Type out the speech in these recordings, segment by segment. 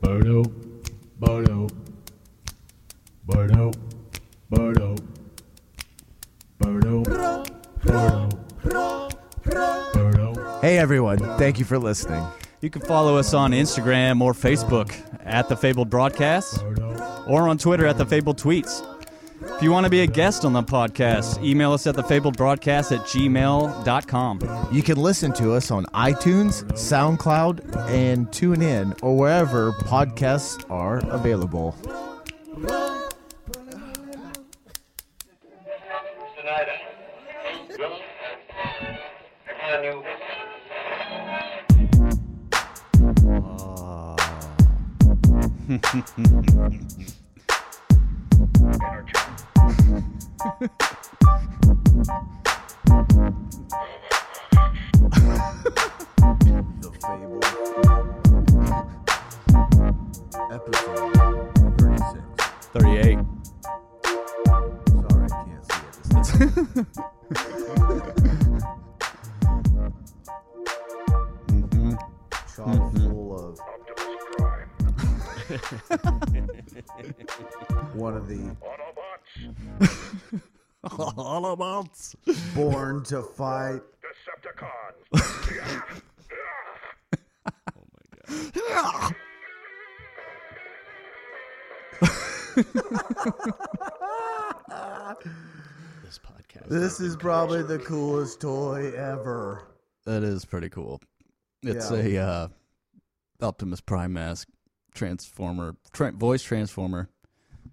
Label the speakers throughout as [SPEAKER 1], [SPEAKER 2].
[SPEAKER 1] Bodo, Bodo, Bodo, Bodo, Bodo, Bodo, Bodo.
[SPEAKER 2] Hey everyone, thank you for listening.
[SPEAKER 3] You can follow us on Instagram or Facebook at The Fabled Broadcast or on Twitter at The Fabled Tweets. If you want to be a guest on the podcast, email us at thefabledbroadcast at gmail.com.
[SPEAKER 2] You can listen to us on iTunes, SoundCloud, and TuneIn, or wherever podcasts are available.
[SPEAKER 4] tonight. Well, I kind of knew
[SPEAKER 5] The Fable. Episode 36.
[SPEAKER 3] 38.
[SPEAKER 5] Sorry, I can't see it. This time. Chock full of. One of the
[SPEAKER 3] All at once.
[SPEAKER 5] born to fight.
[SPEAKER 6] This podcast.
[SPEAKER 5] This is probably the coolest toy ever.
[SPEAKER 3] That is pretty cool. It's
[SPEAKER 5] Yeah.
[SPEAKER 3] a uh, Optimus Prime mask transformer, tra- voice transformer.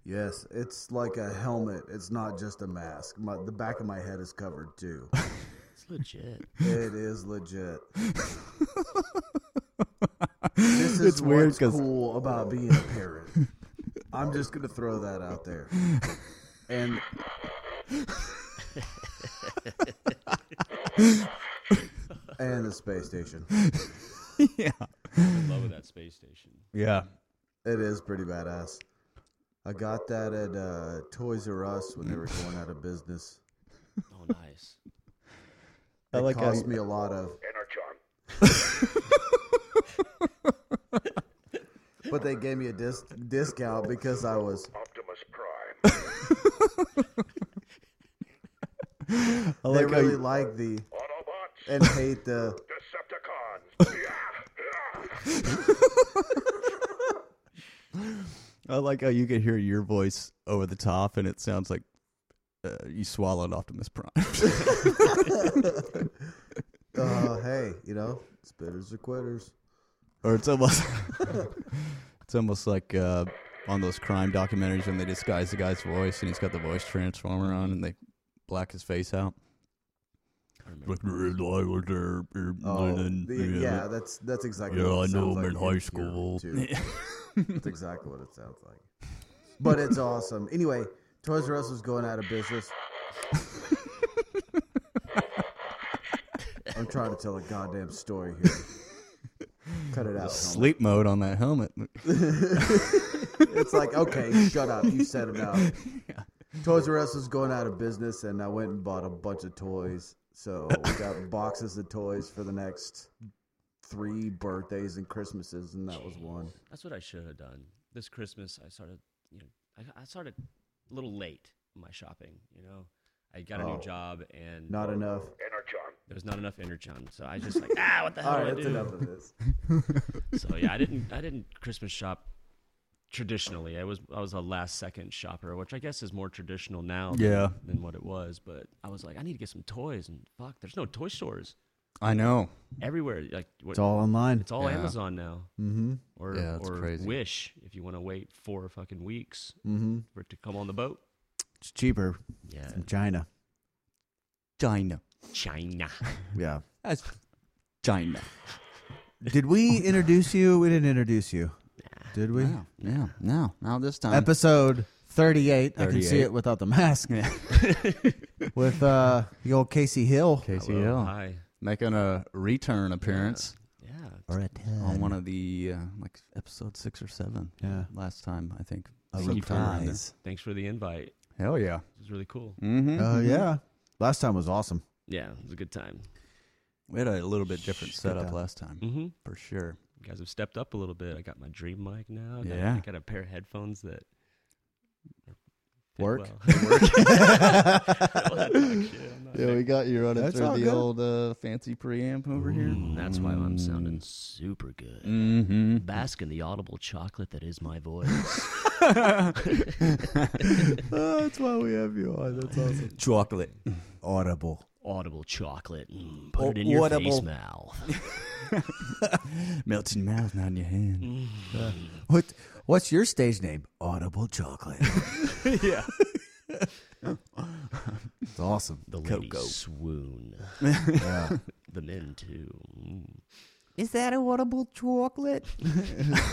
[SPEAKER 5] Yes, it's like a helmet. It's not just a mask. My, the back of my head is covered too.
[SPEAKER 6] It's legit.
[SPEAKER 5] It is legit. this is
[SPEAKER 3] It's weird
[SPEAKER 5] what's
[SPEAKER 3] 'cause-
[SPEAKER 5] cool about being a parent. I'm just gonna throw that out there. And and the space station.
[SPEAKER 3] yeah.
[SPEAKER 6] Love of that space station.
[SPEAKER 3] Yeah.
[SPEAKER 5] It is pretty badass. I got that at uh, Toys R Us when they were going out of business.
[SPEAKER 6] Oh, nice.
[SPEAKER 5] It
[SPEAKER 3] like how
[SPEAKER 5] cost
[SPEAKER 3] you-
[SPEAKER 5] me a lot of. but they gave me a dis- discount because I was
[SPEAKER 3] I
[SPEAKER 5] they
[SPEAKER 3] like how
[SPEAKER 5] really
[SPEAKER 3] you-
[SPEAKER 5] like the and hate the
[SPEAKER 3] I like how you can hear your voice over the top, and it sounds like uh, you swallowed Optimus Prime.
[SPEAKER 5] uh, hey, you know, spitters or quitters.
[SPEAKER 3] or it's almost it's almost like uh, on those crime documentaries when they disguise the guy's voice and he's got the voice transformer on and they black his face out. er,
[SPEAKER 5] Oh, the- yeah, that's that's exactly.
[SPEAKER 3] Yeah,
[SPEAKER 5] what it
[SPEAKER 3] I know
[SPEAKER 5] sounds
[SPEAKER 3] him
[SPEAKER 5] like
[SPEAKER 3] in high
[SPEAKER 5] here,
[SPEAKER 3] school.
[SPEAKER 5] too. that's exactly what it sounds like. But it's awesome. Anyway, Toys R Us was going out of business. I'm trying to tell a goddamn story here. Cut it out. Helmet.
[SPEAKER 3] Sleep mode on that helmet.
[SPEAKER 5] It's like, okay, shut up. You said it out. Toys R Us was going out of business, and I went and bought a bunch of toys. So we got boxes of toys for the next three birthdays and Christmases, and that was one.
[SPEAKER 6] That's what I should have done. This Christmas, I started, you know, I, I started a little late in my shopping, you know. I got a
[SPEAKER 5] Oh.
[SPEAKER 6] new job and
[SPEAKER 5] Not enough.
[SPEAKER 6] there's not enough interchange, so I just like, ah, what the hell
[SPEAKER 5] All
[SPEAKER 6] do
[SPEAKER 5] right,
[SPEAKER 6] I
[SPEAKER 5] that's
[SPEAKER 6] do?
[SPEAKER 5] enough of this.
[SPEAKER 6] So yeah, I didn't, I didn't Christmas shop traditionally. I was, I was a last second shopper, which I guess is more traditional now than-
[SPEAKER 3] Yeah.
[SPEAKER 6] than what it was. But I was like, I need to get some toys, and fuck, there's no toy stores
[SPEAKER 3] I know.
[SPEAKER 6] everywhere. Like what,
[SPEAKER 5] It's all online.
[SPEAKER 6] It's all
[SPEAKER 3] Yeah.
[SPEAKER 6] Amazon now.
[SPEAKER 5] Mm-hmm.
[SPEAKER 6] Or,
[SPEAKER 3] Yeah, it's
[SPEAKER 6] or
[SPEAKER 3] crazy.
[SPEAKER 6] Wish if you want to wait four fucking weeks
[SPEAKER 5] Mm-hmm.
[SPEAKER 6] for it to come on the boat.
[SPEAKER 5] It's cheaper
[SPEAKER 6] Yeah.
[SPEAKER 5] from China.
[SPEAKER 3] China.
[SPEAKER 6] China.
[SPEAKER 5] Yeah.
[SPEAKER 3] That's China.
[SPEAKER 2] Did we introduce you? We didn't introduce you. Did we?
[SPEAKER 3] Now, now, now, now this
[SPEAKER 7] Um,
[SPEAKER 3] time.
[SPEAKER 2] Episode 38. I can see
[SPEAKER 3] 38.
[SPEAKER 2] it without the mask.
[SPEAKER 3] Yeah.
[SPEAKER 2] With uh, the old Casey Hill.
[SPEAKER 3] Casey
[SPEAKER 6] Hello,
[SPEAKER 3] Hill.
[SPEAKER 6] Hi.
[SPEAKER 3] making a return appearance
[SPEAKER 6] Yeah.
[SPEAKER 2] Or a 10.
[SPEAKER 3] on one of the uh, like episode six or seven.
[SPEAKER 2] Yeah.
[SPEAKER 3] last time I think.
[SPEAKER 2] A
[SPEAKER 3] Sometime around there.
[SPEAKER 2] reprise.
[SPEAKER 6] Thanks for the invite.
[SPEAKER 3] Hell yeah.
[SPEAKER 6] It was really cool.
[SPEAKER 8] Uh,
[SPEAKER 3] Mm-hmm.
[SPEAKER 2] Oh, yeah. Last time was awesome.
[SPEAKER 6] Yeah, it was a good time.
[SPEAKER 3] We had a little bit different
[SPEAKER 2] Shut
[SPEAKER 3] setup
[SPEAKER 2] up.
[SPEAKER 3] last time,
[SPEAKER 6] Mm-hmm.
[SPEAKER 3] for sure.
[SPEAKER 6] You guys have stepped up a little bit. I got my dream mic now. I got-
[SPEAKER 7] Yeah.
[SPEAKER 6] I got a pair of headphones that fit
[SPEAKER 2] Work.
[SPEAKER 6] well. Work. I don't wanna talk shit. I'm not-
[SPEAKER 8] Yeah, we got you running
[SPEAKER 2] That's
[SPEAKER 8] through
[SPEAKER 2] all
[SPEAKER 8] the
[SPEAKER 2] good.
[SPEAKER 8] old uh, fancy preamp over here.
[SPEAKER 6] Mm, That's why I'm sounding super good.
[SPEAKER 7] Mm-hmm.
[SPEAKER 6] Bask in the audible chocolate that is my voice.
[SPEAKER 8] Oh, that's why we have you on. That's awesome.
[SPEAKER 7] Chocolate.
[SPEAKER 5] Audible.
[SPEAKER 6] audible chocolate. Mm, put
[SPEAKER 7] Oh,
[SPEAKER 6] it in your face
[SPEAKER 7] audible.
[SPEAKER 6] mouth.
[SPEAKER 7] Melts in your mouth, not in your hand.
[SPEAKER 2] Uh,
[SPEAKER 5] What? What's your stage name? Audible Chocolate.
[SPEAKER 7] yeah.
[SPEAKER 5] It's awesome.
[SPEAKER 6] The ladies
[SPEAKER 7] Cocoa.
[SPEAKER 6] swoon. the men too. Mm.
[SPEAKER 8] Is that a audible chocolate?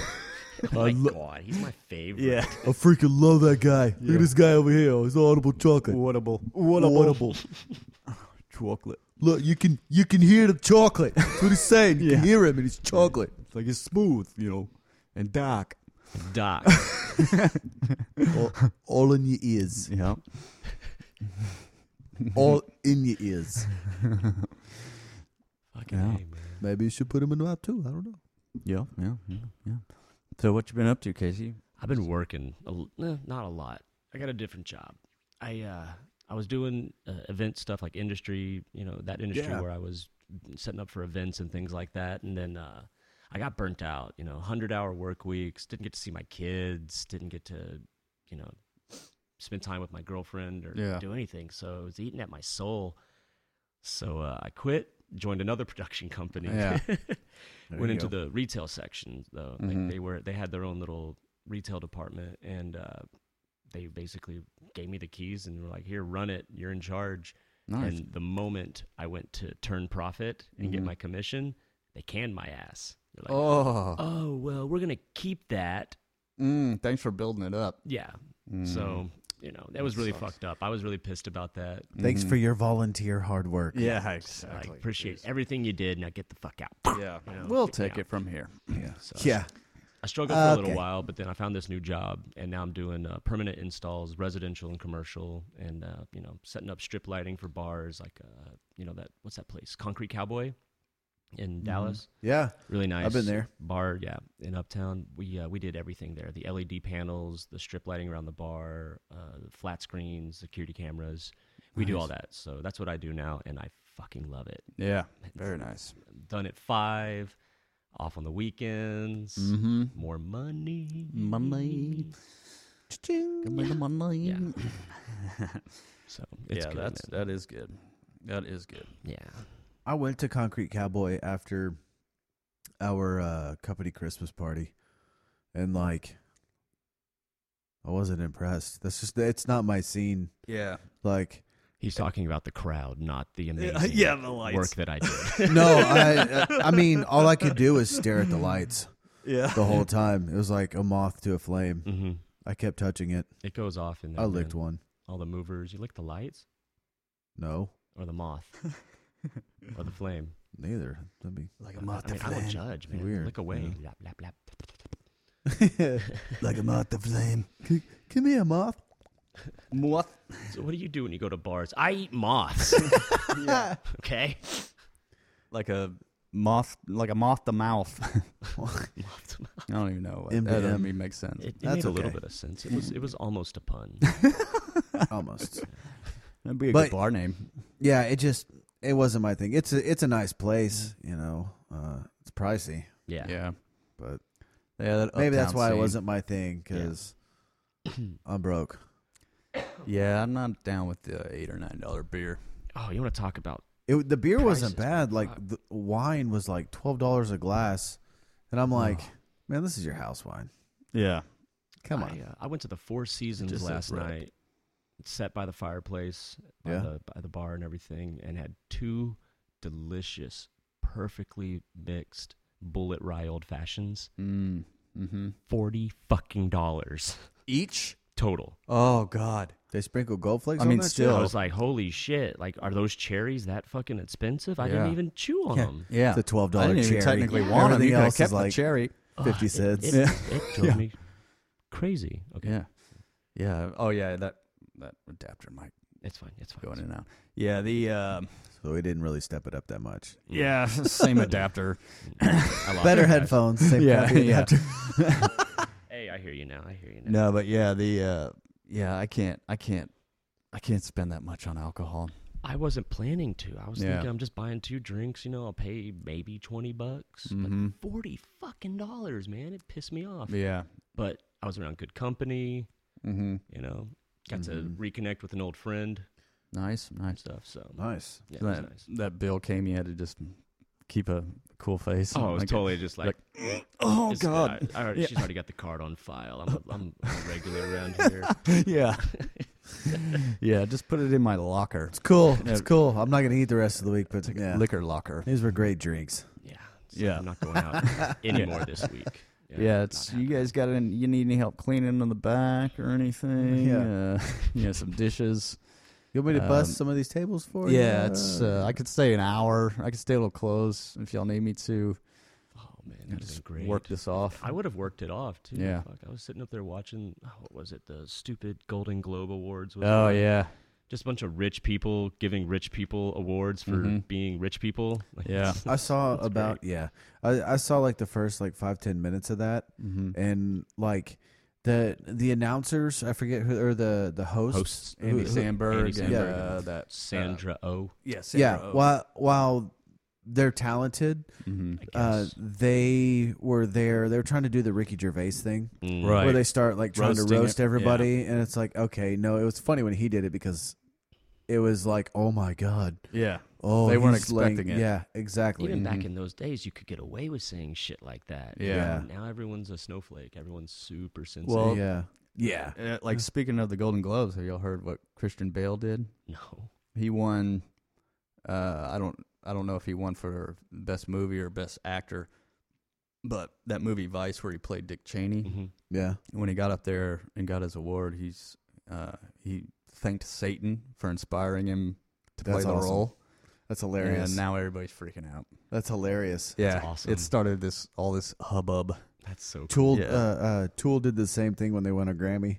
[SPEAKER 6] Oh my god, he's my favorite.
[SPEAKER 7] Yeah.
[SPEAKER 8] I freaking love that guy. Look at this guy over here. He's audible chocolate.
[SPEAKER 7] Whatable.
[SPEAKER 8] Audible.
[SPEAKER 7] Chocolate.
[SPEAKER 8] Look, you can you can hear the chocolate. That's what he's saying. You
[SPEAKER 7] Yeah.
[SPEAKER 8] can hear him, and it's chocolate.
[SPEAKER 7] It's like it's smooth, you know, and dark.
[SPEAKER 6] Doc.
[SPEAKER 8] all, all in your ears.
[SPEAKER 7] Yeah.
[SPEAKER 8] All in your ears.
[SPEAKER 6] Fucking
[SPEAKER 7] Yeah.
[SPEAKER 6] A, man.
[SPEAKER 8] Maybe you should put him in the map too. I don't know.
[SPEAKER 7] Yeah. Yeah. Yeah. yeah. So what you been up to, Casey?
[SPEAKER 6] I've been working, a l- eh, not a lot. I got a different job. I uh, I was doing uh, event stuff like industry, you know, that industry
[SPEAKER 5] Yeah.
[SPEAKER 6] where I was setting up for events and things like that. And then uh, I got burnt out. You know, hundred hour work weeks. Didn't get to see my kids. Didn't get to, you know, spend time with my girlfriend or
[SPEAKER 7] Yeah.
[SPEAKER 6] do anything. So it was eating at my soul. So uh, I quit. Joined another production company.
[SPEAKER 7] Yeah.
[SPEAKER 6] went into the retail section though.
[SPEAKER 7] Mhm.
[SPEAKER 6] Like they were they had their own little retail department and uh, they basically gave me the keys and were like, "Here, run it. You're in charge."
[SPEAKER 7] Nice.
[SPEAKER 6] And the moment I went to turn profit and get
[SPEAKER 7] Mhm.
[SPEAKER 6] my commission, they canned my ass. They're like,
[SPEAKER 7] Oh.
[SPEAKER 6] "Oh well, we're gonna keep that."
[SPEAKER 8] Mm, thanks for building it up.
[SPEAKER 6] Yeah.
[SPEAKER 7] Mm.
[SPEAKER 6] So you know that was really fucked up. I was really pissed about that.
[SPEAKER 2] Thanks for your volunteer hard work.
[SPEAKER 7] Mm-hmm. Yeah.
[SPEAKER 6] I
[SPEAKER 7] Exactly.
[SPEAKER 6] appreciate everything you did. Now get the fuck out.
[SPEAKER 7] Yeah.
[SPEAKER 6] You know,
[SPEAKER 7] We'll
[SPEAKER 6] get me
[SPEAKER 7] take
[SPEAKER 6] out.
[SPEAKER 7] it from here.
[SPEAKER 6] So-
[SPEAKER 2] Yeah.
[SPEAKER 6] I struggled for a little
[SPEAKER 2] Ah, Okay.
[SPEAKER 6] while, but then I found this new job, and now I'm doing uh, permanent installs, residential and commercial, and uh, you know, setting up strip lighting for bars, like uh, you know that what's that place, Concrete Cowboy, in Dallas.
[SPEAKER 2] Mm-hmm. Yeah.
[SPEAKER 6] Really nice.
[SPEAKER 2] been there.
[SPEAKER 6] Bar, yeah, in Uptown. We uh, we did everything there: the LED panels, the strip lighting around the bar, uh, the flat screens, security cameras. We do all that. So that's what I do now, and I fucking love it.
[SPEAKER 7] Yeah. Very nice.
[SPEAKER 6] Done at five, off on the weekends,
[SPEAKER 7] Mm-hmm.
[SPEAKER 6] more money.
[SPEAKER 8] Money. Give me the money.
[SPEAKER 6] Yeah. so it's
[SPEAKER 7] yeah.
[SPEAKER 6] good,
[SPEAKER 7] that's
[SPEAKER 6] man.
[SPEAKER 7] that is good. That is good.
[SPEAKER 6] yeah.
[SPEAKER 2] I went to Concrete Cowboy after our uh, company Christmas party, and like, I wasn't impressed. That's just it's not my scene.
[SPEAKER 7] Yeah.
[SPEAKER 2] Like,
[SPEAKER 6] He's talking about the crowd, not the amazing
[SPEAKER 7] yeah, the lights.
[SPEAKER 6] work that I did.
[SPEAKER 2] no, I, I mean, all I could do was stare at the lights
[SPEAKER 7] Yeah.
[SPEAKER 2] the whole time. It was like a moth to a flame.
[SPEAKER 6] hmm
[SPEAKER 2] I kept touching it.
[SPEAKER 6] It goes off in there.
[SPEAKER 2] I licked
[SPEAKER 6] man.
[SPEAKER 2] one.
[SPEAKER 6] All the movers. You licked the lights
[SPEAKER 2] No,
[SPEAKER 6] or the moth or the flame.
[SPEAKER 2] neither. Let me.
[SPEAKER 8] Like
[SPEAKER 6] I mean, I'm a judge, man.
[SPEAKER 2] Weird,
[SPEAKER 6] Lick away.
[SPEAKER 2] you know?
[SPEAKER 6] Lap, lap, lap.
[SPEAKER 8] like a moth to flame.
[SPEAKER 2] Come here, moth.
[SPEAKER 7] Moth.
[SPEAKER 6] So what do you do when you go to bars? I eat moths. Okay.
[SPEAKER 7] Like a moth. Like a moth to mouth.
[SPEAKER 6] Moth.
[SPEAKER 7] I don't even know. What, that
[SPEAKER 2] MVM.
[SPEAKER 7] doesn't even make sense.
[SPEAKER 6] It, it
[SPEAKER 2] That's
[SPEAKER 6] made a little
[SPEAKER 2] okay.
[SPEAKER 6] bit of sense. It was it was almost a pun.
[SPEAKER 2] Almost.
[SPEAKER 7] That'd be a
[SPEAKER 2] But-
[SPEAKER 7] good bar name.
[SPEAKER 2] Yeah, it just it wasn't my thing. It's a it's a nice place, you know. Uh, it's pricey,
[SPEAKER 6] Yeah.
[SPEAKER 7] Yeah.
[SPEAKER 2] but
[SPEAKER 7] Yeah. That
[SPEAKER 2] maybe that's
[SPEAKER 7] uptown
[SPEAKER 2] why it
[SPEAKER 7] scene.
[SPEAKER 2] wasn't my thing because I'm broke.
[SPEAKER 7] Yeah, I'm not down with the eight or nine dollar beer.
[SPEAKER 6] Oh, you want to talk about?
[SPEAKER 2] It the beer wasn't
[SPEAKER 6] Prices went
[SPEAKER 2] bad. Like
[SPEAKER 6] up.
[SPEAKER 2] the wine was like twelve dollars a glass, and I'm like, man, this is your house wine.
[SPEAKER 7] Yeah.
[SPEAKER 2] Come
[SPEAKER 6] I,
[SPEAKER 2] on,
[SPEAKER 6] uh, I went to the Four Seasons
[SPEAKER 7] Just
[SPEAKER 6] last
[SPEAKER 7] says red.
[SPEAKER 6] night, set by the fireplace, by,
[SPEAKER 2] Yeah.
[SPEAKER 6] the, by the bar and everything, and had two delicious, perfectly mixed bullet rye old fashions.
[SPEAKER 7] Mm. Mm-hmm.
[SPEAKER 6] Forty fucking dollars
[SPEAKER 7] Each.
[SPEAKER 6] total.
[SPEAKER 7] Oh God.
[SPEAKER 2] they sprinkle gold flakes.
[SPEAKER 7] I
[SPEAKER 2] on
[SPEAKER 7] mean,
[SPEAKER 2] that
[SPEAKER 7] still-
[SPEAKER 6] I
[SPEAKER 2] shit?
[SPEAKER 6] was like, holy shit! Like, are those cherries that fucking expensive? I
[SPEAKER 7] Yeah.
[SPEAKER 6] didn't even chew on them.
[SPEAKER 7] Yeah.
[SPEAKER 2] It's a twelve
[SPEAKER 7] I
[SPEAKER 2] dollar
[SPEAKER 7] didn't
[SPEAKER 2] cherry.
[SPEAKER 7] even technically
[SPEAKER 2] Yeah.
[SPEAKER 7] want 'em.
[SPEAKER 2] Everything
[SPEAKER 7] You could have
[SPEAKER 2] else
[SPEAKER 7] kept
[SPEAKER 2] is like
[SPEAKER 7] the cherry.
[SPEAKER 2] fifty cents.
[SPEAKER 6] It, it drove me crazy. Okay,
[SPEAKER 7] Yeah. Yeah. Oh yeah. That that adapter might
[SPEAKER 6] it's fine. It's fine.
[SPEAKER 7] go
[SPEAKER 6] it's
[SPEAKER 7] in
[SPEAKER 6] fine.
[SPEAKER 7] and out. Yeah. The um,
[SPEAKER 2] so we didn't really step it up that much.
[SPEAKER 3] Yeah, same adapter.
[SPEAKER 6] I lost
[SPEAKER 2] Better
[SPEAKER 6] you guys.
[SPEAKER 2] headphones, same
[SPEAKER 3] Yeah,
[SPEAKER 2] copy
[SPEAKER 3] yeah.
[SPEAKER 2] adapter.
[SPEAKER 6] Hey, I hear you now. I hear you now.
[SPEAKER 3] No, but yeah, the uh yeah, I can't I can't I can't spend that much on alcohol.
[SPEAKER 6] I wasn't planning to. I was
[SPEAKER 3] Yeah.
[SPEAKER 6] thinking I'm just buying two drinks. You know, I'll pay maybe twenty bucks,
[SPEAKER 3] Mhm.
[SPEAKER 6] but forty fucking dollars, man. It pissed me off.
[SPEAKER 3] Yeah.
[SPEAKER 6] But I was around good company.
[SPEAKER 3] Mhm.
[SPEAKER 6] You know, got to reconnect with an old friend
[SPEAKER 3] Nice,
[SPEAKER 6] and
[SPEAKER 3] Mm-hmm. nice.
[SPEAKER 6] stuff. So
[SPEAKER 2] nice.
[SPEAKER 6] yeah, it was
[SPEAKER 3] that
[SPEAKER 6] nice.
[SPEAKER 3] that bill came, you had to just keep a cool face.
[SPEAKER 6] Oh, I was
[SPEAKER 3] Like,
[SPEAKER 6] totally just like,
[SPEAKER 3] like, Oh
[SPEAKER 6] it's-
[SPEAKER 3] god.
[SPEAKER 6] I, I already,
[SPEAKER 3] Yeah.
[SPEAKER 6] she's already got the card on file. I'm a, I'm a regular around here.
[SPEAKER 3] yeah. yeah, just put it in my locker.
[SPEAKER 2] It's cool.
[SPEAKER 3] Yeah.
[SPEAKER 2] It's cool. I'm not gonna eat the rest of the week, but yeah.
[SPEAKER 3] Liquor locker.
[SPEAKER 2] these were great drinks.
[SPEAKER 6] Yeah, it's like,
[SPEAKER 3] Yeah.
[SPEAKER 6] I'm not going out anymore this week.
[SPEAKER 3] Yeah,
[SPEAKER 6] not
[SPEAKER 3] it's you
[SPEAKER 6] happening.
[SPEAKER 3] guys got any you need any help cleaning on the back or anything?
[SPEAKER 2] Yeah.
[SPEAKER 3] Uh, you know, some dishes.
[SPEAKER 2] You want me to bust
[SPEAKER 3] Um,
[SPEAKER 2] some of these tables
[SPEAKER 6] Oh,
[SPEAKER 2] for you?
[SPEAKER 3] Yeah, it's. Uh, I could stay an hour. I could stay a little close if y'all need me to.
[SPEAKER 6] Oh man, that'd have been
[SPEAKER 3] Just
[SPEAKER 6] great.
[SPEAKER 3] work this off.
[SPEAKER 6] I would have worked it off too.
[SPEAKER 3] Yeah.
[SPEAKER 6] Fuck, I was sitting up there watching. oh, What was it? The stupid Golden Globe Awards. Was
[SPEAKER 3] oh
[SPEAKER 6] on.
[SPEAKER 3] yeah,
[SPEAKER 6] Just a bunch of rich people giving rich people awards for
[SPEAKER 3] Mhm.
[SPEAKER 6] being rich people. Like,
[SPEAKER 3] yeah. Uh,
[SPEAKER 2] I saw
[SPEAKER 6] That's
[SPEAKER 2] about yeah. I, I saw like the first like five ten minutes of that,
[SPEAKER 3] Mm-hmm.
[SPEAKER 2] and like the the announcers I forget who or the the hosts.
[SPEAKER 6] Hosts.
[SPEAKER 2] who-
[SPEAKER 3] Andy
[SPEAKER 2] who-
[SPEAKER 3] Sandberg. and,
[SPEAKER 6] Andy
[SPEAKER 2] Samberg.
[SPEAKER 3] uh, that
[SPEAKER 6] Sandra Oh, O.
[SPEAKER 3] yeah.
[SPEAKER 2] yeah, while while they're talented,
[SPEAKER 3] hmm
[SPEAKER 6] I guess.
[SPEAKER 2] uh, they were there. They were trying to do the Ricky Gervais thing.
[SPEAKER 6] Mm.
[SPEAKER 3] right.
[SPEAKER 2] Where they start like trying to
[SPEAKER 3] Roasting
[SPEAKER 2] roast
[SPEAKER 3] it, yeah.
[SPEAKER 2] everybody, and it's like, okay, no, it was funny when he did it because it was like, oh my god,
[SPEAKER 3] Yeah.
[SPEAKER 2] oh,
[SPEAKER 3] They weren't
[SPEAKER 2] he's laying-
[SPEAKER 3] expecting it.
[SPEAKER 2] Yeah, exactly.
[SPEAKER 6] Even back in those days, you could get away with saying shit like that.
[SPEAKER 3] Mm-hmm. Yeah.
[SPEAKER 6] And Now everyone's a snowflake. Everyone's super sensitive.
[SPEAKER 3] Well-
[SPEAKER 2] yeah, yeah.
[SPEAKER 3] Uh, like speaking of the Golden Globes, have y'all heard what Christian Bale did?
[SPEAKER 6] no.
[SPEAKER 3] He won. Uh, I don't. I don't know if he won for best movie or best actor, but that movie Vice, where he played Dick Cheney.
[SPEAKER 6] hmm
[SPEAKER 2] Yeah.
[SPEAKER 3] when he got up there and got his award, he's uh, he thanked Satan for inspiring him to
[SPEAKER 2] That's
[SPEAKER 3] play the
[SPEAKER 2] awesome.
[SPEAKER 3] role,
[SPEAKER 2] That's hilarious.
[SPEAKER 3] and now everybody's freaking out.
[SPEAKER 2] That's hilarious.
[SPEAKER 3] Yeah,
[SPEAKER 6] awesome.
[SPEAKER 3] it started this all this hubbub.
[SPEAKER 6] That's so. Cool.
[SPEAKER 2] Tool
[SPEAKER 3] Yeah.
[SPEAKER 2] uh, uh Tool did the same thing when they won a Grammy.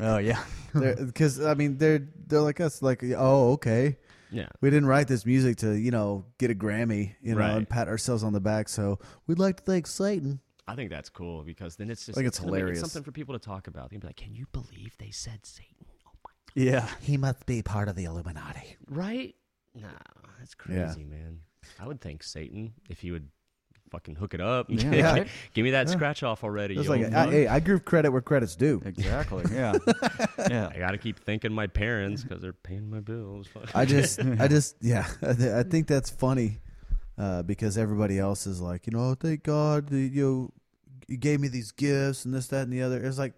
[SPEAKER 3] Oh yeah,
[SPEAKER 2] Because I mean, they're they're like us, like oh okay,
[SPEAKER 6] Yeah.
[SPEAKER 2] we didn't write this music to you know get a Grammy, you know,
[SPEAKER 6] Right.
[SPEAKER 2] and pat ourselves on the back. So we'd like to thank Satan.
[SPEAKER 6] I think that's cool because then it's just
[SPEAKER 2] Like, it's
[SPEAKER 6] gonna make it
[SPEAKER 2] hilarious.
[SPEAKER 6] something for people to talk about. They'd be like, "Can you believe they said Satan?" Oh my
[SPEAKER 3] yeah.
[SPEAKER 2] He must be part of the Illuminati.
[SPEAKER 6] Right? Nah, that's
[SPEAKER 2] Yeah.
[SPEAKER 6] crazy, man. I would thank Satan if he would fucking hook it up.
[SPEAKER 3] Yeah, right?
[SPEAKER 6] Give me that scratch off already.
[SPEAKER 2] It's
[SPEAKER 6] yo.
[SPEAKER 2] like
[SPEAKER 5] uh,
[SPEAKER 2] I, hey, I give credit where credit's due.
[SPEAKER 3] Exactly. Yeah.
[SPEAKER 6] I
[SPEAKER 3] yeah.
[SPEAKER 6] gotta keep thanking my parents because they're paying my bills. Fuck.
[SPEAKER 2] I just, I just, yeah, I thi- I think that's funny uh, because everybody else is like, you know, oh, thank God that you, you gave me these gifts and this, that, and the other. It's like,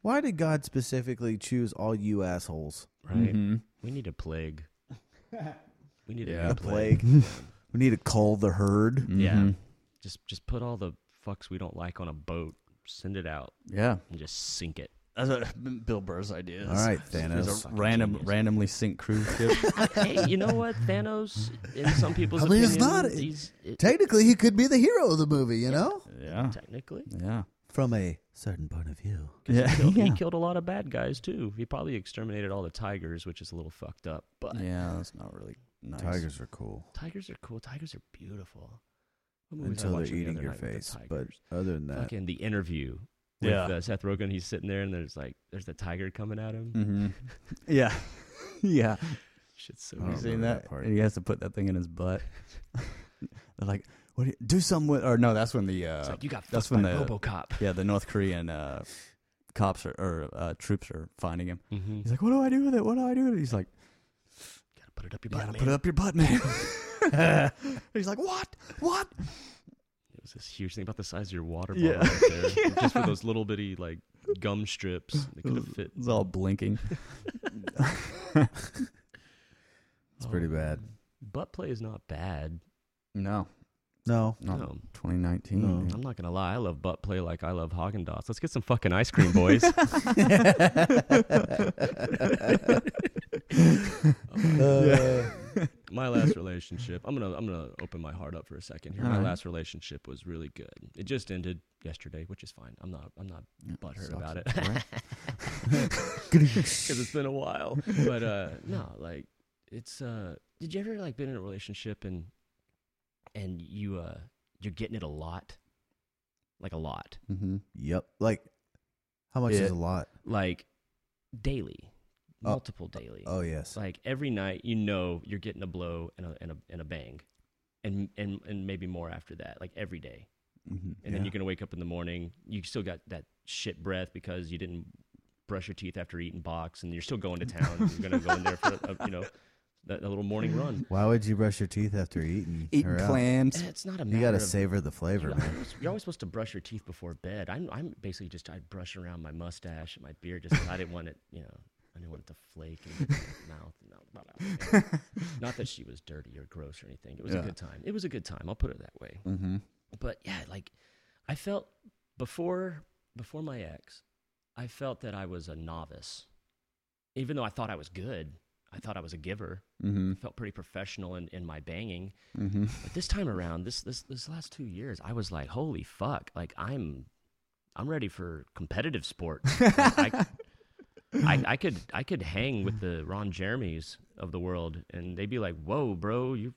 [SPEAKER 2] why did God specifically choose all you assholes?
[SPEAKER 6] right?
[SPEAKER 3] Mhm.
[SPEAKER 6] We need a plague. We need
[SPEAKER 3] Yeah.
[SPEAKER 6] a new
[SPEAKER 3] A
[SPEAKER 6] plague.
[SPEAKER 2] Plague. we need to cull the herd.
[SPEAKER 6] Yeah.
[SPEAKER 3] Mhm.
[SPEAKER 6] Just just put all the fucks we don't like on a boat, send it out,
[SPEAKER 3] Yeah.
[SPEAKER 6] and just sink it.
[SPEAKER 3] That's what Bill Burr's idea. is.
[SPEAKER 2] All right,
[SPEAKER 3] There's
[SPEAKER 2] Thanos.
[SPEAKER 3] a random,
[SPEAKER 6] genius.
[SPEAKER 3] randomly sink cruise ship.
[SPEAKER 6] hey, you know what? Thanos, in some people's
[SPEAKER 2] I mean, it's
[SPEAKER 6] opinion,
[SPEAKER 2] not-
[SPEAKER 6] he's it,
[SPEAKER 2] Technically, he could be the hero of the movie, you know,
[SPEAKER 3] yeah.
[SPEAKER 6] technically.
[SPEAKER 3] Yeah.
[SPEAKER 2] from a certain point of view.
[SPEAKER 3] Yeah.
[SPEAKER 6] killed,
[SPEAKER 3] yeah.
[SPEAKER 6] he killed a lot of bad guys too. He probably exterminated all the tigers, which is a little fucked up. But
[SPEAKER 3] Yeah. That's not really nice.
[SPEAKER 2] Tigers are cool
[SPEAKER 6] tigers are cool. Tigers are beautiful. What movie was I
[SPEAKER 2] until they're
[SPEAKER 6] watching the
[SPEAKER 2] eating
[SPEAKER 6] other
[SPEAKER 2] your
[SPEAKER 6] night with the
[SPEAKER 2] face. But
[SPEAKER 6] tigers?
[SPEAKER 2] other than that,
[SPEAKER 6] fucking the interview with
[SPEAKER 3] Yeah.
[SPEAKER 6] uh, Seth Rogen. He's sitting there, and there's like there's the tiger coming at him.
[SPEAKER 3] Mm-hmm. Yeah. yeah.
[SPEAKER 6] Shit's so
[SPEAKER 2] I don't
[SPEAKER 3] You
[SPEAKER 6] weird.
[SPEAKER 3] seen
[SPEAKER 2] remember
[SPEAKER 3] that?
[SPEAKER 2] that part.
[SPEAKER 3] And he has to put that thing in his butt. They're like, "What? Do, you, do something with?" Or no, that's when the uh,
[SPEAKER 6] It's like you got
[SPEAKER 3] that's
[SPEAKER 6] fucked by
[SPEAKER 3] when the-
[SPEAKER 6] RoboCop.
[SPEAKER 3] yeah the North Korean uh, cops are, or uh, troops are finding him.
[SPEAKER 6] Mm-hmm.
[SPEAKER 3] He's like, "What do I do with it? What do I do?" with it?" He's like,
[SPEAKER 6] Gotta put it up your
[SPEAKER 3] "You
[SPEAKER 6] butt,
[SPEAKER 3] gotta
[SPEAKER 6] man.
[SPEAKER 3] put it up your butt, man." he's like, "What? What?"
[SPEAKER 6] It was this huge thing about the size of your water bottle
[SPEAKER 3] Yeah.
[SPEAKER 6] right there, just for those little bitty like gum strips. They could have fit.
[SPEAKER 3] It's all blinking.
[SPEAKER 2] it's pretty
[SPEAKER 6] Oh,
[SPEAKER 2] bad.
[SPEAKER 6] Butt play is not bad. Um,
[SPEAKER 3] No,
[SPEAKER 2] No,
[SPEAKER 3] not
[SPEAKER 6] no.
[SPEAKER 3] 2019.
[SPEAKER 2] No.
[SPEAKER 3] dude.
[SPEAKER 6] Um, I'm not gonna lie, I love butt play like I love Haagen Dazs. Let's get some fucking ice cream, boys.
[SPEAKER 2] Uh,
[SPEAKER 6] oh my- my last relationship. I'm gonna I'm gonna open my heart up for a second here. my
[SPEAKER 3] Alright.
[SPEAKER 6] last relationship was really good. It just ended yesterday, which is fine. I'm not I'm not butthurt about it because it's been a while. But uh, no, like it's uh, did you ever like been in a relationship and and you uh you're getting it a lot, like a lot,
[SPEAKER 3] Mm-hmm.
[SPEAKER 2] Yep. Like, how much
[SPEAKER 3] Yeah.
[SPEAKER 2] is a lot?
[SPEAKER 6] like daily,
[SPEAKER 2] Oh,
[SPEAKER 6] multiple daily.
[SPEAKER 2] Oh yes.
[SPEAKER 6] Like every night, you know you're getting a blow and a and a and a bang, and and and maybe more after that, like every day.
[SPEAKER 3] Mm-hmm.
[SPEAKER 6] And then you're gonna wake up in the morning, you still got that shit breath because you didn't brush your teeth after eating box, and you're still going to town. and you're gonna go in there for a, you know that, that little morning run.
[SPEAKER 2] Why would you brush your teeth after eating?
[SPEAKER 3] Eating
[SPEAKER 2] her out?
[SPEAKER 3] clams.
[SPEAKER 6] And It's not a matter
[SPEAKER 2] You gotta
[SPEAKER 6] of,
[SPEAKER 2] savor the flavor,
[SPEAKER 6] You're,
[SPEAKER 2] man.
[SPEAKER 6] always- you're always supposed to brush your teeth before bed. I'm, I'm basically just I brush around my mustache and my beard just 'cause I didn't want it, you know, I didn't want it to flake in my mouth. and all that. You know, Not that she was dirty or gross or anything. It was a
[SPEAKER 3] Yeah.
[SPEAKER 6] good time. It was a good time. I'll put it that way.
[SPEAKER 3] Mm-hmm.
[SPEAKER 6] But yeah, like I felt before before my ex, I felt that I was a novice, even though I thought I was good. I thought I was a giver.
[SPEAKER 3] Mm-hmm.
[SPEAKER 6] I felt pretty professional in, in my banging.
[SPEAKER 3] Mm-hmm.
[SPEAKER 6] But this time around, this this this last two years, I was like, holy fuck! Like I'm, I'm ready for competitive sport. Like, I, I I could I could hang with the Ron Jeremys of the world, and they'd be like, whoa, bro, you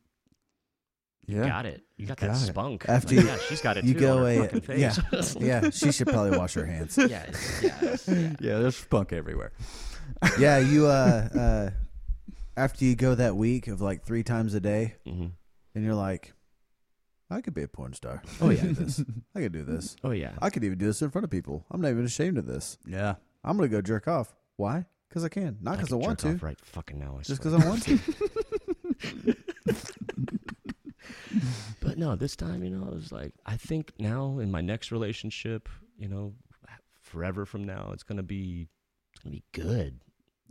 [SPEAKER 3] Yeah.
[SPEAKER 6] got it, you got, that
[SPEAKER 3] got it.
[SPEAKER 6] spunk.
[SPEAKER 2] After
[SPEAKER 6] Like,
[SPEAKER 2] you-
[SPEAKER 6] yeah, she's got it.
[SPEAKER 2] you
[SPEAKER 6] too
[SPEAKER 2] go
[SPEAKER 6] on her
[SPEAKER 2] a-
[SPEAKER 6] fucking face.
[SPEAKER 2] Yeah, she should probably wash her hands.
[SPEAKER 6] yeah, it's- yeah, it's- yeah.
[SPEAKER 3] Yeah, there's spunk everywhere.
[SPEAKER 2] Yeah, you uh, uh after you go that week of like three times a day,
[SPEAKER 6] Mhm.
[SPEAKER 2] and you're like, I could be a porn star. Oh yeah, this. I could do this.
[SPEAKER 6] Oh yeah.
[SPEAKER 2] I could even do this in front of people. I'm not even ashamed of this.
[SPEAKER 3] Yeah.
[SPEAKER 2] I'm gonna go jerk off. Why? Because I can, not because I,
[SPEAKER 6] could
[SPEAKER 2] want
[SPEAKER 6] jerk
[SPEAKER 2] to,
[SPEAKER 6] off right fucking now. I
[SPEAKER 2] just
[SPEAKER 6] swear.
[SPEAKER 2] because I want to.
[SPEAKER 6] But no, this time, you know, I was like, I think now in my next relationship, you know, forever from now, it's gonna be, it's gonna be good.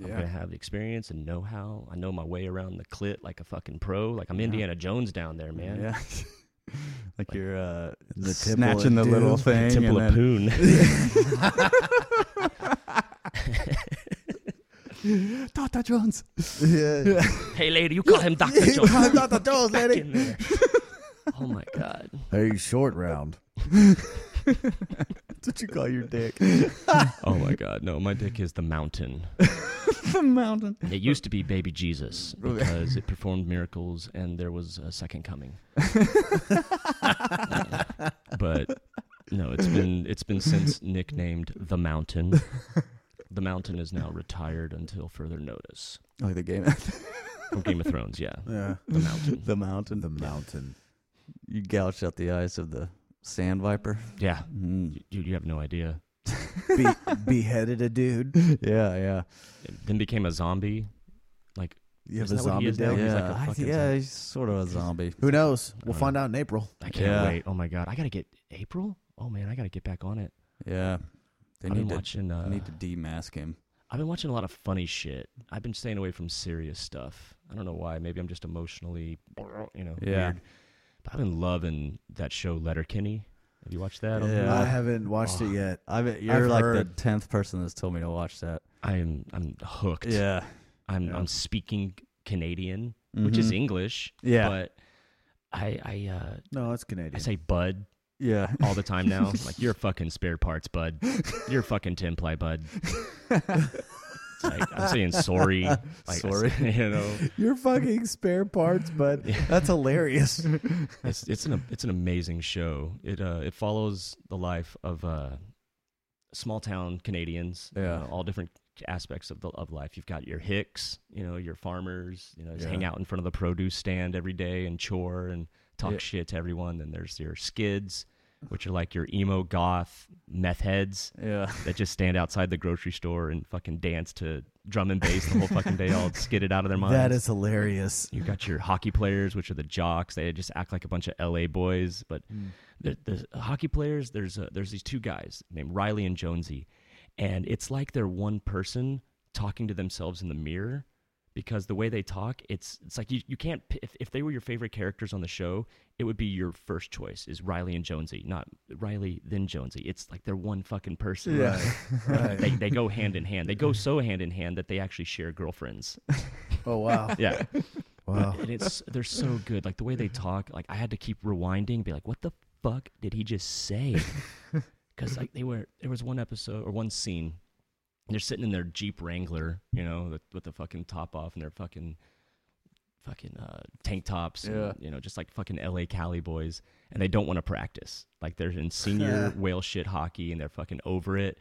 [SPEAKER 6] I'm gonna have experience and know how. I know my way around the clit like a fucking pro. Like I'm
[SPEAKER 3] Yeah.
[SPEAKER 6] Indiana Jones down there, man.
[SPEAKER 3] Yeah. like, you're uh,
[SPEAKER 2] The temple
[SPEAKER 3] snatching the
[SPEAKER 2] of
[SPEAKER 3] little
[SPEAKER 2] doom.
[SPEAKER 3] thing.
[SPEAKER 6] Temple
[SPEAKER 3] and
[SPEAKER 6] of
[SPEAKER 3] then-
[SPEAKER 6] Poon.
[SPEAKER 3] Dr. Jones.
[SPEAKER 2] yeah,
[SPEAKER 6] hey, lady, you call him Doctor Jones.
[SPEAKER 2] I'm not the toes, lady.
[SPEAKER 6] in there. Oh my god.
[SPEAKER 2] Hey, short round.
[SPEAKER 3] That's what you call your dick.
[SPEAKER 6] Oh my god. No, my dick is the mountain.
[SPEAKER 3] the mountain.
[SPEAKER 6] It used to be Baby Jesus because it performed miracles and there was a second coming. but no, it's been it's been since nicknamed the Mountain. The Mountain is now retired until further notice
[SPEAKER 3] Like the game.
[SPEAKER 6] from Game of Thrones. Yeah,
[SPEAKER 2] Yeah,
[SPEAKER 6] the Mountain.
[SPEAKER 3] the mountain.
[SPEAKER 2] the mountain.
[SPEAKER 3] You gouged out the eyes of the sand viper.
[SPEAKER 6] Yeah,
[SPEAKER 3] Mm.
[SPEAKER 6] you, you have no idea.
[SPEAKER 2] Be- beheaded a dude.
[SPEAKER 3] Yeah, yeah.
[SPEAKER 6] Then became a zombie.
[SPEAKER 2] You have
[SPEAKER 6] Isn't
[SPEAKER 2] a
[SPEAKER 6] that what
[SPEAKER 2] zombie
[SPEAKER 6] he is now?
[SPEAKER 2] dick.
[SPEAKER 6] he's
[SPEAKER 3] yeah,
[SPEAKER 6] like Oh, a
[SPEAKER 3] I-
[SPEAKER 6] fucking
[SPEAKER 3] yeah,
[SPEAKER 6] zombie.
[SPEAKER 3] he's sort of a zombie.
[SPEAKER 2] Who knows? We'll
[SPEAKER 6] I
[SPEAKER 2] find out in April.
[SPEAKER 6] I can't
[SPEAKER 3] Yeah.
[SPEAKER 6] wait. Oh my god, I gotta get April. Oh man, I gotta get back on it.
[SPEAKER 3] Yeah. They
[SPEAKER 6] I've been
[SPEAKER 3] need to,
[SPEAKER 6] watching. Uh,
[SPEAKER 3] need to demask him.
[SPEAKER 6] I've been watching a lot of funny shit. I've been staying away from serious stuff. I don't know why. Maybe I'm just emotionally, you know,
[SPEAKER 3] Yeah.
[SPEAKER 6] weird. But I've been loving that show Letterkenny. Have you Oh, watched that? on
[SPEAKER 3] Yeah.
[SPEAKER 6] Hulu?
[SPEAKER 2] I haven't watched it yet.
[SPEAKER 3] I bet you're like
[SPEAKER 2] heard-
[SPEAKER 3] the 10th person that's told me to watch that.
[SPEAKER 6] I'm I'm hooked.
[SPEAKER 3] Yeah.
[SPEAKER 6] I'm
[SPEAKER 3] Yeah.
[SPEAKER 6] I'm speaking Canadian, which is
[SPEAKER 3] Mhm.
[SPEAKER 6] English.
[SPEAKER 3] Yeah.
[SPEAKER 6] But I I uh,
[SPEAKER 2] No, it's
[SPEAKER 6] I
[SPEAKER 2] Canadian.
[SPEAKER 6] say bud
[SPEAKER 3] yeah.
[SPEAKER 6] all the time now. like you're fucking spare parts, bud. You're fucking ten ply, bud. It's like, I'm saying sorry. Like, I-
[SPEAKER 3] Sorry.
[SPEAKER 6] You know.
[SPEAKER 2] Your fucking spare parts, but that's hilarious.
[SPEAKER 6] it's it's an it's an amazing show. It uh it follows the life of uh small town Canadians. you
[SPEAKER 3] Yeah.
[SPEAKER 6] know, all different aspects of the of life. You've got your hicks, you know, your farmers, you know, just
[SPEAKER 3] Yeah.
[SPEAKER 6] hang out in front of the produce stand every day and chore and talk
[SPEAKER 3] Yeah.
[SPEAKER 6] shit to everyone. Then there's your skids, which are like your emo goth meth heads
[SPEAKER 3] Yeah.
[SPEAKER 6] that just stand outside the grocery store and fucking dance to drum and bass the whole fucking day, all skidded out of their minds.
[SPEAKER 2] That is hilarious.
[SPEAKER 6] You got your hockey players, which are the jocks. They just act like a bunch of LA boys, but the, the hockey players. There's uh there's these two guys named Riley and Jonesy, and it's like they're one person talking to themselves in the mirror because the way they talk, it's it's like you, you can't p- if if they were your favorite characters on the show, it would be your first choice is Riley and Jonesy, not Riley then Jonesy. It's like they're one fucking person.
[SPEAKER 2] Yeah.
[SPEAKER 6] They, they go hand in hand. They go so hand in hand that they actually share girlfriends.
[SPEAKER 2] Oh wow.
[SPEAKER 6] Yeah.
[SPEAKER 2] Wow.
[SPEAKER 6] and it's they're so good. Like the way they talk, like I had to keep rewinding, and be like, what the fuck did he just say? Because like they were, there was one episode or one scene. They're sitting in their Jeep Wrangler, you know, with, with the fucking top off, and they're fucking fucking uh, tank tops, and,
[SPEAKER 7] Yeah.
[SPEAKER 6] you know, just like fucking LA Cali boys, and they don't want to practice. Like they're in senior whale shit hockey, and they're fucking over it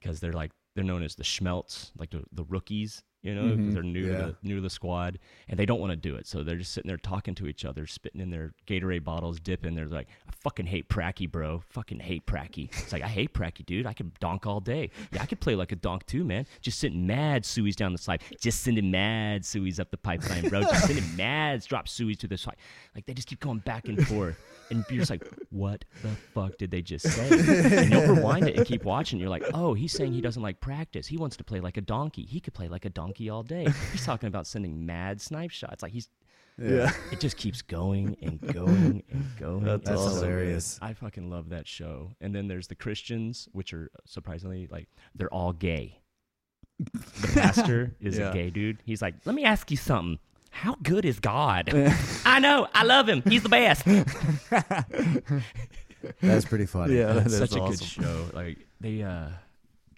[SPEAKER 6] because they're like they're known as the schmelts, like the, the rookies, you know, 'cause they're new
[SPEAKER 2] Yeah.
[SPEAKER 6] to the, new to the squad, and they don't want to do it. So they're just sitting there talking to each other, spitting in their Gatorade bottles, dipping. They're like, "I fucking hate pracky, bro. Fucking hate pracky." It's like, "I hate pracky, dude. I can donk all day. Yeah, I could play like a donk too, man. Just sending mad sueys down the slide. Just sending mad sueys up the pipeline, bro. Just sending mad drop sueys to the slide. Like they just keep going back and forth." And you're just like, what the fuck did they just say? and you'll rewind it and keep watching. You're like, oh, he's saying he doesn't like practice. He wants to play like a donkey. He could play like a donkey all day. He's talking about sending mad snipe shots. Like he's,
[SPEAKER 2] Yeah.
[SPEAKER 6] it just keeps going and going and going.
[SPEAKER 3] That's
[SPEAKER 6] It's so
[SPEAKER 3] awesome.
[SPEAKER 2] hilarious.
[SPEAKER 6] good. I fucking love that show. And then there's the Christians, which are uh, surprisingly like they're all gay. The pastor is
[SPEAKER 3] Yeah.
[SPEAKER 6] a gay dude. He's like, let me ask you something. How good is God? I know. I love him. He's the best.
[SPEAKER 2] That's pretty funny.
[SPEAKER 3] Yeah, that's
[SPEAKER 6] such a good
[SPEAKER 3] awesome.
[SPEAKER 6] show. Like they, uh,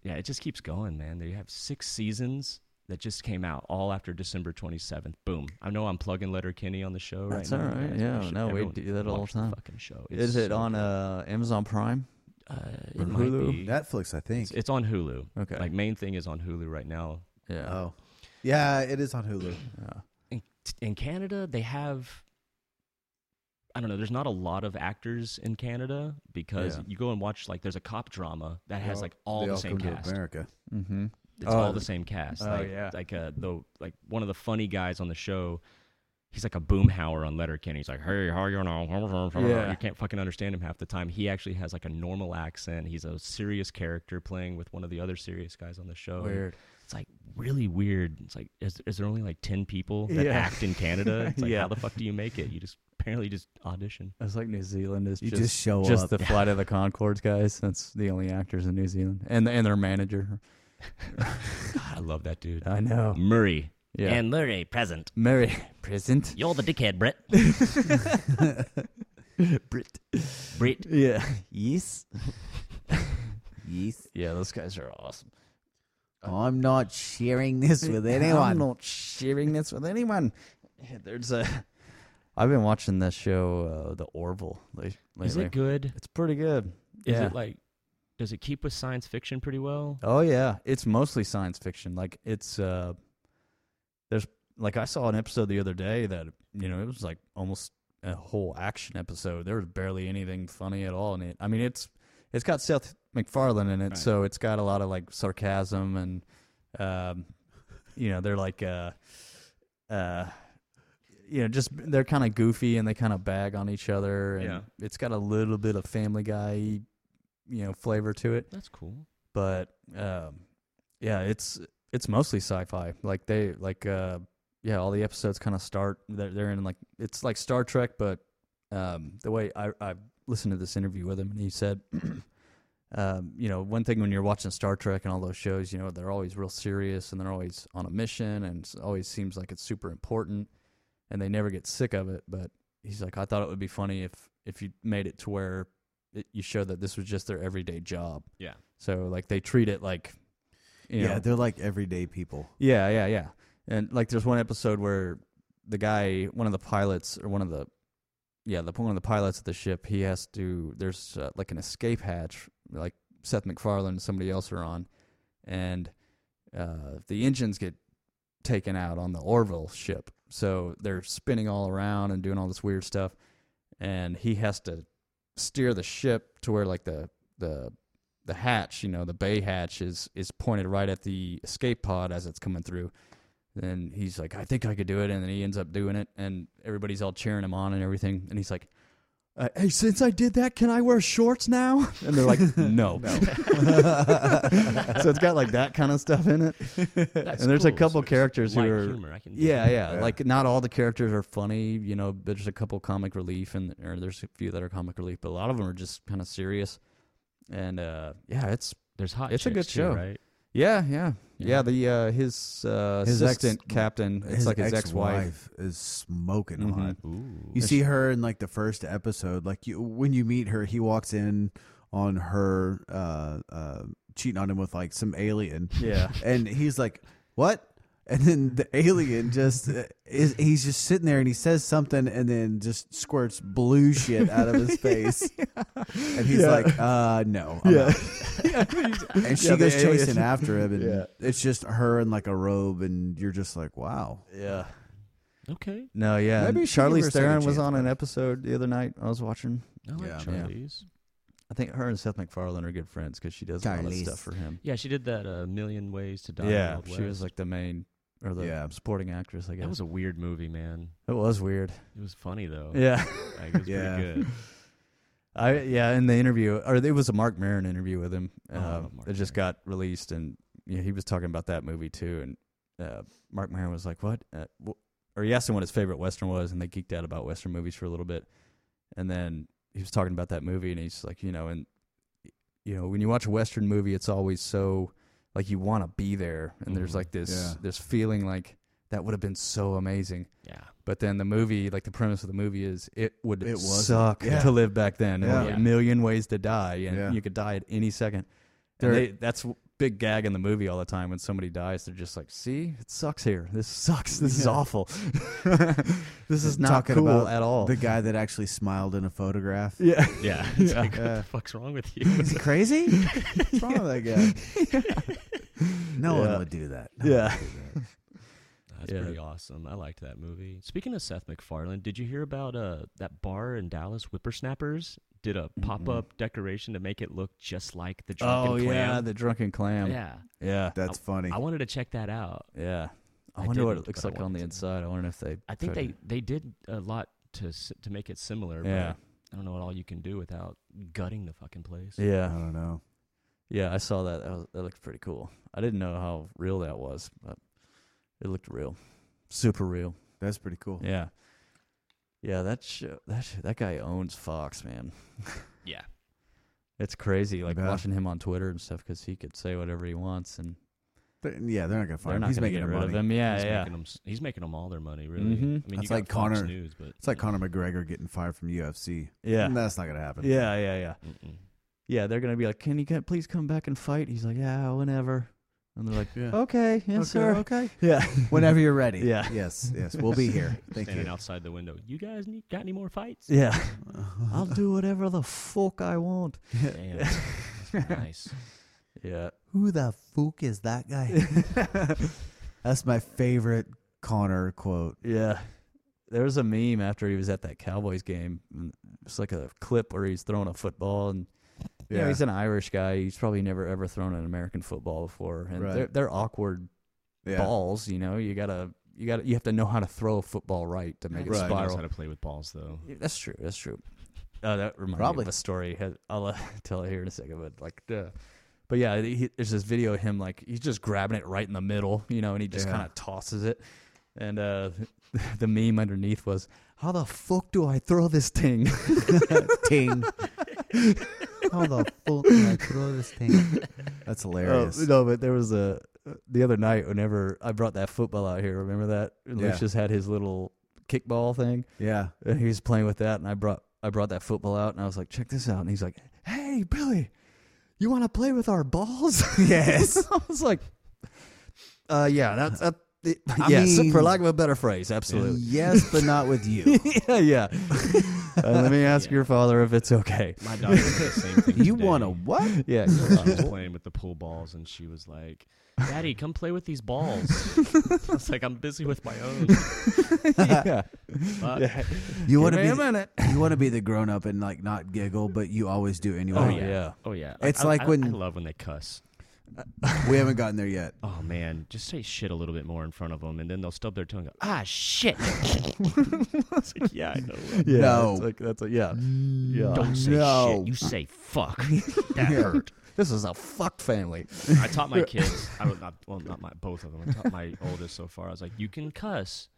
[SPEAKER 6] yeah, it just keeps going, man. They have six seasons that just came out all after December 27th. Boom. I know I'm plugging Letter Kenny on the show
[SPEAKER 3] That's
[SPEAKER 6] right
[SPEAKER 3] all
[SPEAKER 6] now.
[SPEAKER 3] right.
[SPEAKER 6] guys, but
[SPEAKER 3] Yeah,
[SPEAKER 6] shit,
[SPEAKER 3] no, we
[SPEAKER 6] everyone
[SPEAKER 3] do that all
[SPEAKER 6] watch
[SPEAKER 3] the time.
[SPEAKER 6] fucking show. It's
[SPEAKER 3] Is it
[SPEAKER 6] so
[SPEAKER 3] on
[SPEAKER 6] good.
[SPEAKER 3] uh, Amazon Prime?
[SPEAKER 6] uh,
[SPEAKER 3] or
[SPEAKER 6] it might
[SPEAKER 3] Hulu?
[SPEAKER 6] be.
[SPEAKER 2] Netflix, I think.
[SPEAKER 6] It's, it's on Hulu.
[SPEAKER 3] Okay.
[SPEAKER 6] Like main thing is on Hulu right now.
[SPEAKER 3] yeah.
[SPEAKER 2] oh, yeah, it is on Hulu.
[SPEAKER 3] yeah.
[SPEAKER 6] in, in Canada, they have. I don't know. There's not a lot of actors in Canada because
[SPEAKER 3] Yeah.
[SPEAKER 6] you go and watch like there's a cop drama that has
[SPEAKER 2] all-
[SPEAKER 6] like all
[SPEAKER 2] they
[SPEAKER 6] the
[SPEAKER 2] all
[SPEAKER 6] same
[SPEAKER 2] come
[SPEAKER 6] cast.
[SPEAKER 2] to America.
[SPEAKER 3] Mm-hmm.
[SPEAKER 6] It's
[SPEAKER 3] Oh,
[SPEAKER 6] all the
[SPEAKER 3] th-
[SPEAKER 6] same cast.
[SPEAKER 3] oh,
[SPEAKER 6] like,
[SPEAKER 3] yeah.
[SPEAKER 6] Like uh, the like one of the funny guys on the show. He's like a boomhauer on Letterkenny. He's like, "Hey, how you know?"
[SPEAKER 3] Yeah.
[SPEAKER 6] You can't fucking understand him half the time. He actually has like a normal accent. He's a serious character playing with one of the other serious guys on the show. And
[SPEAKER 3] Weird.
[SPEAKER 6] It's like really weird. It's like, is, is there only like ten people that
[SPEAKER 3] Yeah.
[SPEAKER 6] act in Canada? It's like,
[SPEAKER 3] Yeah.
[SPEAKER 6] how the fuck do you make it? You just apparently just audition.
[SPEAKER 3] It's like New Zealand is
[SPEAKER 2] You
[SPEAKER 3] just,
[SPEAKER 2] just, show
[SPEAKER 3] just
[SPEAKER 2] up.
[SPEAKER 3] the flight of the Concords guys. That's the only actors in New Zealand, and and their manager.
[SPEAKER 6] God, I love that dude.
[SPEAKER 3] I know.
[SPEAKER 6] Uh, Murray
[SPEAKER 3] Yeah.
[SPEAKER 6] and Murray present.
[SPEAKER 3] Mary present.
[SPEAKER 6] You're the dickhead, Brett.
[SPEAKER 3] Brit.
[SPEAKER 6] Brett.
[SPEAKER 3] Yeah. Yes. yes. Yeah, those guys are awesome.
[SPEAKER 2] I'm not sharing this with
[SPEAKER 3] I'm
[SPEAKER 2] anyone.
[SPEAKER 3] not sharing this with anyone. Yeah, There's a. I've been watching this show, uh, The Orville. Like, lately.
[SPEAKER 6] Is it good?
[SPEAKER 3] It's pretty good.
[SPEAKER 6] Is
[SPEAKER 3] yeah.
[SPEAKER 6] it like does it keep with science fiction pretty well?
[SPEAKER 3] Oh yeah, it's mostly science fiction. Like it's uh there's like I saw an episode the other day that you know, it was like almost a whole action episode. There was barely anything funny at all in it. I mean, it's it's got Seth MacFarlane in it,
[SPEAKER 6] Right.
[SPEAKER 3] so it's got a lot of like sarcasm and um you know, they're like uh uh you know, just they're kind of goofy and they kind of bag on each other, and
[SPEAKER 6] Yeah.
[SPEAKER 3] it's got a little bit of Family Guy, you know, flavor to it
[SPEAKER 6] That's cool.
[SPEAKER 3] but um, yeah, it's it's mostly sci-fi. Like they like uh, yeah, all the episodes kind of start they're, they're in like it's like Star Trek, but um, the way I I listened to this interview with him and he said. Um, you know, one thing when you're watching Star Trek and all those shows, you know, they're always real serious and they're always on a mission and it's always seems like it's super important and they never get sick of it. But he's like, I thought it would be funny if, if you made it to where it, you show that this was just their everyday job.
[SPEAKER 6] Yeah.
[SPEAKER 3] So like they treat it like, you
[SPEAKER 2] yeah,
[SPEAKER 3] know,
[SPEAKER 2] they're like everyday people.
[SPEAKER 3] yeah, yeah, yeah. And like there's one episode where the guy, one of the pilots or one of the yeah, the one of the pilots of the ship, he has to there's uh, like an escape hatch like Seth MacFarlane and somebody else are on and uh the engines get taken out on the Orville ship. So they're spinning all around and doing all this weird stuff and he has to steer the ship to where like the the the hatch, you know, the bay hatch is is pointed right at the escape pod as it's coming through. Then he's like, I think I could do it, and then he ends up doing it, and everybody's all cheering him on and everything, and he's like. Uh, hey, since I did that, can I wear shorts now? And they're like, no. so it's got like that kind of stuff in it. and there's a
[SPEAKER 6] cool.
[SPEAKER 3] couple
[SPEAKER 6] So it's
[SPEAKER 3] characters
[SPEAKER 6] light
[SPEAKER 3] who are
[SPEAKER 6] humor. I can dig
[SPEAKER 3] yeah,
[SPEAKER 6] it.
[SPEAKER 3] yeah, Like not all the characters are funny. You know, there's a couple comic relief, and or there's a few that are comic relief, but a lot of them are just kind of serious. And uh, yeah, it's
[SPEAKER 6] There's hot.
[SPEAKER 3] It's a
[SPEAKER 6] chicks
[SPEAKER 3] good show.
[SPEAKER 6] too, right?
[SPEAKER 3] yeah, yeah, yeah.
[SPEAKER 6] Yeah.
[SPEAKER 3] the uh, his, uh,
[SPEAKER 2] His ex-
[SPEAKER 3] assistant captain. It's
[SPEAKER 2] his
[SPEAKER 3] like his ex-wife.
[SPEAKER 2] ex-wife is smoking
[SPEAKER 3] Mhm.
[SPEAKER 2] hot.
[SPEAKER 6] Ooh.
[SPEAKER 2] You see her in like the first episode. Like you, when you meet her, he walks in on her uh, uh, cheating on him with like some alien,
[SPEAKER 3] Yeah,
[SPEAKER 2] and he's like, "What? And then the alien just uh, is he's just sitting there and he says something and then just squirts blue shit out of his face. And he's
[SPEAKER 3] Yeah.
[SPEAKER 2] like, uh no. I'm
[SPEAKER 3] Yeah.
[SPEAKER 2] out." And she
[SPEAKER 3] Yeah, the
[SPEAKER 2] goes
[SPEAKER 3] alien.
[SPEAKER 2] chasing after him and
[SPEAKER 3] Yeah.
[SPEAKER 2] it's just her in like a robe and you're just like, Wow.
[SPEAKER 3] Yeah.
[SPEAKER 6] Okay.
[SPEAKER 3] No, yeah.
[SPEAKER 2] Maybe
[SPEAKER 3] Maybe
[SPEAKER 2] she should give
[SPEAKER 3] Charlize
[SPEAKER 2] her a second
[SPEAKER 3] Theron was
[SPEAKER 2] chance,
[SPEAKER 3] on
[SPEAKER 2] but-
[SPEAKER 3] an episode the other night I was watching.
[SPEAKER 6] I like
[SPEAKER 2] Yeah.
[SPEAKER 3] Yeah.
[SPEAKER 6] Charlize.
[SPEAKER 3] I think her and Seth MacFarlane are good friends because she does a lot of
[SPEAKER 2] Charlize.
[SPEAKER 3] stuff for him.
[SPEAKER 6] Yeah. she did that uh, Million Ways to Die.
[SPEAKER 3] Yeah,
[SPEAKER 6] Wild
[SPEAKER 3] she was
[SPEAKER 6] West.
[SPEAKER 3] like the main or the
[SPEAKER 2] Yeah.
[SPEAKER 3] supporting actress. I guess
[SPEAKER 6] that was a weird movie, man.
[SPEAKER 3] it was weird.
[SPEAKER 6] It was funny though.
[SPEAKER 3] Oh, Yeah,
[SPEAKER 6] Like, it was
[SPEAKER 2] Yeah.
[SPEAKER 6] pretty good.
[SPEAKER 3] I yeah. In the interview, or it was a Mark Maron interview with him.
[SPEAKER 6] Oh,
[SPEAKER 3] Uh,
[SPEAKER 6] I love Marc
[SPEAKER 3] it just got released, and yeah, he was talking about that movie too. And uh, Mark Maron was like, "What?" Uh, wh- or he asked him what his favorite western was, and they geeked out about western movies for a little bit. And then he was talking about that movie, and he's like, you know, and you know, when you watch a western movie, it's always so like you want to be there, and there's
[SPEAKER 6] Mhm.
[SPEAKER 3] like this
[SPEAKER 2] Yeah.
[SPEAKER 3] this feeling like that would have been so amazing.
[SPEAKER 6] Yeah.
[SPEAKER 3] But then the movie, like the premise of the movie is it would
[SPEAKER 2] It wasn't.
[SPEAKER 3] suck
[SPEAKER 2] Yeah.
[SPEAKER 3] to live back then. There were
[SPEAKER 6] Yeah.
[SPEAKER 3] a million ways to die, and
[SPEAKER 2] Yeah.
[SPEAKER 3] you could die at any second.
[SPEAKER 2] There-
[SPEAKER 3] And they, that's w- big gag in the movie all the time. When somebody dies, they're just like, "See, it sucks here. This sucks. This is
[SPEAKER 2] Yeah.
[SPEAKER 3] awful. this is not
[SPEAKER 2] Talking
[SPEAKER 3] cool
[SPEAKER 2] about
[SPEAKER 3] at all."
[SPEAKER 2] The guy that actually smiled in a photograph.
[SPEAKER 3] yeah,
[SPEAKER 6] Yeah. It's like, what
[SPEAKER 2] Yeah.
[SPEAKER 6] the fuck's wrong with you?
[SPEAKER 2] Is he crazy? What's wrong with that guy? No
[SPEAKER 3] Yeah.
[SPEAKER 2] one would do that. No
[SPEAKER 3] yeah.
[SPEAKER 6] That's
[SPEAKER 3] Yeah.
[SPEAKER 6] pretty awesome. I liked that movie. Speaking of Seth MacFarlane, did you hear about uh, that bar in Dallas, Whippersnappers? Did a pop up decoration to make it look just like the drunken
[SPEAKER 3] Mm-hmm. Oh yeah,
[SPEAKER 6] clam.
[SPEAKER 3] the drunken clam. Yeah,
[SPEAKER 6] yeah.
[SPEAKER 3] yeah.
[SPEAKER 2] That's funny.
[SPEAKER 6] I wanted to check that out.
[SPEAKER 3] yeah. I,
[SPEAKER 6] I
[SPEAKER 3] wonder what
[SPEAKER 6] didn't,
[SPEAKER 3] it looks
[SPEAKER 6] but I
[SPEAKER 3] like on
[SPEAKER 6] wanted
[SPEAKER 3] the
[SPEAKER 6] to.
[SPEAKER 3] inside. I wonder if they.
[SPEAKER 6] I think
[SPEAKER 3] tried
[SPEAKER 6] they,
[SPEAKER 3] to-
[SPEAKER 6] they did a lot to s- to make it similar.
[SPEAKER 3] Yeah.
[SPEAKER 6] But I don't know what all you can do without gutting the fucking place.
[SPEAKER 2] I
[SPEAKER 3] Yeah,
[SPEAKER 2] don't know.
[SPEAKER 3] yeah. I saw that. That, was, that looked pretty cool. I didn't know how real that was, but it looked real, super real.
[SPEAKER 2] That's pretty cool.
[SPEAKER 3] Yeah, yeah. That show, that sh that guy owns Fox, man.
[SPEAKER 6] Yeah.
[SPEAKER 3] It's crazy, like
[SPEAKER 2] bet.
[SPEAKER 3] watching him on Twitter and stuff, because he could say whatever he wants, and
[SPEAKER 2] They're, yeah, they're not gonna
[SPEAKER 3] they're
[SPEAKER 2] find him.
[SPEAKER 3] not
[SPEAKER 2] He's
[SPEAKER 3] gonna
[SPEAKER 2] making
[SPEAKER 3] get
[SPEAKER 2] their
[SPEAKER 3] rid
[SPEAKER 2] money.
[SPEAKER 3] of him. Yeah,
[SPEAKER 6] he's,
[SPEAKER 3] yeah.
[SPEAKER 6] Making them, he's making them all their money, really.
[SPEAKER 3] Mhm.
[SPEAKER 6] I mean,
[SPEAKER 2] That's
[SPEAKER 6] you got
[SPEAKER 2] like
[SPEAKER 6] Fox
[SPEAKER 2] Conor-
[SPEAKER 6] News, but
[SPEAKER 2] It's like Conor McGregor getting fired from UFC.
[SPEAKER 3] yeah, yeah,
[SPEAKER 2] That's not gonna happen.
[SPEAKER 3] yeah, yeah, yeah.
[SPEAKER 6] Mm-mm.
[SPEAKER 3] Yeah, they're gonna be like, "Can you get, please come back and fight?" He's like, "Yeah, whenever." And they're like,
[SPEAKER 2] Yeah.
[SPEAKER 3] "Okay, yes,
[SPEAKER 2] Okay,
[SPEAKER 3] sir."
[SPEAKER 2] Okay.
[SPEAKER 3] Yeah,
[SPEAKER 2] Whenever you're ready.
[SPEAKER 3] Yeah.
[SPEAKER 2] Yes. Yes. We'll be here. Thank
[SPEAKER 6] Standing
[SPEAKER 2] you.
[SPEAKER 6] outside the window. You guys need, got any more fights?
[SPEAKER 3] yeah. I'll do whatever the fuck I want.
[SPEAKER 6] Damn. That's nice.
[SPEAKER 3] Yeah.
[SPEAKER 2] Who the fuck is that guy? That's my favorite Connor quote.
[SPEAKER 3] Yeah. There was a meme after he was at that Cowboys game. and It's like a clip where he's throwing a football and yeah, he's an Irish guy. He's probably never ever thrown an American football before. And
[SPEAKER 2] Right.
[SPEAKER 3] they're they're awkward
[SPEAKER 2] Yeah.
[SPEAKER 3] balls, you know. You gotta you gotta you have to know how to throw a football right to make it
[SPEAKER 2] Right.
[SPEAKER 6] Everybody knows
[SPEAKER 3] spiral.
[SPEAKER 6] how to play with balls, though.
[SPEAKER 3] Yeah, That's true. That's true. Uh, that reminds me
[SPEAKER 2] Probably.
[SPEAKER 3] of a story. Had- I'll uh, tell it here in a second, but like, uh, but yeah, he, there's this video of him like he's just grabbing it right in the middle, you know, and he just
[SPEAKER 2] Yeah.
[SPEAKER 3] kind of tosses it. And uh, the meme underneath was, "How the fuck do I throw this thing?"
[SPEAKER 2] Ting. How the fuck did I throw this thing? That's hilarious.
[SPEAKER 3] Uh, no, but there was a the other night whenever I brought that football out here. Remember that? And
[SPEAKER 2] Yeah.
[SPEAKER 3] Lucius had his little kickball thing.
[SPEAKER 2] Yeah.
[SPEAKER 3] and he was playing with that and I brought I brought that football out and I was like, check this out. And he's like, Hey Billy, you wanna play with our balls?
[SPEAKER 2] Yes.
[SPEAKER 3] I was like Uh yeah, that's that, it- yes,
[SPEAKER 2] mean-
[SPEAKER 3] for lack of a better phrase, absolutely.
[SPEAKER 2] Yes, but not with you.
[SPEAKER 3] Yeah, yeah. Uh, let me ask your father if it's okay.
[SPEAKER 6] My daughter did the same thing.
[SPEAKER 2] You
[SPEAKER 6] today.
[SPEAKER 2] want to what?
[SPEAKER 3] Yeah.
[SPEAKER 6] She was uh, playing with the pool balls, and she was like, "Daddy, come play with these balls." I was like, "I'm busy with my own."
[SPEAKER 3] yeah.
[SPEAKER 6] Fuck.
[SPEAKER 2] You want
[SPEAKER 3] Give
[SPEAKER 2] to be
[SPEAKER 3] me a
[SPEAKER 2] the,
[SPEAKER 3] minute.
[SPEAKER 2] you want to be the grown up and like not giggle, but you always do anyway.
[SPEAKER 3] Oh,
[SPEAKER 6] yeah.
[SPEAKER 3] yeah.
[SPEAKER 6] Oh yeah.
[SPEAKER 2] It's
[SPEAKER 6] I-
[SPEAKER 2] like
[SPEAKER 6] I-
[SPEAKER 2] when-
[SPEAKER 6] I love when they cuss.
[SPEAKER 2] We haven't gotten there yet.
[SPEAKER 6] Oh man, just say shit a little bit more in front of them, and then they'll stub their tongue. Up. Ah shit. It's like, yeah, I know. right?
[SPEAKER 3] Yeah.
[SPEAKER 2] No.
[SPEAKER 3] That's like that's like yeah. Yeah.
[SPEAKER 6] Mm, Don't say
[SPEAKER 2] No.
[SPEAKER 6] shit. You say fuck. That hurt.
[SPEAKER 3] This is a fucked family.
[SPEAKER 6] I taught my kids. I would not. Well, not my both of them. I taught my oldest so far. I was like, you can cuss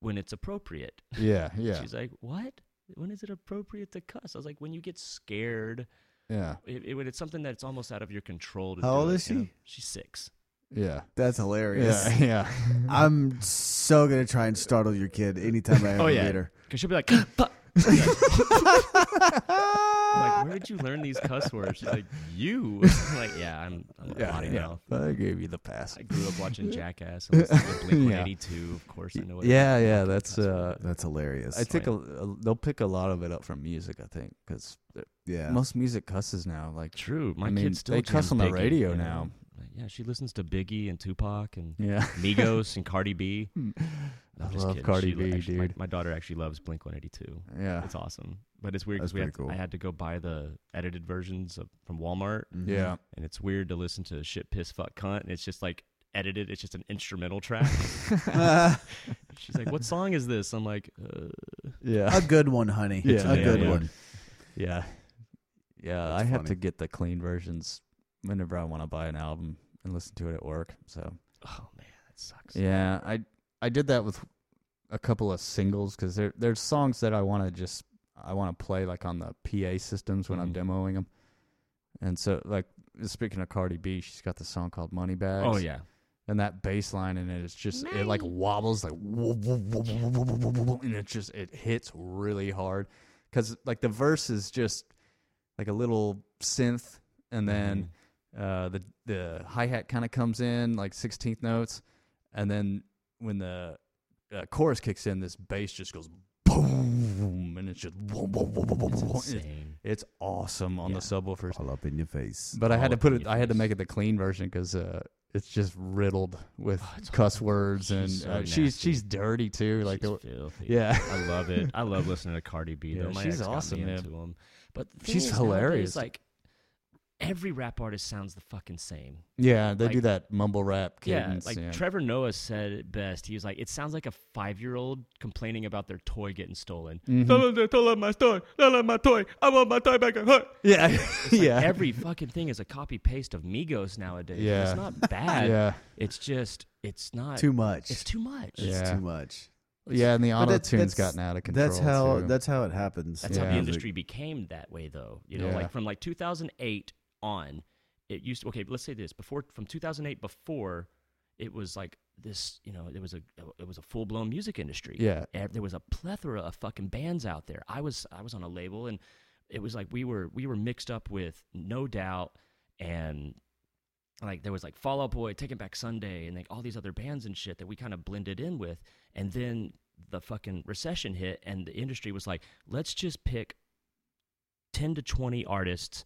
[SPEAKER 6] when it's appropriate.
[SPEAKER 3] Yeah, yeah.
[SPEAKER 6] She's like, what? When is it appropriate to cuss? I was like, when you get scared,
[SPEAKER 3] Yeah.
[SPEAKER 6] it, it, when it's something that's almost out of your control. To
[SPEAKER 2] How
[SPEAKER 6] do
[SPEAKER 2] old
[SPEAKER 6] it,
[SPEAKER 2] is
[SPEAKER 6] you know?
[SPEAKER 2] she?
[SPEAKER 6] She's six.
[SPEAKER 3] Yeah.
[SPEAKER 2] That's hilarious.
[SPEAKER 3] Yeah. Yeah.
[SPEAKER 2] I'm so gonna try and startle your kid anytime I have
[SPEAKER 6] Oh,
[SPEAKER 2] a
[SPEAKER 6] yeah.
[SPEAKER 2] theater.
[SPEAKER 6] Because she'll be like, fuck. I'm like, where did you learn these cuss words? She's like, you. I'm like, yeah, I'm, I'm a potty mouth.
[SPEAKER 3] I gave you the pass.
[SPEAKER 6] I grew up watching Jackass and listening to Blink 182. Of course, I know what.
[SPEAKER 3] Yeah,
[SPEAKER 6] every
[SPEAKER 3] yeah,
[SPEAKER 6] fucking
[SPEAKER 3] that's
[SPEAKER 6] cuss
[SPEAKER 3] uh,
[SPEAKER 6] word is.
[SPEAKER 2] That's hilarious.
[SPEAKER 3] I think a, a- they'll pick a lot of it up from music. I think because
[SPEAKER 2] yeah.
[SPEAKER 3] most music cusses now. Like,
[SPEAKER 6] true. My
[SPEAKER 3] I mean,
[SPEAKER 6] kids still
[SPEAKER 3] they cuss
[SPEAKER 6] jam
[SPEAKER 3] on the
[SPEAKER 6] Biggie,
[SPEAKER 3] radio
[SPEAKER 6] you know?
[SPEAKER 3] now.
[SPEAKER 6] Like, yeah, she listens to Biggie and Tupac and
[SPEAKER 3] yeah, Hmm.
[SPEAKER 6] Migos and Cardi B.
[SPEAKER 3] I
[SPEAKER 6] No, I'm just
[SPEAKER 3] love
[SPEAKER 6] kidding.
[SPEAKER 3] Cardi
[SPEAKER 6] She li-
[SPEAKER 3] B,
[SPEAKER 6] actually- my-
[SPEAKER 3] dude.
[SPEAKER 6] My, daughter actually loves Blink 182.
[SPEAKER 3] yeah,
[SPEAKER 6] It's awesome, but it's weird
[SPEAKER 2] That's
[SPEAKER 6] because we had,
[SPEAKER 2] pretty cool.
[SPEAKER 6] I had to go buy the edited versions of, from Walmart,
[SPEAKER 2] Mm-hmm.
[SPEAKER 3] yeah.
[SPEAKER 6] and it's weird to listen to shit, piss, fuck, cunt, and it's just like edited. It's just an instrumental track. She's like, "What song is this?" I'm like, uh,
[SPEAKER 2] a
[SPEAKER 3] Yeah.
[SPEAKER 2] good one, honey.
[SPEAKER 3] It's
[SPEAKER 2] a
[SPEAKER 6] yeah,
[SPEAKER 2] good
[SPEAKER 6] yeah.
[SPEAKER 2] one.
[SPEAKER 3] yeah. Yeah. I
[SPEAKER 2] That's
[SPEAKER 3] have
[SPEAKER 2] funny.
[SPEAKER 3] to get the clean versions whenever I want to buy an album and listen to it at work. So,
[SPEAKER 6] "Oh man, that sucks."
[SPEAKER 3] yeah, I I did that with a couple of singles cuz there there's songs that I want to just I want to play like on the PA systems when
[SPEAKER 6] Mhm.
[SPEAKER 3] I'm demoing them. And so like speaking of Cardi B, she's got the song called Money Bags.
[SPEAKER 6] Oh yeah.
[SPEAKER 3] and that bass line in it, it's just it like wobbles like woo- woo- woo- woo- woo- woo- woo- woo- woo, and it just it hits really hard because like the verse is just like a little synth and then
[SPEAKER 6] Mm-hmm.
[SPEAKER 3] uh the the hi-hat kind of comes in like 16th notes and then when the uh, chorus kicks in this bass just goes boom and it's just woo- woo- woo- woo- woo-
[SPEAKER 6] It's
[SPEAKER 3] woo. It-
[SPEAKER 6] insane.
[SPEAKER 3] it's awesome on the
[SPEAKER 6] Yeah.
[SPEAKER 3] subwoofers
[SPEAKER 2] All up in your face.
[SPEAKER 3] but I had
[SPEAKER 6] all
[SPEAKER 3] to
[SPEAKER 6] up
[SPEAKER 3] put
[SPEAKER 6] in
[SPEAKER 3] it.
[SPEAKER 6] your
[SPEAKER 3] I had to
[SPEAKER 6] face.
[SPEAKER 3] make it the clean version because uh, it's just riddled with cuss words, and
[SPEAKER 6] Oh, She's so
[SPEAKER 3] uh, she's
[SPEAKER 6] nasty.
[SPEAKER 3] she's dirty too. Like,
[SPEAKER 6] Like
[SPEAKER 3] the,
[SPEAKER 6] she's filthy.
[SPEAKER 3] yeah,
[SPEAKER 6] I love it. I love listening to Cardi B.
[SPEAKER 3] Yeah,
[SPEAKER 6] though. My
[SPEAKER 3] she's
[SPEAKER 6] ex got me
[SPEAKER 3] awesome, man.
[SPEAKER 6] Into 'em. But the thing
[SPEAKER 3] She's
[SPEAKER 6] is nowadays,
[SPEAKER 3] hilarious.
[SPEAKER 6] like every rap artist sounds the fucking same.
[SPEAKER 3] yeah. They do
[SPEAKER 6] Like-
[SPEAKER 3] that mumble rap cadence.
[SPEAKER 6] yeah, like
[SPEAKER 3] yeah.
[SPEAKER 6] Trevor Noah said it best. He was like, "It sounds like a five-year-old complaining about their toy getting stolen."
[SPEAKER 3] Mm-hmm.
[SPEAKER 6] Someone just stole my toy. Stole my toy. I want my toy back. Huh.
[SPEAKER 3] yeah,
[SPEAKER 6] Like,
[SPEAKER 3] yeah,
[SPEAKER 6] Every fucking thing is a copy paste of Migos nowadays. and
[SPEAKER 3] Yeah.
[SPEAKER 6] It's not bad.
[SPEAKER 3] yeah,
[SPEAKER 6] It's just it's not
[SPEAKER 2] too much.
[SPEAKER 6] It's too much.
[SPEAKER 2] It's
[SPEAKER 3] Yeah.
[SPEAKER 2] too much.
[SPEAKER 3] yeah. And the
[SPEAKER 2] But
[SPEAKER 3] auto
[SPEAKER 2] that's-
[SPEAKER 3] tune's
[SPEAKER 2] that's-
[SPEAKER 3] gotten out of control.
[SPEAKER 2] That's how
[SPEAKER 3] too.
[SPEAKER 2] that's how it happens.
[SPEAKER 6] That's how
[SPEAKER 3] Yeah.
[SPEAKER 6] the industry became that way, though. You know,
[SPEAKER 3] Yeah.
[SPEAKER 6] like from like 2008 on, it used to. Okay, let's say this before from 2008 before, it was like this. You know, it was a it was a full blown music industry.
[SPEAKER 3] Yeah.
[SPEAKER 6] Ev- there was a plethora of fucking bands out there. I was I was on a label and it was like we were we were mixed up with No Doubt and like there was like Fall Out Boy, Taking Back Sunday, and like all these other bands and shit that we kind of blended in with. And then the fucking recession hit, and the industry was like, let's just pick ten to twenty artists,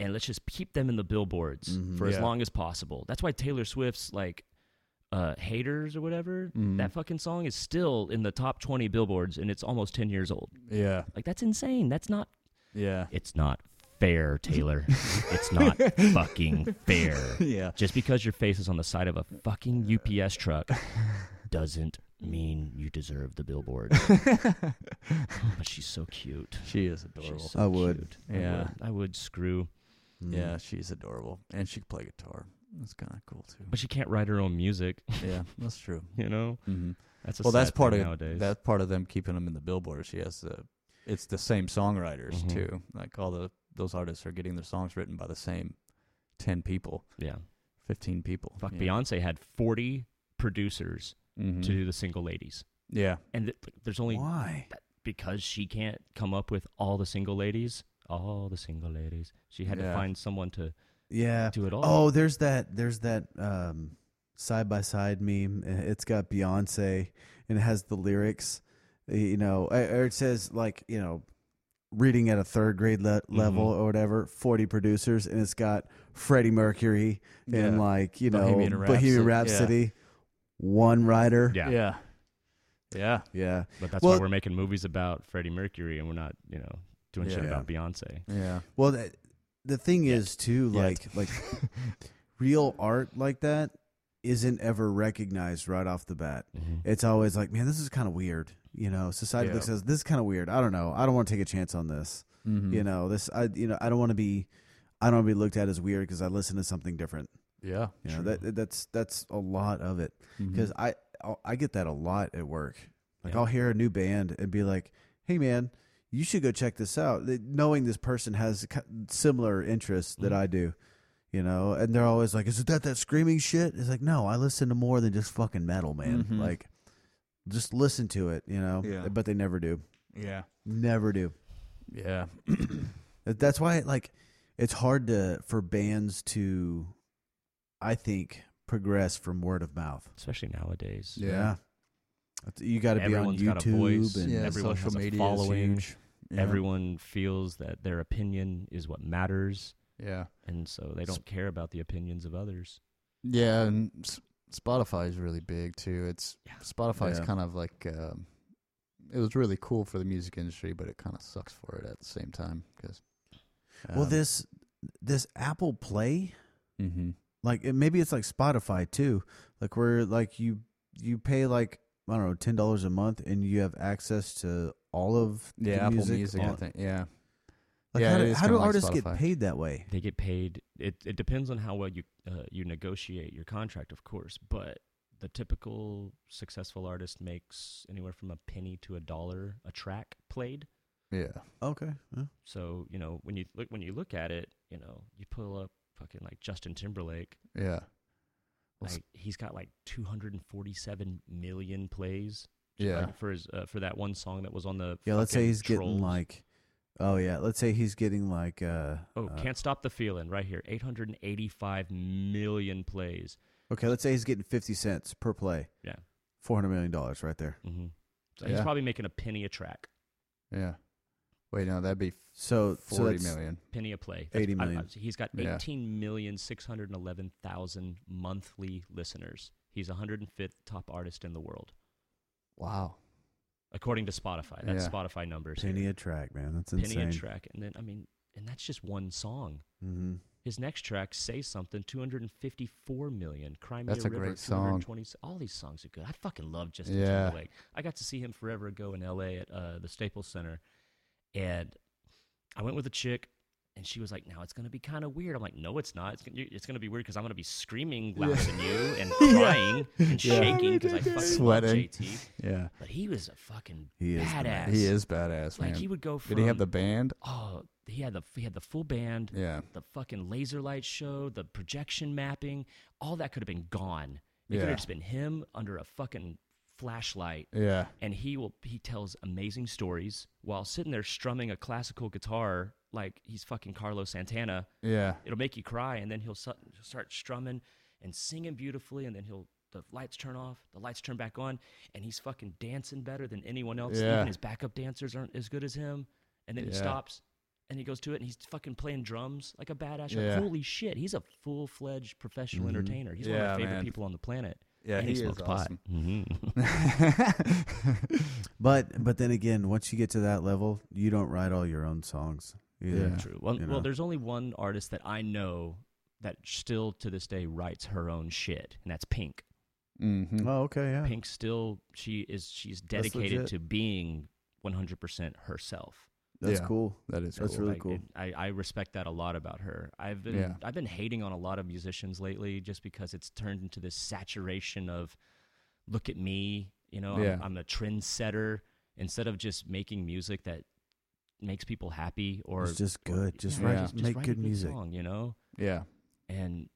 [SPEAKER 6] and let's just keep them in the billboards
[SPEAKER 2] Mhm.
[SPEAKER 6] for as
[SPEAKER 3] Yeah.
[SPEAKER 6] long as possible. That's why Taylor Swift's like. Uh, haters or whatever.
[SPEAKER 3] Mhm.
[SPEAKER 6] That fucking song is still in the top twenty billboards, and it's almost ten years old.
[SPEAKER 3] yeah,
[SPEAKER 6] Like that's insane. That's not
[SPEAKER 3] yeah,
[SPEAKER 6] it's not fair, Taylor. it's not fucking fair.
[SPEAKER 3] yeah.
[SPEAKER 6] Just because your face is on the side of a fucking UPS truck doesn't mean you deserve the billboard. but she's so cute.
[SPEAKER 3] She is
[SPEAKER 6] She's
[SPEAKER 3] adorable.
[SPEAKER 6] so
[SPEAKER 2] I would.
[SPEAKER 6] cute. I
[SPEAKER 3] Yeah.
[SPEAKER 6] would. I would screw.
[SPEAKER 2] Mm.
[SPEAKER 3] yeah, she's adorable, and she can play guitar. That's kind of cool too.
[SPEAKER 6] But she can't write her own music,
[SPEAKER 3] yeah, that's true.
[SPEAKER 6] you know?
[SPEAKER 3] hmm
[SPEAKER 6] That's a
[SPEAKER 3] well, that's
[SPEAKER 6] sad
[SPEAKER 3] part of
[SPEAKER 6] thing nowadays.
[SPEAKER 3] that's part of them keeping them in the billboard. She has the it's the same songwriters
[SPEAKER 6] Mhm.
[SPEAKER 3] too. Like all the those artists are getting their songs written by the same ten people,
[SPEAKER 6] yeah.
[SPEAKER 3] fifteen people.
[SPEAKER 6] Fuck
[SPEAKER 3] yeah.
[SPEAKER 6] Beyonce had 40 producers
[SPEAKER 3] Mhm.
[SPEAKER 6] to do the single ladies.
[SPEAKER 3] yeah,
[SPEAKER 6] And th- there's only
[SPEAKER 2] Why?
[SPEAKER 6] because she can't come up with all the single ladies, all the single ladies. She had
[SPEAKER 3] Yeah.
[SPEAKER 6] to find someone to
[SPEAKER 2] Yeah.
[SPEAKER 6] do it all.
[SPEAKER 2] Oh, there's that there's that um side by side meme. Uh, It's got Beyonce and it has the lyrics. uh, You know, uh, or it says like, you know, reading at a third grade le-
[SPEAKER 3] Mm-hmm.
[SPEAKER 2] level or whatever, 40 producers and it's got Freddie Mercury and
[SPEAKER 3] Mm-hmm. Yeah.
[SPEAKER 2] like, you know,
[SPEAKER 3] Bohemian
[SPEAKER 2] Bohemian
[SPEAKER 3] Rhapsody,
[SPEAKER 2] Rhapsody, one writer.
[SPEAKER 6] yeah.
[SPEAKER 3] yeah, yeah,
[SPEAKER 2] Yeah.
[SPEAKER 6] But that's
[SPEAKER 2] Well-
[SPEAKER 6] why we're making movies about Freddie Mercury and we're not, you know, doing shit
[SPEAKER 3] Yeah.
[SPEAKER 6] about Beyonce.
[SPEAKER 3] yeah.
[SPEAKER 2] Well, that, the thing is too, like like real art like that isn't ever recognized right off the bat.
[SPEAKER 6] Mm-hmm.
[SPEAKER 2] It's always like, man, this is kind of weird. You know, society
[SPEAKER 3] Yeah.
[SPEAKER 2] looks says this is kind of weird. I don't know. I don't want to take a chance on this.
[SPEAKER 6] Mm-hmm.
[SPEAKER 3] Mhm.
[SPEAKER 2] You know, this I you know I don't want to be I don't want to be looked at as weird because I listen to something different.
[SPEAKER 3] yeah,
[SPEAKER 2] You know,
[SPEAKER 3] true.
[SPEAKER 2] that that's that's a lot of it
[SPEAKER 3] Mhm.
[SPEAKER 2] because I I'll- I get that a lot at work. Like
[SPEAKER 6] Mm-hmm. Yeah.
[SPEAKER 2] I'll hear a new band and be like, "Hey man, you should go check this out." Th- Knowing this person has ki- similar interests that
[SPEAKER 3] Mm-hmm.
[SPEAKER 6] Mhm.
[SPEAKER 2] I do, you know, and they're always like, "Is it that that screaming shit?" It's like, no, I listen to more than just
[SPEAKER 6] Mm-hmm.
[SPEAKER 2] fucking metal, oh, man.
[SPEAKER 3] Mhm.
[SPEAKER 2] Like, just listen to it, you know.
[SPEAKER 3] Yeah.
[SPEAKER 2] But they never do.
[SPEAKER 3] yeah,
[SPEAKER 5] Never do.
[SPEAKER 3] Yeah.
[SPEAKER 5] That- That's why like it's hard to for bands to I think progress from word of mouth.
[SPEAKER 6] especially nowadays.
[SPEAKER 3] Yeah.
[SPEAKER 5] That's- You got to be on
[SPEAKER 6] Everyone's
[SPEAKER 5] YouTube
[SPEAKER 6] got a voice.
[SPEAKER 5] and
[SPEAKER 6] Yeah. everyone has a following.
[SPEAKER 3] Yeah.
[SPEAKER 6] Everyone feels that their opinion is what matters,
[SPEAKER 3] Yeah.
[SPEAKER 6] and so they don't care about the opinions of others.
[SPEAKER 3] Yeah, and S- Spotify is really big too. It's
[SPEAKER 6] Yeah.
[SPEAKER 3] Spotify's
[SPEAKER 5] Yeah.
[SPEAKER 3] kind of like um, it was really cool for the music industry, but it kind of sucks for it at the same time um, because.
[SPEAKER 5] well
[SPEAKER 2] um,
[SPEAKER 5] this this Apple Play
[SPEAKER 6] Mm-hmm.
[SPEAKER 3] hmm
[SPEAKER 5] like it, maybe it's like Spotify too. Like where like you you pay like I don't know ten dollars a month and you have access to all of the
[SPEAKER 3] yeah, Apple
[SPEAKER 5] music.
[SPEAKER 3] Music, I
[SPEAKER 5] on-
[SPEAKER 3] think. Yeah,
[SPEAKER 5] Like
[SPEAKER 3] Yeah,
[SPEAKER 5] how
[SPEAKER 3] it
[SPEAKER 5] do,
[SPEAKER 3] is
[SPEAKER 5] how do
[SPEAKER 3] kinda like
[SPEAKER 5] artists get
[SPEAKER 3] Spotify.
[SPEAKER 5] paid that way?
[SPEAKER 6] They get paid. It it depends on how well you uh, you negotiate your contract, of course, but the typical successful artist makes anywhere from a penny to a dollar a track played.
[SPEAKER 3] yeah,
[SPEAKER 5] Okay, yeah.
[SPEAKER 6] So you know when you look when you look at it, you know you pull up fucking like Justin Timberlake.
[SPEAKER 3] yeah. Well, s-
[SPEAKER 6] Like he's got like 247 million plays.
[SPEAKER 3] Yeah.
[SPEAKER 6] like, for his uh, for that one song that was on the
[SPEAKER 5] yeah. Let's say
[SPEAKER 6] fucking
[SPEAKER 5] he's
[SPEAKER 6] Trolls.
[SPEAKER 5] getting like, oh yeah. Let's say he's getting like, uh,
[SPEAKER 6] oh
[SPEAKER 5] uh,
[SPEAKER 6] can't stop the feeling right here 885 million plays.
[SPEAKER 5] okay. Let's say he's getting fifty cents per play.
[SPEAKER 6] Yeah.
[SPEAKER 5] four hundred million dollars right there.
[SPEAKER 6] hmm So
[SPEAKER 3] Yeah.
[SPEAKER 6] he's probably making a penny a track,
[SPEAKER 3] Yeah. Wait, no, that'd be
[SPEAKER 5] So so
[SPEAKER 3] forty
[SPEAKER 5] that's-
[SPEAKER 3] million.
[SPEAKER 6] penny a play.
[SPEAKER 5] 80
[SPEAKER 6] I- I-
[SPEAKER 5] million.
[SPEAKER 6] he's got
[SPEAKER 3] Yeah.
[SPEAKER 6] eighteen million six hundred eleven thousand monthly listeners. He's 105th top artist in the world
[SPEAKER 3] Wow.
[SPEAKER 6] according to Spotify. That's
[SPEAKER 3] Yeah.
[SPEAKER 6] Spotify numbers. here.
[SPEAKER 5] penny a track, man. That's
[SPEAKER 6] penny
[SPEAKER 5] insane.
[SPEAKER 6] a track, and then I mean, and that's just one song.
[SPEAKER 5] Mm-hmm.
[SPEAKER 6] His next track, "Say Something," two hundred and fifty-four million. Crimea
[SPEAKER 3] That's a
[SPEAKER 6] River,
[SPEAKER 3] great song.
[SPEAKER 6] 220 All these songs are good. I fucking love Justin
[SPEAKER 3] Yeah.
[SPEAKER 6] Timberlake. I got to see him forever ago in L.A. at uh, the Staples Center, and I went with a chick, and she was like, "Now it's gonna be kind of weird." I'm like, "No, it's not. It's gonna, it's gonna be weird because I'm gonna be screaming louder than you and crying and
[SPEAKER 3] Yeah.
[SPEAKER 6] shaking because I fucking love
[SPEAKER 3] Sweating.
[SPEAKER 6] JT."
[SPEAKER 3] Yeah,
[SPEAKER 6] But he was a fucking
[SPEAKER 5] He is the
[SPEAKER 6] badass.
[SPEAKER 5] man.
[SPEAKER 3] he is badass,
[SPEAKER 6] Like
[SPEAKER 3] man.
[SPEAKER 6] he would go from
[SPEAKER 3] Did he have the band?
[SPEAKER 6] oh he had the he had the full band
[SPEAKER 3] Yeah,
[SPEAKER 6] the fucking laser light show, the projection mapping, all that could have been gone. It could
[SPEAKER 3] Yeah.
[SPEAKER 6] have just been him under a fucking flashlight.
[SPEAKER 3] yeah,
[SPEAKER 6] And he will he tells amazing stories while sitting there strumming a classical guitar like he's fucking Carlos Santana.
[SPEAKER 3] yeah,
[SPEAKER 6] It'll make you cry and then he'll su- start strumming and singing beautifully and then he'll the lights turn off, the lights turn back on, and he's fucking dancing better than anyone else.
[SPEAKER 3] Yeah.
[SPEAKER 6] Even his backup dancers aren't as good as him. And then he
[SPEAKER 3] Yeah.
[SPEAKER 6] stops and he goes to it and he's fucking playing drums like a badass. Like,
[SPEAKER 3] Yeah. Mm-hmm.
[SPEAKER 6] Holy shit, he's a full fledged professional entertainer. He's one of
[SPEAKER 3] Yeah,
[SPEAKER 6] my favorite
[SPEAKER 3] man.
[SPEAKER 6] people on the planet.
[SPEAKER 3] yeah.
[SPEAKER 6] and
[SPEAKER 3] he
[SPEAKER 6] smokes
[SPEAKER 3] is
[SPEAKER 6] pot.
[SPEAKER 3] awesome.
[SPEAKER 6] Mhm.
[SPEAKER 5] But but then again, once you get to that level, you don't write all your own songs either.
[SPEAKER 3] Yeah.
[SPEAKER 6] True. Well,
[SPEAKER 5] You know.
[SPEAKER 6] well, there's only one artist that I know that still to this day writes her own shit, and that's Pink.
[SPEAKER 3] Mhm.
[SPEAKER 5] Oh, okay, yeah.
[SPEAKER 6] Pink still she is she's
[SPEAKER 5] That's
[SPEAKER 6] dedicated
[SPEAKER 5] legit.
[SPEAKER 6] to being 100% herself.
[SPEAKER 5] That's
[SPEAKER 3] Yeah.
[SPEAKER 5] cool.
[SPEAKER 3] That is
[SPEAKER 5] That's
[SPEAKER 3] cool.
[SPEAKER 5] really
[SPEAKER 6] Like,
[SPEAKER 5] cool.
[SPEAKER 6] it- I, I respect that a lot about her. I've been
[SPEAKER 3] Yeah.
[SPEAKER 6] I've been hating on a lot of musicians lately just because it's turned into this saturation of look at me, you know,
[SPEAKER 3] Yeah.
[SPEAKER 6] I'm, I'm a trendsetter instead of just making music that makes people happy or
[SPEAKER 5] it's just
[SPEAKER 6] or-
[SPEAKER 5] good. Just
[SPEAKER 6] yeah,
[SPEAKER 5] write,
[SPEAKER 3] yeah.
[SPEAKER 6] just
[SPEAKER 5] make
[SPEAKER 6] write a
[SPEAKER 5] good music.
[SPEAKER 6] song, you know
[SPEAKER 3] yeah,
[SPEAKER 6] and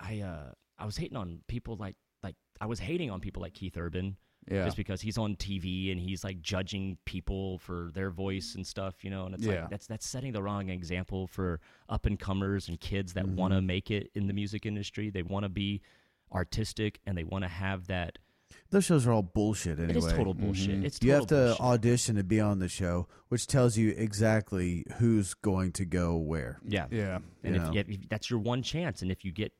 [SPEAKER 6] I uh I was hating on people like like I was hating on people like Keith Urban
[SPEAKER 3] yeah,
[SPEAKER 6] just because he's on TV and he's like judging people for their voice and stuff, you know, and it's
[SPEAKER 3] Yeah.
[SPEAKER 6] like that's that's setting the wrong example for up and comers and kids that
[SPEAKER 5] Mm-hmm.
[SPEAKER 6] want to make it in the music industry. They want to be artistic and they want to have that
[SPEAKER 5] Those shows are all bullshit anyway.
[SPEAKER 6] it is total bullshit. It's
[SPEAKER 5] Mm-hmm. you
[SPEAKER 6] total
[SPEAKER 5] have to
[SPEAKER 6] bullshit.
[SPEAKER 5] audition to be on the show, which tells you exactly who's going to go where.
[SPEAKER 6] yeah.
[SPEAKER 3] yeah,
[SPEAKER 6] And
[SPEAKER 5] you
[SPEAKER 6] if,
[SPEAKER 5] know.
[SPEAKER 6] you if that's your one chance, and if you get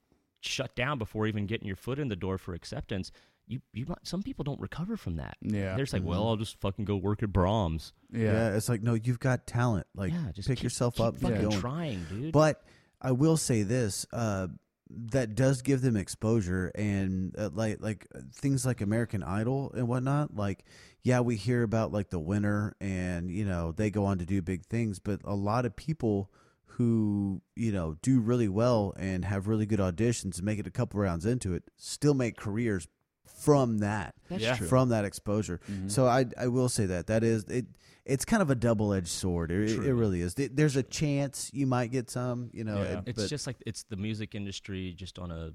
[SPEAKER 6] shut down before even getting your foot in the door for acceptance, you you might- some people don't recover from that.
[SPEAKER 3] Yeah.
[SPEAKER 6] they're just like,
[SPEAKER 5] Mm-hmm.
[SPEAKER 6] well, I'll just fucking go work at Brahms.
[SPEAKER 3] yeah,
[SPEAKER 5] it's like no, you've got talent. Like
[SPEAKER 6] yeah, just
[SPEAKER 5] pick
[SPEAKER 6] keep-
[SPEAKER 5] yourself
[SPEAKER 6] keep
[SPEAKER 5] up, and
[SPEAKER 6] Fucking
[SPEAKER 5] keep going.
[SPEAKER 6] trying, dude.
[SPEAKER 5] But I will say this: uh, that does give them exposure, and uh, like like uh, things like American Idol and whatnot. Like, yeah, we hear about like the winner, and you know they go on to do big things. But a lot of people who you know do really well and have really good auditions and make it a couple rounds into it still make careers from that
[SPEAKER 6] That's Yeah. Mm-hmm. true.
[SPEAKER 5] from that exposure so i i will say that that is it it's kind of a double-edged sword it, it- it
[SPEAKER 6] True.
[SPEAKER 5] really is There- there's a chance you might get some you know
[SPEAKER 3] Yeah.
[SPEAKER 5] it-
[SPEAKER 6] it's
[SPEAKER 5] but-
[SPEAKER 6] just like it's the music industry just on a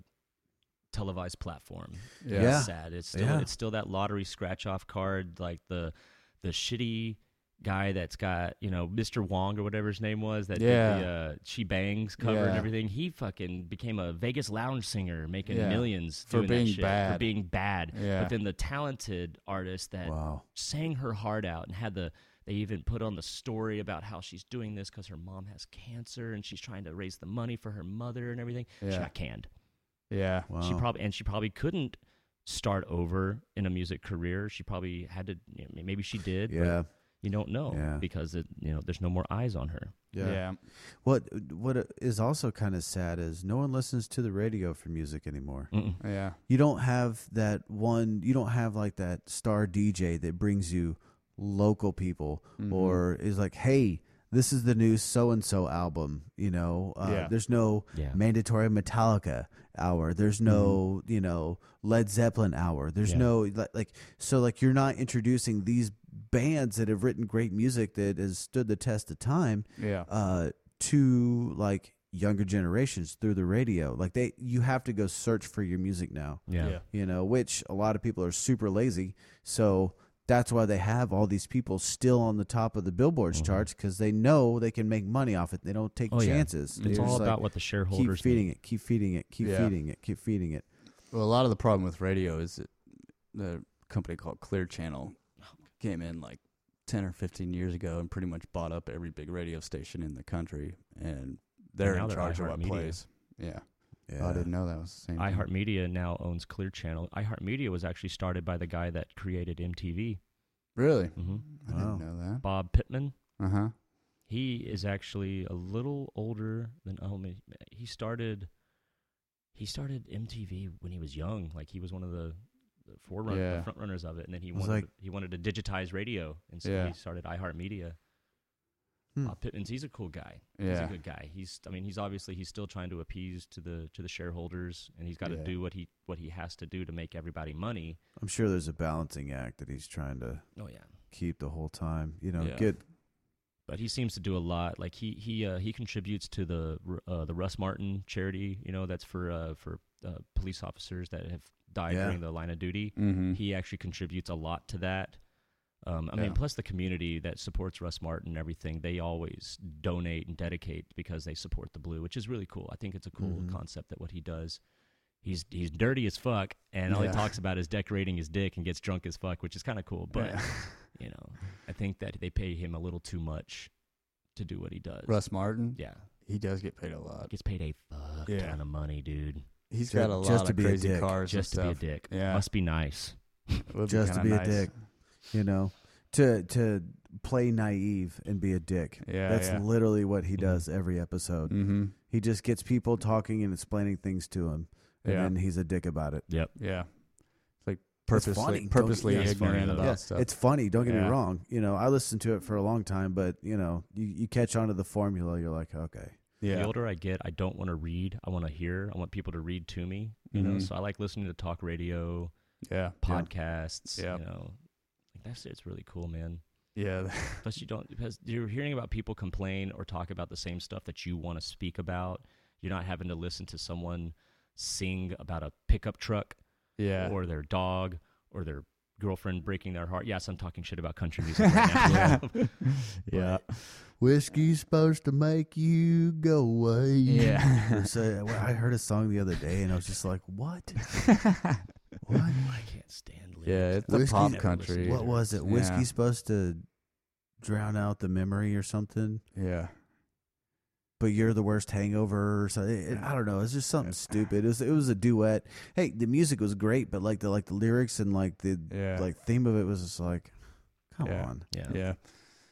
[SPEAKER 6] televised platform.
[SPEAKER 3] yeah,
[SPEAKER 5] Yeah.
[SPEAKER 6] It's sad. It's still
[SPEAKER 5] Yeah.
[SPEAKER 6] it's still that lottery scratch off card, like the the shitty guy that's got you know Mr. Wong or whatever his name was that
[SPEAKER 3] Yeah.
[SPEAKER 6] did the uh, She Bangs cover and
[SPEAKER 3] Yeah.
[SPEAKER 6] everything. He fucking became a Vegas lounge singer, making
[SPEAKER 3] Yeah.
[SPEAKER 6] millions
[SPEAKER 3] For
[SPEAKER 6] doing that
[SPEAKER 3] being
[SPEAKER 6] shit, for
[SPEAKER 3] bad.
[SPEAKER 6] being bad.
[SPEAKER 3] Yeah.
[SPEAKER 6] But then the talented artist that
[SPEAKER 5] Wow.
[SPEAKER 6] sang her heart out and had the they even put on the story about how she's doing this because her mom has cancer and she's trying to raise the money for her mother and everything. She
[SPEAKER 3] Yeah.
[SPEAKER 6] got canned.
[SPEAKER 3] Yeah.
[SPEAKER 5] Wow.
[SPEAKER 6] She probably and she probably couldn't start over in a music career. She probably had to. You know, maybe she did. but
[SPEAKER 2] Yeah.
[SPEAKER 6] you don't know
[SPEAKER 2] Yeah.
[SPEAKER 6] because it, you know there's no more eyes on her.
[SPEAKER 2] Yeah. What what is also kind of sad is no one listens to the radio for music anymore.
[SPEAKER 6] Mm-mm.
[SPEAKER 3] Yeah.
[SPEAKER 2] You don't have that one. You don't have like that star DJ that brings you local people or is like, hey, this is the new so and so album. You know, uh,
[SPEAKER 3] Yeah.
[SPEAKER 2] there's no
[SPEAKER 6] Yeah.
[SPEAKER 2] mandatory Metallica hour. There's no you know Led Zeppelin hour. There's
[SPEAKER 6] Yeah.
[SPEAKER 2] no li- like so like you're not introducing these bands that have written great music that has stood the test of time
[SPEAKER 3] Yeah.
[SPEAKER 2] uh, to like younger generations through the radio. Like they, you have to go search for your music now.
[SPEAKER 6] Yeah.
[SPEAKER 2] You know, which a lot of people are super lazy. So that's why they have all these people still on the top of the Billboard charts because they know they can make money off it. They don't take
[SPEAKER 6] Mm-hmm. Oh, yeah.
[SPEAKER 2] chances. They're
[SPEAKER 6] It's all
[SPEAKER 2] just like,
[SPEAKER 6] about what the
[SPEAKER 2] keep
[SPEAKER 6] shareholders
[SPEAKER 2] feeding
[SPEAKER 6] need.
[SPEAKER 2] it, keep feeding it, keep
[SPEAKER 3] Yeah.
[SPEAKER 2] feeding it, keep feeding it.
[SPEAKER 3] Well, a lot of the problem with radio is that the company called Clear Channel came in like 10 or 15 years ago and pretty much bought up every big radio station in the country, and they're
[SPEAKER 6] now
[SPEAKER 3] in
[SPEAKER 6] they're
[SPEAKER 3] charge of what
[SPEAKER 6] iHeartMedia.
[SPEAKER 3] plays. Yeah. Oh, I didn't know that was the same. thing.
[SPEAKER 6] iHeartMedia now owns Clear Channel. iHeartMedia was actually started by the guy that created MTV,
[SPEAKER 3] Really?
[SPEAKER 2] Mm-hmm.
[SPEAKER 3] I
[SPEAKER 6] hmm
[SPEAKER 2] Wow.
[SPEAKER 3] didn't know
[SPEAKER 6] Bob Pittman.
[SPEAKER 3] that. Uh huh.
[SPEAKER 6] He is actually a little older than oh, ma- he started. He started MTV when he was young. Like he was one of the, the forerun
[SPEAKER 3] Yeah.
[SPEAKER 6] the front runners of it, and then he
[SPEAKER 2] was
[SPEAKER 6] wanted
[SPEAKER 2] like-
[SPEAKER 6] to, he wanted to digitize radio, and so
[SPEAKER 3] Yeah.
[SPEAKER 6] he started iHeartMedia.
[SPEAKER 2] Hmm.
[SPEAKER 6] Bob Pittman's he's a cool guy. He's a
[SPEAKER 3] Yeah.
[SPEAKER 6] good guy. He's I mean he's obviously he's still trying to appease to the to the shareholders, and he's got to
[SPEAKER 3] Yeah.
[SPEAKER 6] do what he what he has to do to make everybody money.
[SPEAKER 2] I'm sure there's a balancing act that he's trying to
[SPEAKER 6] Oh yeah.
[SPEAKER 2] keep the whole time. You know,
[SPEAKER 3] Yeah.
[SPEAKER 2] get
[SPEAKER 6] but he seems to do a lot. Like he he uh, he contributes to the r- uh, the Russ Martin charity, you know, that's for uh, for uh, police officers that have died
[SPEAKER 2] Yeah.
[SPEAKER 6] during the line of duty.
[SPEAKER 3] Mm-hmm.
[SPEAKER 6] He actually contributes a lot to that. Um, I mean,
[SPEAKER 3] Yeah.
[SPEAKER 6] plus the community that supports Russ Martin and everything, they always donate and dedicate because they support the blue, which is really cool. I think it's a cool
[SPEAKER 3] Mm-hmm.
[SPEAKER 2] Mhm.
[SPEAKER 6] concept that what he does. He's he's dirty as fuck, and all he
[SPEAKER 3] Yeah.
[SPEAKER 6] talks about is decorating his dick and gets drunk as fuck, which is kind of cool. But you know, I think that they pay him a little too much to do what he does.
[SPEAKER 3] Russ Martin,
[SPEAKER 6] Yeah.
[SPEAKER 3] he does get paid a lot.
[SPEAKER 6] Gets paid a fuck
[SPEAKER 3] Yeah.
[SPEAKER 6] ton of money, dude.
[SPEAKER 3] He's
[SPEAKER 2] Ju-
[SPEAKER 3] got a lot
[SPEAKER 2] just to
[SPEAKER 3] of
[SPEAKER 2] be a
[SPEAKER 3] crazy
[SPEAKER 2] dick.
[SPEAKER 3] cars
[SPEAKER 6] Just to
[SPEAKER 3] and
[SPEAKER 6] be a
[SPEAKER 3] stuff.
[SPEAKER 6] dick.
[SPEAKER 3] Yeah.
[SPEAKER 6] Must be nice.
[SPEAKER 3] Would be
[SPEAKER 2] Just to
[SPEAKER 3] kinda
[SPEAKER 2] be a dick. you know, to to play naive and be a dick.
[SPEAKER 3] Yeah,
[SPEAKER 2] that's
[SPEAKER 3] yeah.
[SPEAKER 2] literally what he does every episode.
[SPEAKER 3] Mm-hmm.
[SPEAKER 2] He just gets people talking and explaining things to him, and
[SPEAKER 3] Yeah.
[SPEAKER 2] then he's a dick about it.
[SPEAKER 6] Yep.
[SPEAKER 3] Yeah. It's like purposely,
[SPEAKER 2] funny. Don't-
[SPEAKER 3] purposely
[SPEAKER 6] yeah, it's funny,
[SPEAKER 3] ignorant
[SPEAKER 6] though.
[SPEAKER 3] about
[SPEAKER 2] Yeah,
[SPEAKER 3] stuff.
[SPEAKER 2] it's funny. Don't get me
[SPEAKER 3] Yeah.
[SPEAKER 2] wrong. You know, I listened to it for a long time, but you know, you, you catch on to the formula. You're like, okay,
[SPEAKER 3] yeah.
[SPEAKER 6] The older I get, I don't want to read. I want to hear. I want people to read to me. You know,
[SPEAKER 3] Mhm.
[SPEAKER 6] so I like listening to talk radio,
[SPEAKER 3] yeah.
[SPEAKER 6] podcasts.
[SPEAKER 3] Yeah.
[SPEAKER 6] You know, like that's it's really cool, man.
[SPEAKER 3] Yeah.
[SPEAKER 6] Plus, you don't because you're hearing about people complain or talk about the same stuff that you want to speak about. You're not having to listen to someone sing about a pickup truck
[SPEAKER 3] Yeah.
[SPEAKER 6] or their dog or their girlfriend breaking their heart. Yes, I'm talking shit about country music. Right now.
[SPEAKER 3] yeah.
[SPEAKER 2] whiskey's supposed to make you go away.
[SPEAKER 3] Yeah.
[SPEAKER 2] so well, I heard a song the other day, and I was just like, what? what?
[SPEAKER 6] I can't stand lyrics.
[SPEAKER 3] Yeah, it's the
[SPEAKER 6] I've
[SPEAKER 2] pop
[SPEAKER 6] never
[SPEAKER 3] country.
[SPEAKER 6] listened to
[SPEAKER 2] What was it?
[SPEAKER 3] Yeah.
[SPEAKER 2] Whiskey's supposed to drown out the memory or something.
[SPEAKER 3] Yeah.
[SPEAKER 2] but you're the worst hangover or something. It- I don't know. It's just something stupid. It was it was a duet. Hey, the music was great, but like the like the lyrics and like the
[SPEAKER 3] Yeah.
[SPEAKER 2] like theme of it was just like, come
[SPEAKER 3] Yeah.
[SPEAKER 2] on.
[SPEAKER 6] Yeah.
[SPEAKER 3] yeah.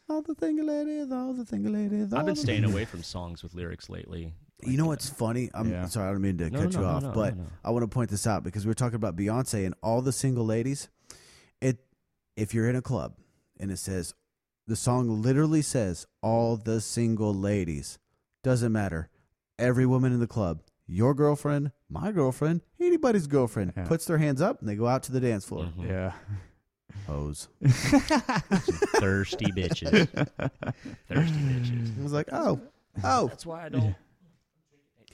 [SPEAKER 2] All the thing ladies, all the thing ladies.
[SPEAKER 6] I've
[SPEAKER 2] all
[SPEAKER 6] been
[SPEAKER 2] the
[SPEAKER 6] staying
[SPEAKER 2] thing-
[SPEAKER 6] away from songs with lyrics lately.
[SPEAKER 2] You know
[SPEAKER 6] Like,
[SPEAKER 2] what's funny? I'm
[SPEAKER 3] Yeah.
[SPEAKER 2] sorry, I don't mean to
[SPEAKER 6] No,
[SPEAKER 2] cut
[SPEAKER 6] no,
[SPEAKER 2] you
[SPEAKER 6] no,
[SPEAKER 2] off,
[SPEAKER 6] no,
[SPEAKER 2] but
[SPEAKER 6] no, no.
[SPEAKER 2] I want to point this out because we were talking about Beyonce and all the single ladies. It if you're in a club and it says the song literally says all the single ladies. Doesn't matter. Every woman in the club, your girlfriend, my girlfriend, anybody's girlfriend,
[SPEAKER 3] Yeah.
[SPEAKER 2] puts their hands up and they go out to the dance floor.
[SPEAKER 6] Mhm.
[SPEAKER 3] Yeah.
[SPEAKER 2] Hose.
[SPEAKER 6] thirsty bitches. thirsty bitches.
[SPEAKER 2] I was like, oh, oh,
[SPEAKER 6] That's why I don't.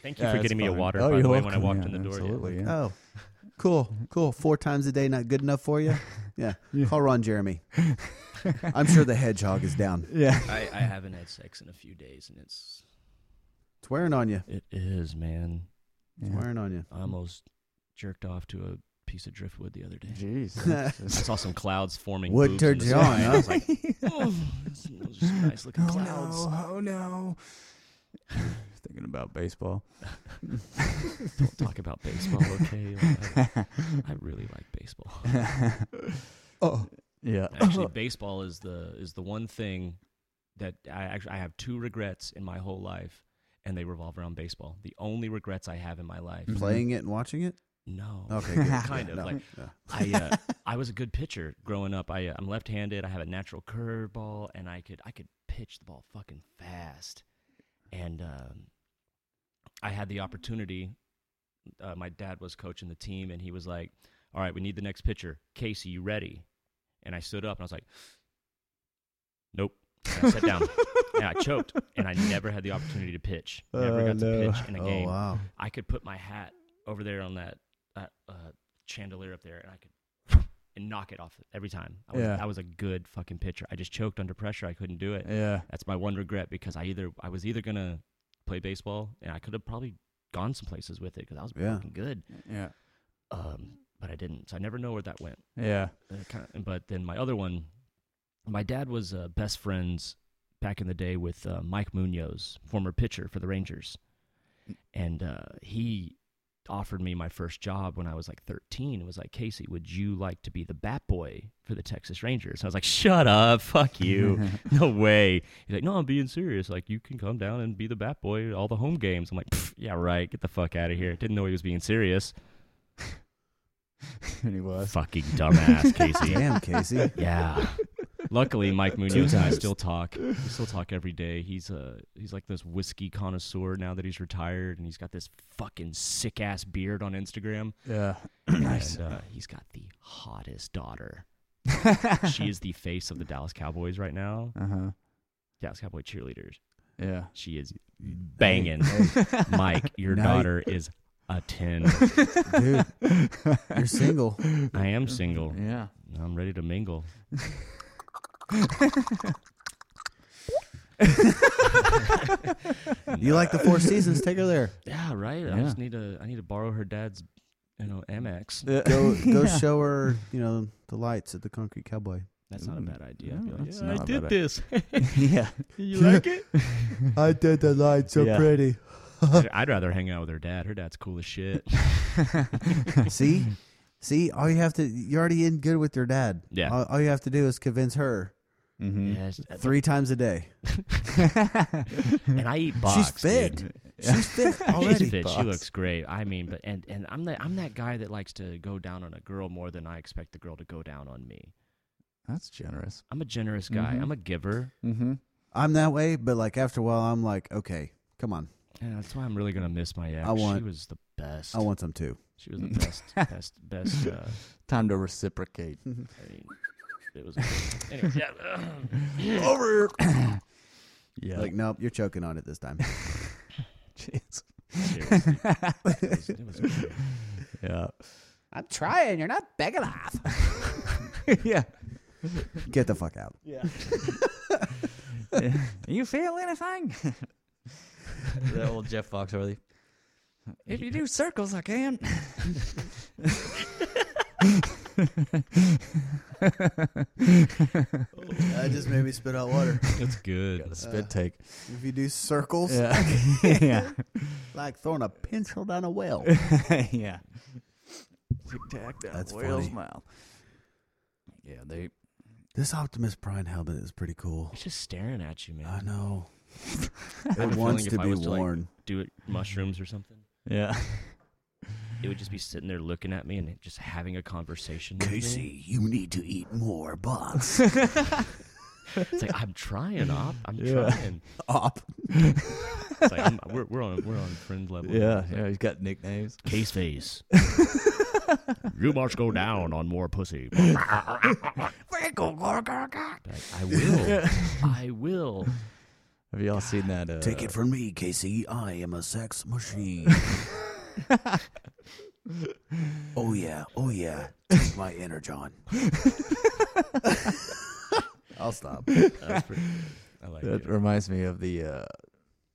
[SPEAKER 6] Thank you
[SPEAKER 3] Yeah,
[SPEAKER 6] for
[SPEAKER 3] it's
[SPEAKER 6] getting me a
[SPEAKER 3] fine.
[SPEAKER 6] water,
[SPEAKER 3] Oh,
[SPEAKER 6] by
[SPEAKER 3] you're
[SPEAKER 6] the way, when I
[SPEAKER 3] welcome.
[SPEAKER 6] walked
[SPEAKER 3] Yeah,
[SPEAKER 6] in the door. yeah.
[SPEAKER 3] absolutely, yeah.
[SPEAKER 2] oh. Cool, cool. Four times a day, not good enough for you? Yeah. Call Ron Jeremy. I'm sure the hedgehog is down.
[SPEAKER 7] Yeah.
[SPEAKER 6] I, I haven't had sex in a few days, and it's
[SPEAKER 2] It's wearing on you.
[SPEAKER 6] it is man.
[SPEAKER 2] It's wearing on you.
[SPEAKER 6] I almost jerked off to a piece of driftwood the other day.
[SPEAKER 3] Jeez.
[SPEAKER 6] I saw some clouds forming.
[SPEAKER 2] Wood
[SPEAKER 6] boobs in the
[SPEAKER 2] turgeon,
[SPEAKER 6] sky, and I
[SPEAKER 2] huh?
[SPEAKER 6] was like, oh, those those are some nice looking clouds.
[SPEAKER 3] Oh no. Thinking about baseball.
[SPEAKER 6] Don't talk about baseball, okay? Like, I, I really like baseball.
[SPEAKER 3] oh. Yeah.
[SPEAKER 6] Actually, baseball is the is the one thing that I actually I have two regrets in my whole life, and they revolve around baseball. The only regrets I have in my life.
[SPEAKER 2] Playing it and watching it?
[SPEAKER 6] No.
[SPEAKER 2] Okay, good.
[SPEAKER 6] Kind
[SPEAKER 2] Yeah,
[SPEAKER 6] of
[SPEAKER 2] no,
[SPEAKER 6] like
[SPEAKER 2] yeah.
[SPEAKER 6] I uh, I was a good pitcher growing up. I uh, I'm left-handed. I have a natural curveball, and I could I could pitch the ball fucking fast. And um, I had the opportunity. Uh, my dad was coaching the team, and he was like, "All right, we need the next pitcher. Casey, you ready?" And I stood up, and I was like, "Nope." And I sat down, and I choked, and I never had the opportunity to pitch. Never
[SPEAKER 7] Oh,
[SPEAKER 6] got to
[SPEAKER 7] no.
[SPEAKER 6] pitch in a
[SPEAKER 2] Oh,
[SPEAKER 6] game.
[SPEAKER 2] wow.
[SPEAKER 6] I could put my hat over there on that, that uh, chandelier up there, and I could and knock it off every time. I was,
[SPEAKER 3] Yeah.
[SPEAKER 6] I was a good fucking pitcher. I just choked under pressure. I couldn't do it.
[SPEAKER 3] Yeah.
[SPEAKER 6] That's my one regret because I either I was either gonna play baseball and I could have probably gone some places with it because I was
[SPEAKER 2] Yeah.
[SPEAKER 6] fucking good,
[SPEAKER 3] Yeah.
[SPEAKER 6] um, but I didn't. So I never know where that went.
[SPEAKER 3] Yeah.
[SPEAKER 6] Uh, kind of, but then my other one, my dad was uh, best friends back in the day with uh, Mike Munoz, former pitcher for the Rangers, and uh, he offered me my first job when I was like 13. It was like, Casey, would you like to be the bat boy for the Texas Rangers? I was like, shut up, fuck you, no way. He's like, no, I'm being serious. Like, you can come down and be the bat boy at all the home games. I'm like, "Pff, yeah, right, get the fuck out of here. Didn't know he was being serious.
[SPEAKER 3] and he was.
[SPEAKER 6] Fucking dumbass, Casey.
[SPEAKER 2] Damn, Casey.
[SPEAKER 6] Yeah. Luckily, Mike Munoz and I still talk. We still talk every day. He's uh, he's like this whiskey connoisseur now that he's retired, and he's got this fucking sick ass beard on Instagram.
[SPEAKER 3] Yeah. nice.
[SPEAKER 6] And, uh, he's got the hottest daughter. she is the face of the Dallas Cowboys right now.
[SPEAKER 3] Uh huh.
[SPEAKER 6] Dallas Cowboy cheerleaders.
[SPEAKER 3] Yeah.
[SPEAKER 6] She is banging. Mike, your
[SPEAKER 2] Now you-
[SPEAKER 6] daughter is a ten.
[SPEAKER 2] Dude, you're single.
[SPEAKER 6] I am single.
[SPEAKER 3] Yeah.
[SPEAKER 6] I'm ready to mingle.
[SPEAKER 2] You like the Four Seasons? Take her there.
[SPEAKER 6] Yeah, right. I
[SPEAKER 3] Yeah.
[SPEAKER 6] just need to. I need to borrow her dad's, you know, Amex.
[SPEAKER 2] Go, go show her, you know, the lights at the Concrete Cowboy.
[SPEAKER 6] That's not a bad idea. I'd be
[SPEAKER 3] No,
[SPEAKER 6] like,
[SPEAKER 3] that's
[SPEAKER 6] "Yeah,
[SPEAKER 3] not
[SPEAKER 6] I
[SPEAKER 3] a
[SPEAKER 6] did
[SPEAKER 3] bad
[SPEAKER 6] this.
[SPEAKER 3] yeah.
[SPEAKER 6] you like it?
[SPEAKER 8] I did the lights so
[SPEAKER 3] Yeah.
[SPEAKER 8] pretty.
[SPEAKER 6] I'd, I'd rather hang out with her dad. Her dad's cool as shit.
[SPEAKER 2] See? See, all you have to, you're already in good with your dad.
[SPEAKER 6] Yeah.
[SPEAKER 2] All, all you have to do is convince her
[SPEAKER 3] Mm-hmm.
[SPEAKER 6] Yes, uh,
[SPEAKER 2] three times a day.
[SPEAKER 6] and I eat box.
[SPEAKER 2] She's fit.
[SPEAKER 6] dude.
[SPEAKER 2] She's fit
[SPEAKER 6] She's
[SPEAKER 2] already.
[SPEAKER 6] fit. She looks great. I mean, but and and I'm that I'm that guy that likes to go down on a girl more than I expect the girl to go down on me.
[SPEAKER 3] That's generous.
[SPEAKER 6] I'm a generous guy.
[SPEAKER 3] Mhm.
[SPEAKER 6] I'm a giver.
[SPEAKER 3] Mm-hmm.
[SPEAKER 2] I'm that way, but like after a while, I'm like, okay, come on,
[SPEAKER 6] Yeah, that's why I'm really gonna miss my ex.
[SPEAKER 2] I want-
[SPEAKER 6] she was the best.
[SPEAKER 2] I want some too.
[SPEAKER 6] she was the best, best, best. Uh,
[SPEAKER 3] Time to reciprocate.
[SPEAKER 6] I mean, it was. Anyway, yeah.
[SPEAKER 3] Over. yeah.
[SPEAKER 2] Like, nope, you're choking on it this time.
[SPEAKER 3] Jeez.
[SPEAKER 6] Seriously. It was- it was great.
[SPEAKER 3] Yeah.
[SPEAKER 2] I'm trying. You're not begging off.
[SPEAKER 3] yeah.
[SPEAKER 2] Get the fuck out.
[SPEAKER 3] you feel anything? that old Jeff Foxworthy. If you do circles, I can.
[SPEAKER 2] Oh, That just made me spit out water. Uh,
[SPEAKER 6] That's good.
[SPEAKER 3] Spit take.
[SPEAKER 2] If you do circles,
[SPEAKER 3] Yeah. yeah.
[SPEAKER 2] like throwing a pencil down a well.
[SPEAKER 3] yeah. Tic tac down
[SPEAKER 2] That's
[SPEAKER 3] the whale's
[SPEAKER 2] funny.
[SPEAKER 3] mouth. Yeah, they.
[SPEAKER 2] this Optimus Prime helmet is pretty cool.
[SPEAKER 6] It's just staring at you, man.
[SPEAKER 2] I know.
[SPEAKER 6] I have a
[SPEAKER 2] It wants
[SPEAKER 6] feeling
[SPEAKER 2] to
[SPEAKER 6] if I
[SPEAKER 2] be
[SPEAKER 6] was to, like,
[SPEAKER 2] worn.
[SPEAKER 6] do it mushrooms or something.
[SPEAKER 3] Yeah.
[SPEAKER 6] It would just be sitting there looking at me and just having a conversation. with me.
[SPEAKER 2] you need to eat more box.
[SPEAKER 6] Uh. it's like I'm trying, op. I'm
[SPEAKER 3] Yeah.
[SPEAKER 6] trying.
[SPEAKER 2] Op.
[SPEAKER 6] It's like I'm, we're we're on we're on friend level.
[SPEAKER 3] Yeah.
[SPEAKER 6] It's like,
[SPEAKER 3] Yeah. He's got nicknames.
[SPEAKER 6] Case face. you must go down on more pussy. Like, I will. I will.
[SPEAKER 3] Have y'all seen that? Uh,
[SPEAKER 2] Take it from me, Casey. I am a sex machine. Oh yeah, oh yeah. Take my energon. I'll stop.
[SPEAKER 6] That's pretty good. I like
[SPEAKER 3] That
[SPEAKER 6] it.
[SPEAKER 3] reminds me of the uh,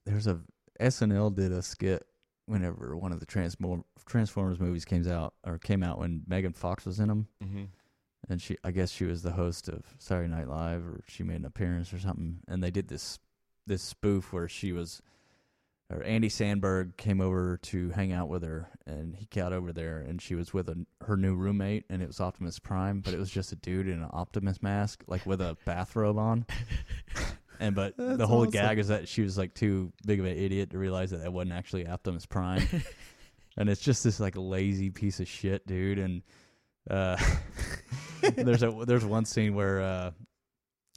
[SPEAKER 3] there's a SNL did a skit whenever one of the Transform, Transformers movies came out or came out when Megan Fox was in them,
[SPEAKER 6] hmm
[SPEAKER 3] and she I guess she was the host of Saturday Night Live or she made an appearance or something, and they did this this spoof where she was or Andy Sandberg came over to hang out with her, and he got over there and she was with a, her new roommate, and it was Optimus Prime, but it was just a dude in an Optimus mask, like with a bathrobe on. And but the
[SPEAKER 2] That's
[SPEAKER 3] whole
[SPEAKER 2] awesome.
[SPEAKER 3] gag is that she was like too big of an idiot to realize that that wasn't actually Optimus Prime. and it's just this like lazy piece of shit, dude. And uh, there's a there's one scene where uh,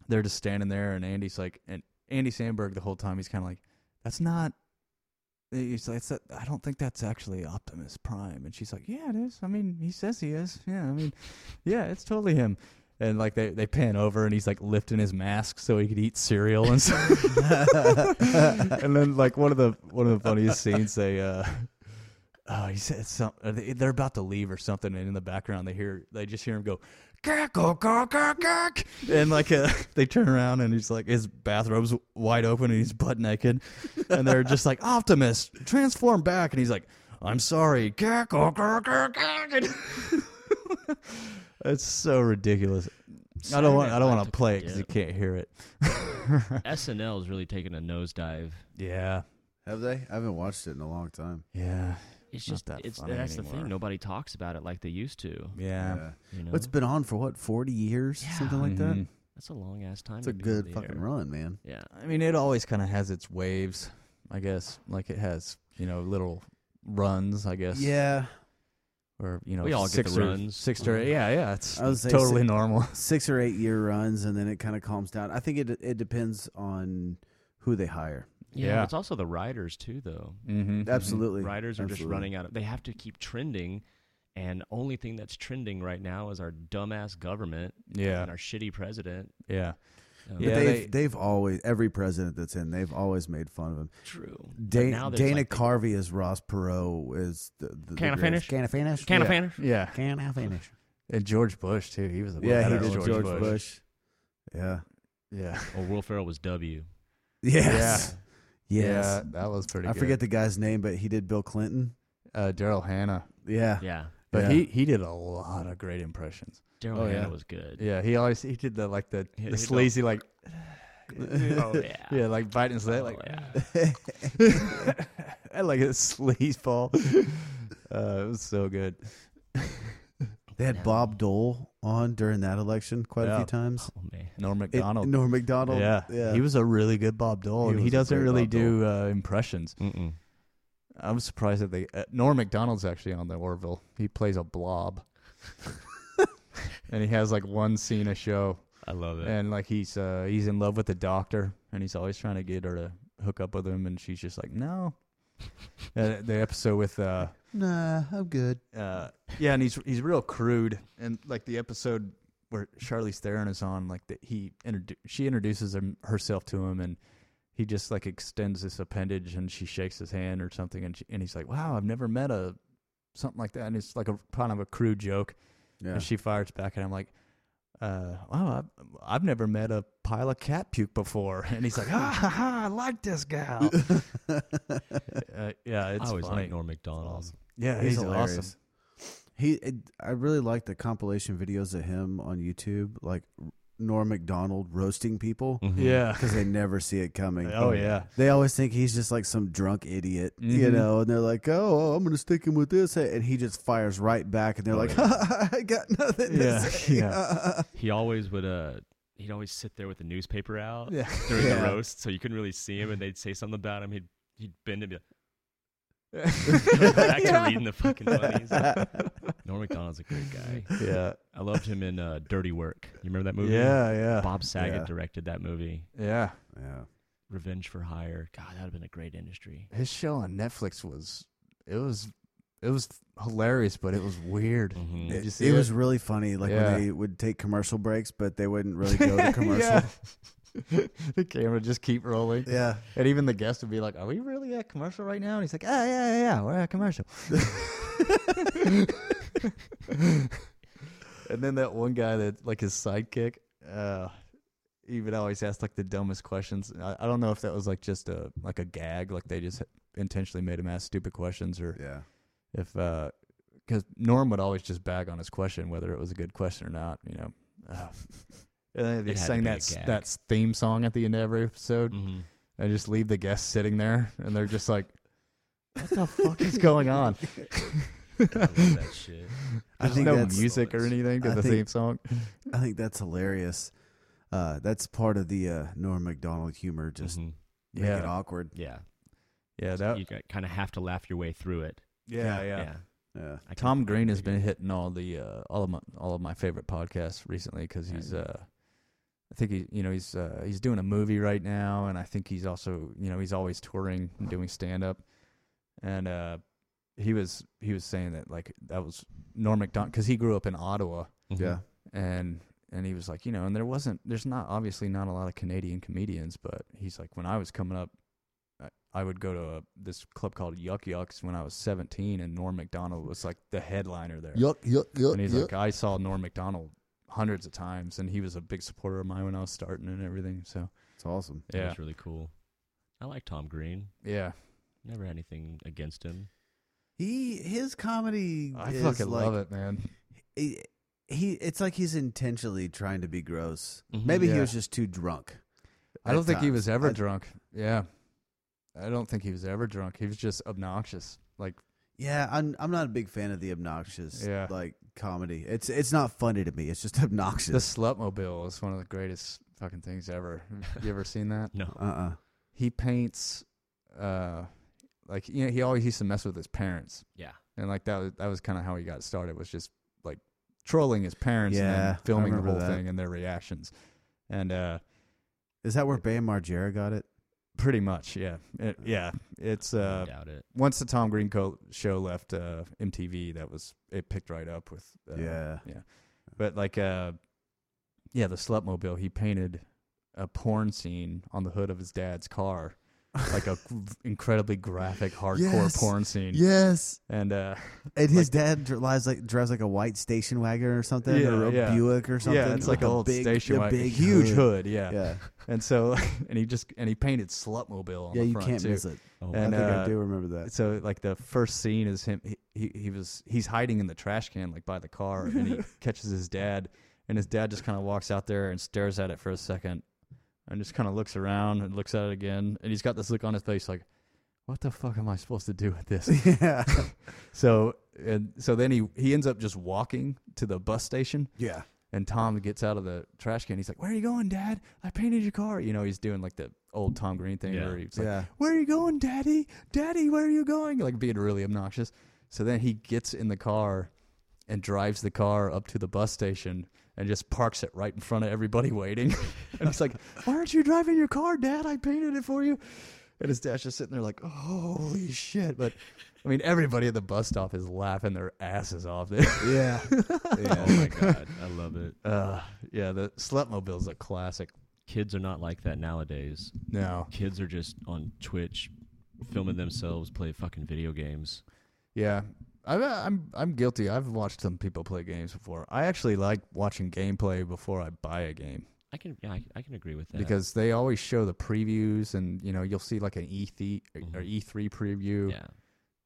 [SPEAKER 3] they're just standing there, and Andy's like, and Andy Sandberg the whole time he's kind of like, that's not. He's like, "It's- I don't think that's actually Optimus Prime. And she's like, yeah, it is. I mean, he says he is. Yeah, I mean, yeah, it's totally him. And like they, they pan over and he's like lifting his mask so he could eat cereal and stuff. and then like one of the one of the funniest scenes they uh oh he said something they're about to leave or something and in the background they hear they just hear him go "Kirk, oh, kirk, kirk, kirk," and like uh, they turn around and he's like his bathrobe's wide open and he's butt naked and they're just like optimus transform back and he's like i'm sorry kirk, oh, kirk, kirk, kirk," and- it's so ridiculous i don't want i don't want to play it because you can't hear it
[SPEAKER 6] SNL is really taking a nosedive.
[SPEAKER 3] yeah
[SPEAKER 2] Have they? I haven't watched it in a long time.
[SPEAKER 3] yeah
[SPEAKER 6] It's
[SPEAKER 3] Not
[SPEAKER 6] just
[SPEAKER 3] that
[SPEAKER 6] it's
[SPEAKER 3] funny
[SPEAKER 6] that's the
[SPEAKER 3] anymore.
[SPEAKER 6] thing. Nobody talks about it like they used to.
[SPEAKER 3] yeah,
[SPEAKER 6] You know,
[SPEAKER 2] It's been on for what, forty years?
[SPEAKER 6] Yeah. Mm-hmm.
[SPEAKER 2] Something like that?
[SPEAKER 3] Mhm.
[SPEAKER 6] that's a long ass time.
[SPEAKER 2] It's a
[SPEAKER 6] to be
[SPEAKER 2] good
[SPEAKER 6] there.
[SPEAKER 2] fucking run, man.
[SPEAKER 6] Yeah,
[SPEAKER 3] I mean, it always kind of has its waves, I guess. Like it has, you know, little runs, I guess.
[SPEAKER 2] Yeah.
[SPEAKER 3] Or you know,
[SPEAKER 6] We all get the
[SPEAKER 3] six or-
[SPEAKER 6] runs.
[SPEAKER 3] Six or yeah, yeah. It's
[SPEAKER 2] I would say
[SPEAKER 3] totally
[SPEAKER 2] six-
[SPEAKER 3] normal.
[SPEAKER 2] Six or eight year runs and then it kinda calms down. I think it it depends on who they hire.
[SPEAKER 6] yeah.
[SPEAKER 3] Yeah.
[SPEAKER 6] but It's also the writers too, though.
[SPEAKER 3] Mm-hmm.
[SPEAKER 2] Absolutely.
[SPEAKER 6] Writers are just
[SPEAKER 2] Absolutely.
[SPEAKER 6] running out of. They have to keep trending, and only thing that's trending right now is our dumbass government
[SPEAKER 3] Yeah,
[SPEAKER 6] and our shitty president.
[SPEAKER 3] yeah.
[SPEAKER 6] Um,
[SPEAKER 2] But
[SPEAKER 3] Yeah.
[SPEAKER 2] they've
[SPEAKER 3] they-
[SPEAKER 2] they've always every president that's in, they've always made fun of him.
[SPEAKER 6] True. But
[SPEAKER 2] Dana,
[SPEAKER 6] now there's,
[SPEAKER 2] Dana
[SPEAKER 6] like, the-
[SPEAKER 2] Carvey as Ross Perot is the, the
[SPEAKER 6] Can I
[SPEAKER 2] the greatest.
[SPEAKER 6] finish?
[SPEAKER 2] Can I finish?
[SPEAKER 6] Can
[SPEAKER 2] Yeah.
[SPEAKER 6] of fanners.
[SPEAKER 3] Yeah,
[SPEAKER 2] Can I finish?
[SPEAKER 3] and George Bush too. He was a
[SPEAKER 2] Yeah, he
[SPEAKER 3] better
[SPEAKER 2] did George, Bush. Yeah.
[SPEAKER 3] Yeah,
[SPEAKER 6] Or Oh, Will Ferrell was W.
[SPEAKER 2] Yes. Yes.
[SPEAKER 3] yeah. That was pretty.
[SPEAKER 2] I
[SPEAKER 3] good.
[SPEAKER 2] forget the guy's name, but he did Bill Clinton.
[SPEAKER 3] uh, Daryl Hannah,
[SPEAKER 2] Yeah.
[SPEAKER 6] Yeah.
[SPEAKER 3] but
[SPEAKER 2] Yeah.
[SPEAKER 3] he he did a lot of great impressions.
[SPEAKER 6] Daryl
[SPEAKER 3] Oh,
[SPEAKER 6] Hannah
[SPEAKER 3] yeah.
[SPEAKER 6] was good.
[SPEAKER 3] Yeah, he always he did the like the,
[SPEAKER 6] Yeah,
[SPEAKER 3] the
[SPEAKER 6] he
[SPEAKER 3] sleazy like.
[SPEAKER 6] Oh, yeah.
[SPEAKER 3] Yeah, like biting his leg,
[SPEAKER 6] Oh,
[SPEAKER 3] like
[SPEAKER 6] yeah.
[SPEAKER 2] Oh,
[SPEAKER 3] and like a sleazeball. Uh, it was so good.
[SPEAKER 2] They had
[SPEAKER 6] Yeah.
[SPEAKER 2] Bob Dole on during that election quite a
[SPEAKER 3] Yeah.
[SPEAKER 2] few times.
[SPEAKER 6] Oh, man.
[SPEAKER 3] Norm
[SPEAKER 2] It-
[SPEAKER 3] Macdonald.
[SPEAKER 2] Norm McDonald.
[SPEAKER 3] yeah.
[SPEAKER 2] Yeah.
[SPEAKER 3] he was a really good Bob Dole.
[SPEAKER 2] He
[SPEAKER 3] and He,
[SPEAKER 2] was a
[SPEAKER 3] doesn't
[SPEAKER 2] great
[SPEAKER 3] really
[SPEAKER 2] Bob
[SPEAKER 3] do uh, impressions.
[SPEAKER 6] Mm-mm.
[SPEAKER 3] I'm surprised that they. Uh, Norm Macdonald's actually on the Orville. He plays a blob, and he has like one scene a show,
[SPEAKER 6] I love it.
[SPEAKER 3] and like he's uh, he's in love with the doctor, and he's always trying to get her to hook up with him, and she's just like no. Uh, the episode with uh,
[SPEAKER 2] nah, I'm good.
[SPEAKER 3] uh, yeah, and he's he's real crude. And like the episode where Charlize Theron is on, like that he introdu- she introduces him, herself to him, and he just like extends this appendage, and she shakes his hand or something, and she, and he's like, "Wow, I've never met a something like that." And it's like a kind of a crude joke,
[SPEAKER 2] Yeah.
[SPEAKER 3] and she fires back, and I'm like. Uh, wow, I've, I've never met a pile of cat puke before, and he's like, ah, ha, ha, I like this gal. uh, yeah, it's
[SPEAKER 6] I always
[SPEAKER 3] funny.
[SPEAKER 6] like Norm McDonald.
[SPEAKER 3] Yeah,
[SPEAKER 2] He's
[SPEAKER 3] he's,
[SPEAKER 2] hilarious.
[SPEAKER 3] awesome.
[SPEAKER 2] He, it, I really like the compilation videos of him on YouTube, like Norm Macdonald roasting people
[SPEAKER 6] Mm-hmm.
[SPEAKER 3] Yeah,
[SPEAKER 2] because they never see it coming.
[SPEAKER 3] Oh yeah.
[SPEAKER 2] They always think he's just like some drunk idiot, you
[SPEAKER 3] Mhm.
[SPEAKER 2] know, and they're like, "Oh, I'm gonna stick him with this," and he just fires right back, and they're like, "I got nothing." To
[SPEAKER 3] Yeah,
[SPEAKER 2] say.
[SPEAKER 3] yeah.
[SPEAKER 6] He always would uh he'd always sit there with the newspaper out
[SPEAKER 3] Yeah.
[SPEAKER 6] during
[SPEAKER 2] Yeah.
[SPEAKER 6] the roast, so you couldn't really see him and they'd say something about him, he'd he'd bend and be like, back to reading the fucking funnies. Norm McDonald's a great guy.
[SPEAKER 3] Yeah.
[SPEAKER 6] I loved him in uh, Dirty Work. You remember that movie?
[SPEAKER 3] Yeah, yeah.
[SPEAKER 6] Bob Saget
[SPEAKER 2] Yeah.
[SPEAKER 6] directed that movie.
[SPEAKER 3] Yeah.
[SPEAKER 2] yeah.
[SPEAKER 6] Revenge for Hire. God, that'd have been a great industry.
[SPEAKER 3] His show on Netflix was it was it was hilarious, but it was weird.
[SPEAKER 6] Mhm.
[SPEAKER 3] Did
[SPEAKER 2] It,
[SPEAKER 3] you see
[SPEAKER 2] it
[SPEAKER 3] it?
[SPEAKER 2] was really funny, like
[SPEAKER 3] Yeah.
[SPEAKER 2] when they would take commercial breaks, but they wouldn't really go to commercial.
[SPEAKER 3] Yeah. the camera would just keep rolling.
[SPEAKER 2] Yeah.
[SPEAKER 3] "Ah, And even the guest would be like, Are we really at commercial right now? And he's like, Oh yeah, yeah, yeah, we're at commercial. and then that one guy that like his sidekick, uh, even always asked like the dumbest questions. I, I don't know if that was like just a like a gag, like they just intentionally made him ask stupid questions, or
[SPEAKER 2] Yeah.
[SPEAKER 3] if because Norm would always just bag on his question whether it was a good question or not, you know. Uh, and then they
[SPEAKER 6] It had to
[SPEAKER 3] sang
[SPEAKER 6] be a
[SPEAKER 3] that s-
[SPEAKER 6] gag.
[SPEAKER 3] that s- theme song at the end of every episode,
[SPEAKER 6] hmm
[SPEAKER 3] and just leave the guests sitting there, and they're just like, "What the fuck is going on?"
[SPEAKER 6] I love that shit.
[SPEAKER 2] I
[SPEAKER 3] There's
[SPEAKER 2] think
[SPEAKER 3] no
[SPEAKER 2] that's
[SPEAKER 3] music or anything to
[SPEAKER 2] I
[SPEAKER 3] the
[SPEAKER 2] think-
[SPEAKER 3] theme song.
[SPEAKER 2] I think that's hilarious. Uh, that's part of the uh, Norm Macdonald humor. Just
[SPEAKER 6] Mhm.
[SPEAKER 2] make it awkward.
[SPEAKER 6] yeah,
[SPEAKER 3] yeah, that,
[SPEAKER 6] you kind of have to laugh your way through it.
[SPEAKER 3] Oh. yeah, yeah,
[SPEAKER 2] Yeah.
[SPEAKER 6] I can-
[SPEAKER 3] Tom
[SPEAKER 6] I can
[SPEAKER 3] Green has
[SPEAKER 6] dig it.
[SPEAKER 3] been hitting all the uh, all of my all of my favorite podcasts recently because
[SPEAKER 6] Yeah,
[SPEAKER 3] he's
[SPEAKER 6] yeah.
[SPEAKER 3] uh, I think he you know he's uh, he's doing a movie right now and I think he's also you know he's always touring and doing stand up and uh, he was he was saying that like that was Norm Macdonald because he grew up in Ottawa
[SPEAKER 6] Mhm.
[SPEAKER 2] Yeah.
[SPEAKER 3] and and he was like you know and there wasn't there's not obviously not a lot of Canadian comedians but he's like when I was coming up. I- I would go to a, this club called Yuck Yucks when I was 17, and Norm Macdonald was like the headliner there
[SPEAKER 8] Yuck, yuck, yuck,
[SPEAKER 3] and he's
[SPEAKER 8] yuck.
[SPEAKER 3] like, I saw Norm Macdonald hundreds of times, and he was a big supporter of mine when I was starting and everything. So
[SPEAKER 2] It's awesome.
[SPEAKER 6] That was really cool. I like Tom Green.
[SPEAKER 3] yeah,
[SPEAKER 6] Never had anything against him.
[SPEAKER 2] He his comedy.
[SPEAKER 3] I
[SPEAKER 2] is
[SPEAKER 3] fucking
[SPEAKER 2] like,
[SPEAKER 3] love it, man.
[SPEAKER 2] He, he it's like he's intentionally trying to be gross.
[SPEAKER 6] Mm-hmm.
[SPEAKER 2] Maybe he
[SPEAKER 3] Yeah.
[SPEAKER 2] was just too drunk.
[SPEAKER 3] I don't
[SPEAKER 2] at
[SPEAKER 3] think he
[SPEAKER 2] times.
[SPEAKER 3] was ever
[SPEAKER 2] I-
[SPEAKER 3] drunk. Yeah, I don't think he was ever drunk. He was just obnoxious. Like,
[SPEAKER 2] Yeah, I'm I'm not a big fan of the obnoxious
[SPEAKER 3] Yeah.
[SPEAKER 2] like comedy. It's it's not funny to me. It's just
[SPEAKER 3] the
[SPEAKER 2] obnoxious.
[SPEAKER 3] slut mobile is one of the greatest fucking things ever. you ever seen that?
[SPEAKER 6] No.
[SPEAKER 2] Uh uh
[SPEAKER 3] He paints, uh, like you know, he always used to mess with his parents,
[SPEAKER 6] Yeah.
[SPEAKER 3] and like that was, that was kind of how he got started. Was just like trolling his parents
[SPEAKER 2] Yeah,
[SPEAKER 3] and
[SPEAKER 2] I
[SPEAKER 3] then filming the
[SPEAKER 2] remember
[SPEAKER 3] whole
[SPEAKER 2] that.
[SPEAKER 3] thing and their reactions, and uh.
[SPEAKER 2] Is that where Bam Margera got it?
[SPEAKER 3] Pretty much, yeah, It- yeah. It's
[SPEAKER 6] I
[SPEAKER 3] uh,
[SPEAKER 6] doubt it.
[SPEAKER 3] once the Tom Green co- show left uh, MTV, that was it picked right up with uh,
[SPEAKER 2] yeah.
[SPEAKER 3] But like uh, yeah, the slut mobile. He painted a porn scene on the hood of his dad's car, like a gr- incredibly graphic hardcore
[SPEAKER 2] Yes.
[SPEAKER 3] porn scene.
[SPEAKER 2] Yes.
[SPEAKER 3] And uh,
[SPEAKER 2] And his dad drives like drives like a white station wagon or something,
[SPEAKER 3] Yeah,
[SPEAKER 2] or a
[SPEAKER 3] yeah.
[SPEAKER 2] Buick or something.
[SPEAKER 3] yeah, it's like,
[SPEAKER 2] a
[SPEAKER 3] an old
[SPEAKER 2] big,
[SPEAKER 3] station
[SPEAKER 2] a
[SPEAKER 3] wagon,
[SPEAKER 2] big
[SPEAKER 3] huge
[SPEAKER 2] hood.
[SPEAKER 3] hood, yeah.
[SPEAKER 2] Yeah,
[SPEAKER 3] And so, and he just and he painted slut mobile on
[SPEAKER 2] yeah,
[SPEAKER 3] the
[SPEAKER 2] you
[SPEAKER 3] front
[SPEAKER 2] can't
[SPEAKER 3] too.
[SPEAKER 2] miss it.
[SPEAKER 6] Oh,
[SPEAKER 3] And,
[SPEAKER 2] I think
[SPEAKER 3] uh,
[SPEAKER 2] I do remember that.
[SPEAKER 3] so like the first scene is him he, he he was he's hiding in the trash can like by the car and he catches his dad and his dad just kind of walks out there and stares at it for a second and just kind of looks around and looks at it again and he's got this look on his face like what the fuck am I supposed to do with this
[SPEAKER 2] yeah,
[SPEAKER 3] so and so then he he ends up just walking to the bus station
[SPEAKER 2] yeah,
[SPEAKER 3] and Tom gets out of the trash can he's like where are you going dad I painted your car you know he's doing like the old Tom Green thing
[SPEAKER 6] Yeah.
[SPEAKER 3] where he's like
[SPEAKER 2] yeah.
[SPEAKER 3] where are you going, daddy? Daddy, where are you going? Like being really obnoxious. So then he gets in the car and drives the car up to the bus station and just parks it right in front of everybody waiting. and he's like, Why aren't you driving your car, Dad? I painted it for you. And his dad's just sitting there like, Holy shit. But I mean, everybody at the bus stop is laughing their asses off.
[SPEAKER 2] yeah.
[SPEAKER 6] oh my god, I love it.
[SPEAKER 3] uh, yeah, the slut mobile's a classic.
[SPEAKER 6] Kids are not like that nowadays.
[SPEAKER 3] No.
[SPEAKER 6] Kids are just on Twitch, filming themselves play fucking video games.
[SPEAKER 3] Yeah, I, I'm I'm guilty. I've watched some people play games before. I actually like watching gameplay before I buy a game
[SPEAKER 6] I can, yeah, I, I can agree with that.
[SPEAKER 3] because they always show the previews, and you know you'll see like an E3 or E3 preview,
[SPEAKER 6] yeah,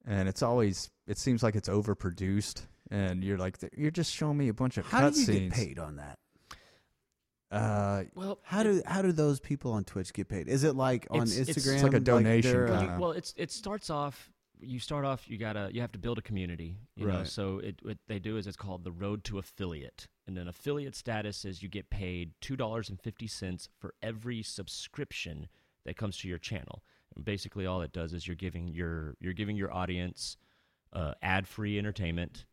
[SPEAKER 3] and it's always it seems like it's overproduced, and you're like you're just showing me a bunch of
[SPEAKER 2] How do you
[SPEAKER 3] cutscenes.
[SPEAKER 2] get paid on that?
[SPEAKER 3] Uh,
[SPEAKER 6] well,
[SPEAKER 2] How do how do those people on Twitch get paid? Is it like on
[SPEAKER 6] It's-
[SPEAKER 2] Instagram?
[SPEAKER 6] it's
[SPEAKER 3] like a donation
[SPEAKER 2] they're,
[SPEAKER 3] kinda.
[SPEAKER 2] uh,
[SPEAKER 6] Well, you, well, it's it starts off. You start off. You gotta. You have to build a community. You know.
[SPEAKER 2] Right.
[SPEAKER 6] So it, what they do is it's called the road to affiliate, and then affiliate status is you get paid two dollars and fifty cents for every subscription that comes to your channel. And basically, all it does is you're giving your you're giving your audience uh, ad free entertainment,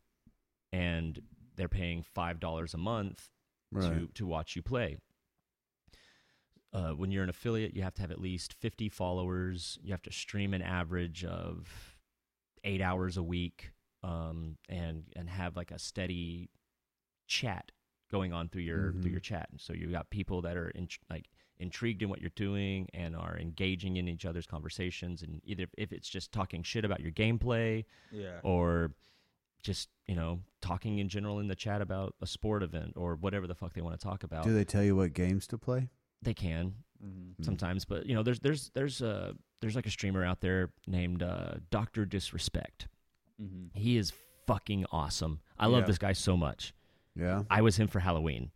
[SPEAKER 6] and they're paying five dollars a month to,
[SPEAKER 2] Right.
[SPEAKER 6] to watch you play. Uh, when you're an affiliate, you have to have at least 50 followers. You have to stream an average of eight hours a week, um, and and have like a steady chat going on through your through your chat. And so you've got people that are in, like intrigued in what you're doing and are engaging in each other's conversations. And either if it's just talking shit about your gameplay,
[SPEAKER 3] yeah,
[SPEAKER 6] or just you know talking in general in the chat about a sport event or whatever the fuck they want to talk about.
[SPEAKER 2] Do they tell you what games to play?
[SPEAKER 6] they can
[SPEAKER 3] Mm-hmm.
[SPEAKER 6] sometimes, but you know there's there's there's uh, there's like a streamer out there named uh, Doctor Disrespect.
[SPEAKER 3] Mm-hmm.
[SPEAKER 6] He is fucking awesome. I love
[SPEAKER 3] Yeah.
[SPEAKER 6] this guy so much.
[SPEAKER 2] Yeah.
[SPEAKER 6] I was him for Halloween.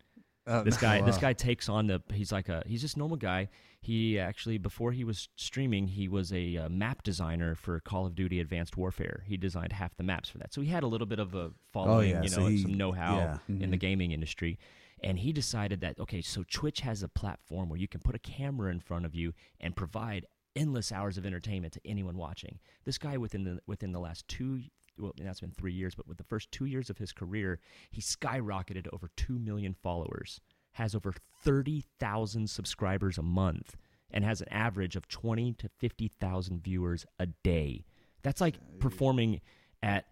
[SPEAKER 3] Uh,
[SPEAKER 6] This guy, this guy takes on the. He's like a. He's just a normal guy. He actually before he was streaming, he was a uh, map designer for Call of Duty Advanced Warfare. He designed half the maps for that, so he had a little bit of a following,
[SPEAKER 2] Oh, yeah,
[SPEAKER 6] you know,
[SPEAKER 2] so
[SPEAKER 6] and
[SPEAKER 2] he-
[SPEAKER 6] some know-how
[SPEAKER 2] yeah. mm-hmm.
[SPEAKER 6] in the gaming industry. And he decided that okay, so Twitch has a platform where you can put a camera in front of you and provide endless hours of entertainment to anyone watching. This guy within the within the last two well, that's been three years, but with the first two years of his career, he skyrocketed to over two million followers, has over thirty thousand subscribers a month, and has an average of twenty to fifty thousand viewers a day. That's like performing at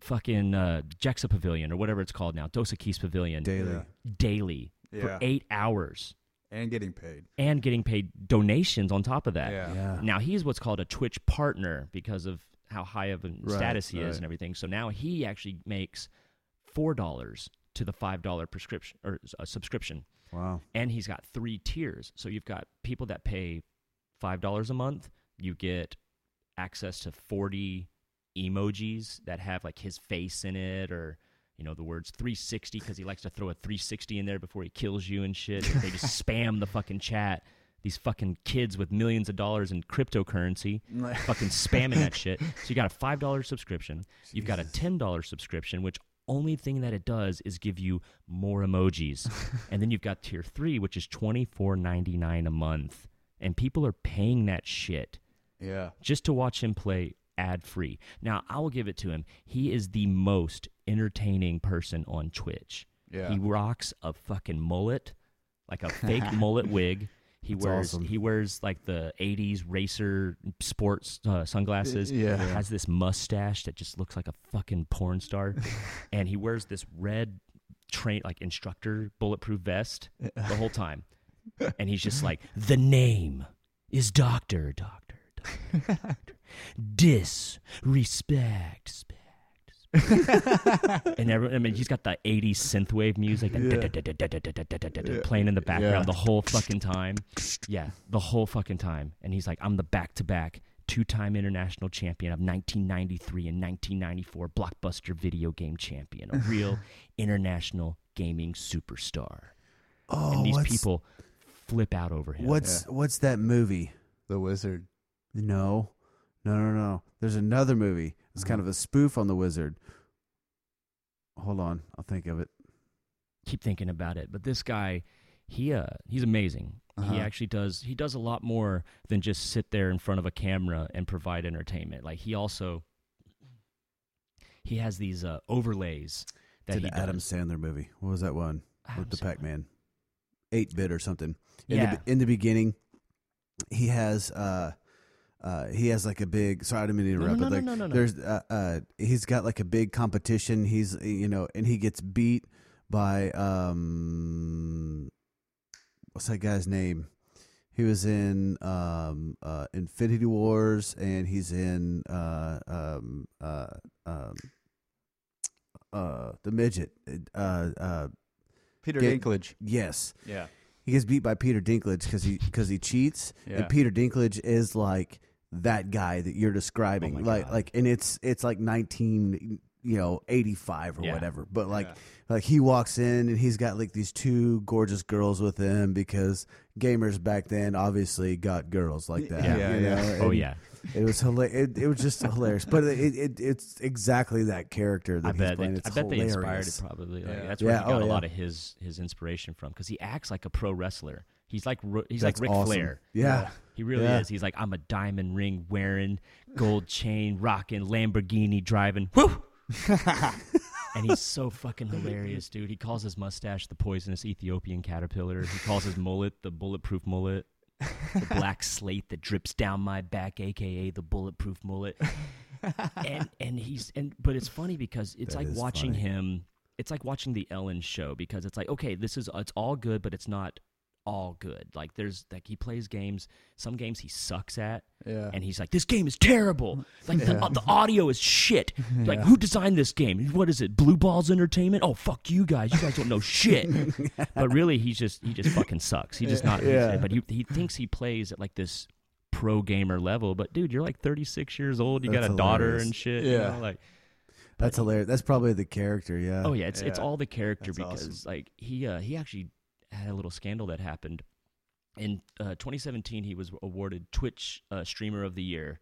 [SPEAKER 6] fucking uh, Jexa Pavilion or whatever it's called now, Dosa Keys Pavilion
[SPEAKER 2] Daily.
[SPEAKER 6] daily
[SPEAKER 3] Yeah.
[SPEAKER 6] for eight hours
[SPEAKER 3] and getting paid.
[SPEAKER 6] and getting paid donations on top of that.
[SPEAKER 3] Yeah.
[SPEAKER 2] Yeah.
[SPEAKER 6] Now he's what's called a Twitch partner because of how high of a status he
[SPEAKER 3] right.
[SPEAKER 6] is and everything. So now he actually makes four dollars to the five dollar prescription or uh, subscription,
[SPEAKER 2] Wow.
[SPEAKER 6] and he's got three tiers. So you've got people that pay five dollars a month. You get access to forty emojis that have like his face in it or. You know the words 360 because he likes to throw a 360 in there before he kills you and shit. They just spam the fucking chat. These fucking kids with millions of dollars in cryptocurrency fucking spamming that shit. So you got a five dollar subscription. You've got a ten dollar subscription, which only thing that it does is give you more emojis. and then you've got tier three, which is twenty four ninety nine a month, and people are paying that shit
[SPEAKER 3] Yeah.
[SPEAKER 6] just to watch him play ad free. Now I will give it to him. He is the most entertaining person on Twitch.
[SPEAKER 3] Yeah.
[SPEAKER 6] He rocks a fucking mullet, like a fake mullet wig. He wears
[SPEAKER 2] awesome.
[SPEAKER 6] he wears like the '80s racer sports uh, sunglasses.
[SPEAKER 3] Yeah.
[SPEAKER 6] has this mustache that just looks like a fucking porn star, and he wears this red train like instructor bulletproof vest the whole time, and he's just like the name is Doctor Doctor Doctor Doctor Dis Respect. Spect, Spect." and everyone, I mean, he's got the 80s synthwave music that playing in the background the whole fucking time. Yeah, the whole fucking time. And he's like, I'm the back to back two time international champion of 1993 and 1994 blockbuster video game champion, a real international gaming superstar.
[SPEAKER 2] Oh,
[SPEAKER 6] and these
[SPEAKER 2] what's,
[SPEAKER 6] people flip out over him.
[SPEAKER 2] What's what's that movie?
[SPEAKER 3] the wizard.
[SPEAKER 2] No, no, no, no. There's another movie. It's kind of a spoof on the wizard. Hold on, I'll think of it.
[SPEAKER 6] keep thinking about it. But this guy, he uh, he's amazing.
[SPEAKER 2] Uh-huh.
[SPEAKER 6] He actually does he does a lot more than just sit there in front of a camera and provide entertainment. Like he also he has these uh, overlays that
[SPEAKER 2] It's
[SPEAKER 6] he
[SPEAKER 2] an Adam
[SPEAKER 6] does.
[SPEAKER 2] Sandler movie. What was that one
[SPEAKER 6] Adam
[SPEAKER 2] with the
[SPEAKER 6] Sandler.
[SPEAKER 2] Pac Man? Eight bit or something. In
[SPEAKER 6] Yeah,
[SPEAKER 2] The, in the beginning, he has uh, uh, he has like a big. Sorry, I didn't mean to
[SPEAKER 6] No, no,
[SPEAKER 2] interrupt.
[SPEAKER 6] no,
[SPEAKER 2] but
[SPEAKER 6] no,
[SPEAKER 2] like,
[SPEAKER 6] no, no, no.
[SPEAKER 2] there's uh, uh, he's got like a big competition. He's you know, and he gets beat by um, what's that guy's name? He was in um, uh, Infinity Wars, and he's in uh, um, uh, um, uh, the midget. Uh, uh,
[SPEAKER 3] Peter
[SPEAKER 2] Get-
[SPEAKER 3] Dinklage.
[SPEAKER 2] yes,
[SPEAKER 3] Yeah.
[SPEAKER 2] he gets beat by Peter Dinklage because he because he cheats,
[SPEAKER 3] Yeah.
[SPEAKER 2] and Peter Dinklage is like that guy that you're describing,
[SPEAKER 6] Oh my
[SPEAKER 2] like
[SPEAKER 6] God.
[SPEAKER 2] like, and it's it's like nineteen, you know, eighty five or
[SPEAKER 6] Yeah.
[SPEAKER 2] whatever. But like
[SPEAKER 3] Yeah.
[SPEAKER 2] like he walks in and he's got like these two gorgeous girls with him because gamers back then obviously got girls like that.
[SPEAKER 3] Yeah, yeah,
[SPEAKER 2] you
[SPEAKER 3] yeah.
[SPEAKER 2] know,
[SPEAKER 6] Oh
[SPEAKER 2] and
[SPEAKER 6] yeah,
[SPEAKER 2] it was hilarious. It, it was just hilarious, but it, it it's exactly that character that
[SPEAKER 6] I
[SPEAKER 2] he's
[SPEAKER 6] bet. They,
[SPEAKER 2] playing. It's
[SPEAKER 6] I bet they
[SPEAKER 2] hilarious.
[SPEAKER 6] inspired it probably. Like,
[SPEAKER 3] Yeah.
[SPEAKER 6] That's where
[SPEAKER 2] Yeah,
[SPEAKER 6] he got
[SPEAKER 2] oh,
[SPEAKER 6] a
[SPEAKER 2] yeah.
[SPEAKER 6] lot of his his inspiration from because he acts like a pro wrestler. He's like Ro- he's
[SPEAKER 2] That's
[SPEAKER 6] like Ric
[SPEAKER 2] awesome.
[SPEAKER 6] Flair.
[SPEAKER 2] Yeah.
[SPEAKER 6] He really
[SPEAKER 2] Yeah.
[SPEAKER 6] is. He's like, I'm a diamond ring wearing, gold chain rocking, Lamborghini driving. Woo! and he's so fucking hilarious, dude. He calls his mustache the poisonous Ethiopian caterpillar. He calls his mullet the bulletproof mullet. The black slate that drips down my back, aka the bulletproof mullet. And and he's and but it's funny because it's
[SPEAKER 2] That
[SPEAKER 6] like
[SPEAKER 2] is
[SPEAKER 6] watching
[SPEAKER 2] funny.
[SPEAKER 6] him it's like watching the Ellen show because it's like, okay, this is it's all good, but it's not all good. Like there's like he plays games. Some games he sucks at,
[SPEAKER 3] Yeah.
[SPEAKER 6] and he's like, "This game is terrible. Like the, the audio is shit. Like who designed this game? What is it? Blue Balls Entertainment? Oh fuck you guys! You guys don't know shit." but really, he's just he just fucking sucks. He just not.
[SPEAKER 2] Yeah.
[SPEAKER 6] But he he thinks he plays at like this pro gamer level. But dude, you're like 36 years old. You
[SPEAKER 2] That's
[SPEAKER 6] got a daughter
[SPEAKER 2] hilarious.
[SPEAKER 6] and shit.
[SPEAKER 3] Yeah.
[SPEAKER 6] You know? Like
[SPEAKER 2] That's hilarious. That's probably the character. Yeah.
[SPEAKER 6] Oh yeah, it's it's
[SPEAKER 3] Yeah.
[SPEAKER 6] all the character
[SPEAKER 2] That's
[SPEAKER 6] because
[SPEAKER 2] awesome.
[SPEAKER 6] like he uh, he actually had a little scandal that happened in uh, 2017. He was awarded Twitch uh, Streamer of the Year,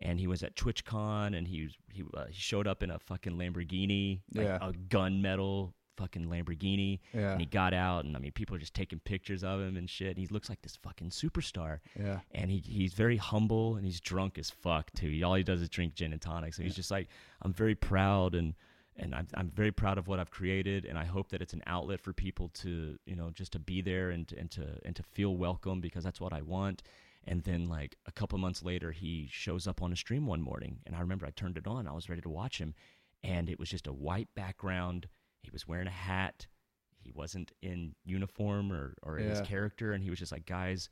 [SPEAKER 6] and he was at TwitchCon and he was- he uh, he showed up in a fucking Lamborghini, like
[SPEAKER 3] Yeah.
[SPEAKER 6] a gunmetal fucking Lamborghini,
[SPEAKER 3] Yeah.
[SPEAKER 6] and he got out and I mean people are just taking pictures of him and shit. And he looks like this fucking superstar
[SPEAKER 3] Yeah.
[SPEAKER 6] and he, he's very humble and he's drunk as fuck too. He, all he does is drink gin and tonics, and he's just like, I'm very proud and and I'm I'm very proud of what I've created, and I hope that it's an outlet for people to you know just to be there and and to and to feel welcome because that's what I want. And then like a couple months later, he shows up on a stream one morning, and I remember I turned it on, I was ready to watch him, and it was just a white background. He was wearing a hat. He wasn't in uniform or, or in his
[SPEAKER 3] Yeah.
[SPEAKER 6] character, and he was just like, guys,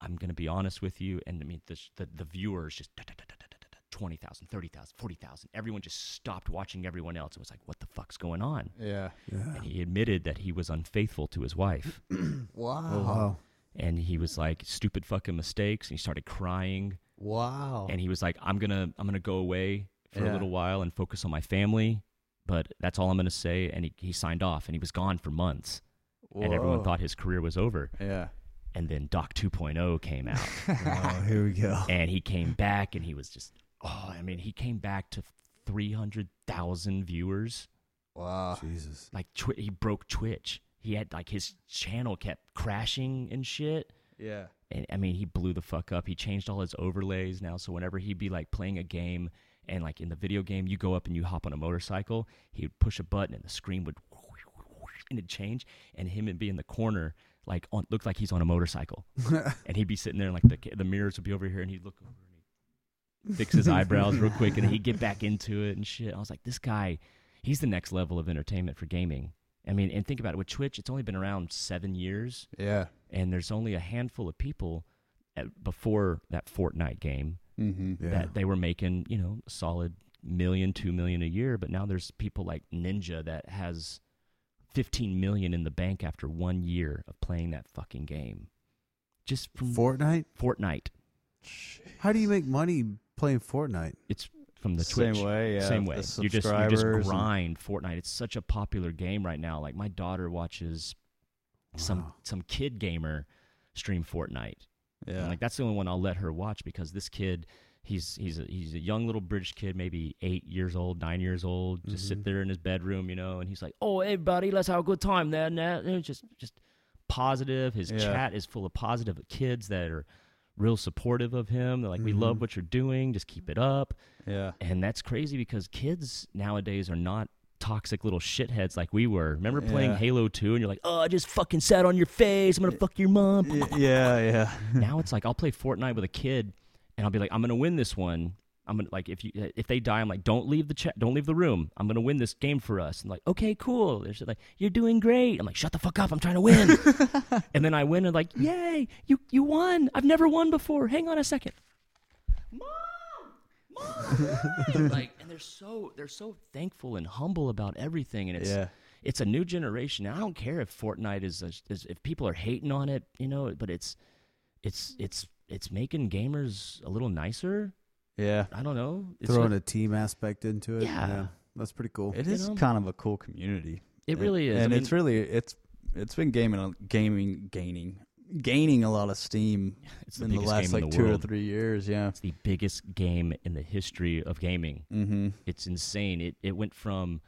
[SPEAKER 6] I'm going to be honest with you. And I mean, the, the, the viewers just da- da- da- da- da- da- da- 20,000, 30,000, 40,000. Everyone just stopped watching everyone else and was like, what the fuck's going on?
[SPEAKER 3] Yeah.
[SPEAKER 6] And he admitted that he was unfaithful to his wife.
[SPEAKER 2] Oh, wow.
[SPEAKER 6] And he was like, stupid fucking mistakes. And he started crying.
[SPEAKER 3] Wow.
[SPEAKER 6] And he was like, I'm going to, I'm going to go away for
[SPEAKER 3] Yeah.
[SPEAKER 6] a little while and focus on my family. But that's all I'm going to say. And he, he signed off and he was gone for months. And everyone
[SPEAKER 3] Whoa.
[SPEAKER 6] thought his career was over.
[SPEAKER 3] Yeah.
[SPEAKER 6] And then Doc 2.0 came out.
[SPEAKER 2] Oh, here we go.
[SPEAKER 6] and he came back and he was just oh i mean he came back to 300000 viewers
[SPEAKER 3] Wow.
[SPEAKER 2] Jesus.
[SPEAKER 6] like twi- he broke twitch he had like his channel kept crashing and shit
[SPEAKER 3] Yeah.
[SPEAKER 6] and I mean, he blew the fuck up. He changed all his overlays now, so whenever he'd be like playing a game, and like in the video game, you go up and you hop on a motorcycle, he would push a button and the screen would and it'd change, and him would be in the corner, like on looked like he's on a motorcycle, and he'd be sitting there, and like the ca- the mirrors would be over here, and he'd look over and he'd fix his eyebrows real quick, and he'd get back into it and shit. I was like, this guy, he's the next level of entertainment for gaming. I mean, and think about it with Twitch, it's only been around seven years
[SPEAKER 3] Yeah.
[SPEAKER 6] and there's only a handful of people at, before that Fortnite game
[SPEAKER 3] Mm-hmm.
[SPEAKER 2] Yeah.
[SPEAKER 6] that they were making, you know, a solid million, two million a year. But now there's people like Ninja that has 15 million in the bank after one year of playing that fucking game, just from
[SPEAKER 2] Fortnite?
[SPEAKER 6] Fortnite.
[SPEAKER 2] How do you make money playing Fortnite?
[SPEAKER 6] It's from the
[SPEAKER 3] Same
[SPEAKER 6] Twitch.
[SPEAKER 3] way, yeah,
[SPEAKER 6] Same
[SPEAKER 3] the
[SPEAKER 6] way. You just you just
[SPEAKER 3] subscribers and-
[SPEAKER 6] grind Fortnite. It's such a popular game right now. Like my daughter watches some
[SPEAKER 2] Wow.
[SPEAKER 6] some kid gamer stream Fortnite. And,
[SPEAKER 3] Yeah.
[SPEAKER 6] like that's the only one I'll let her watch because this kid, he's he's a, he's a young little British kid, maybe eight years old, nine years old, just
[SPEAKER 3] Mm-hmm.
[SPEAKER 6] sit there in his bedroom, you know, and he's like, "Oh, everybody, let's have a good time." Then that and it's just just positive. His
[SPEAKER 3] Yeah.
[SPEAKER 6] chat is full of positive kids that are real supportive of him. They're like, "We
[SPEAKER 3] Mm-hmm.
[SPEAKER 6] love what you're doing. Just keep it up."
[SPEAKER 3] yeah.
[SPEAKER 6] And that's crazy because kids nowadays are not toxic little shitheads like we were. Remember playing
[SPEAKER 3] Yeah.
[SPEAKER 6] Halo 2 and you're like, "Oh, I just fucking sat on your face. I'm going to fuck your mom."
[SPEAKER 3] Y- Yeah. Yeah.
[SPEAKER 6] now it's like I'll play Fortnite with a kid, and I'll be like, I'm gonna win this one. I'm gonna like if you if they die, I'm like, don't leave the chat, don't leave the room. I'm gonna win this game for us. And like, okay, cool. They're just like, you're doing great. I'm like, shut the fuck up. I'm trying to win. and then I win, and like, yay, you you won. I've never won before. Hang on a second. Mom, mom. like, and they're so they're so thankful and humble about everything, and it's
[SPEAKER 3] Yeah.
[SPEAKER 6] it's a new generation. I don't care if Fortnite is, a, is if people are hating on it, you know, but it's it's it's it's making gamers a little nicer.
[SPEAKER 3] Yeah.
[SPEAKER 6] I don't know. It's
[SPEAKER 2] Throwing
[SPEAKER 6] like-
[SPEAKER 2] a team aspect into it?
[SPEAKER 6] Yeah.
[SPEAKER 2] That's pretty cool.
[SPEAKER 3] It
[SPEAKER 6] You
[SPEAKER 3] is
[SPEAKER 6] know?
[SPEAKER 3] kind of a cool community.
[SPEAKER 6] it really is. I
[SPEAKER 3] and it's
[SPEAKER 6] mean,
[SPEAKER 3] really it's it's been gaming gaming gaining gaining a lot of steam
[SPEAKER 6] it's
[SPEAKER 3] in the
[SPEAKER 6] biggest
[SPEAKER 3] last
[SPEAKER 6] game
[SPEAKER 3] like
[SPEAKER 6] in the
[SPEAKER 3] two or
[SPEAKER 6] world.
[SPEAKER 3] three years. Yeah.
[SPEAKER 6] It's the biggest game in the history of gaming.
[SPEAKER 3] Mm-hmm.
[SPEAKER 6] It's insane. It it went from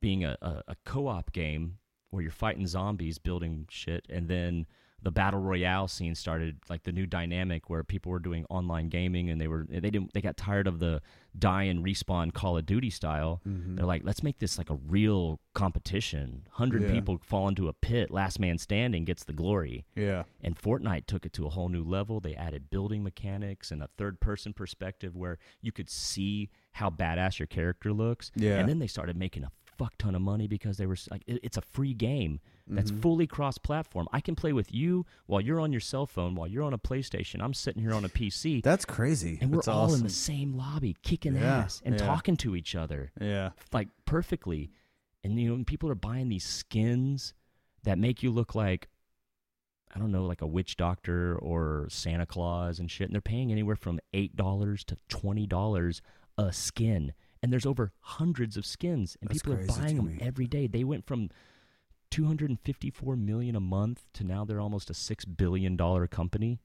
[SPEAKER 6] being a, a, a co-op game where you're fighting zombies, building shit, and then the battle royale scene started like the new dynamic where people were doing online gaming and they were they didn't they got tired of the die and respawn Call of Duty style. They're like, let's make this like a real competition. Hundred
[SPEAKER 3] Yeah.
[SPEAKER 6] people fall into a pit, last man standing gets the glory.
[SPEAKER 3] Yeah.
[SPEAKER 6] And Fortnite took it to a whole new level. They added building mechanics and a third person perspective where you could see how badass your character looks.
[SPEAKER 3] Yeah.
[SPEAKER 6] And then they started making a fuck ton of money because they were s- like, it- it's a free game that's
[SPEAKER 3] Mm-hmm.
[SPEAKER 6] fully cross platform. I can play with you while you're on your cell phone, while you're on a PlayStation. I'm sitting here on a PC,
[SPEAKER 2] That's crazy.
[SPEAKER 6] and we're
[SPEAKER 3] that's
[SPEAKER 6] all in
[SPEAKER 3] awesome.
[SPEAKER 6] the same lobby, kicking
[SPEAKER 2] Yeah,
[SPEAKER 6] ass and
[SPEAKER 3] yeah.
[SPEAKER 6] talking to each other
[SPEAKER 3] Yeah.
[SPEAKER 6] like perfectly. And you know, and people are buying these skins that make you look like I don't know, like a witch doctor or Santa Claus and shit. And they're paying anywhere from eight dollars to twenty dollars a skin. And there's over hundreds of skins, and
[SPEAKER 2] That's
[SPEAKER 6] people are
[SPEAKER 2] crazy
[SPEAKER 6] buying
[SPEAKER 2] to
[SPEAKER 6] them
[SPEAKER 2] me.
[SPEAKER 6] every day. They went from 254 million a month to now they're almost a six billion dollar company.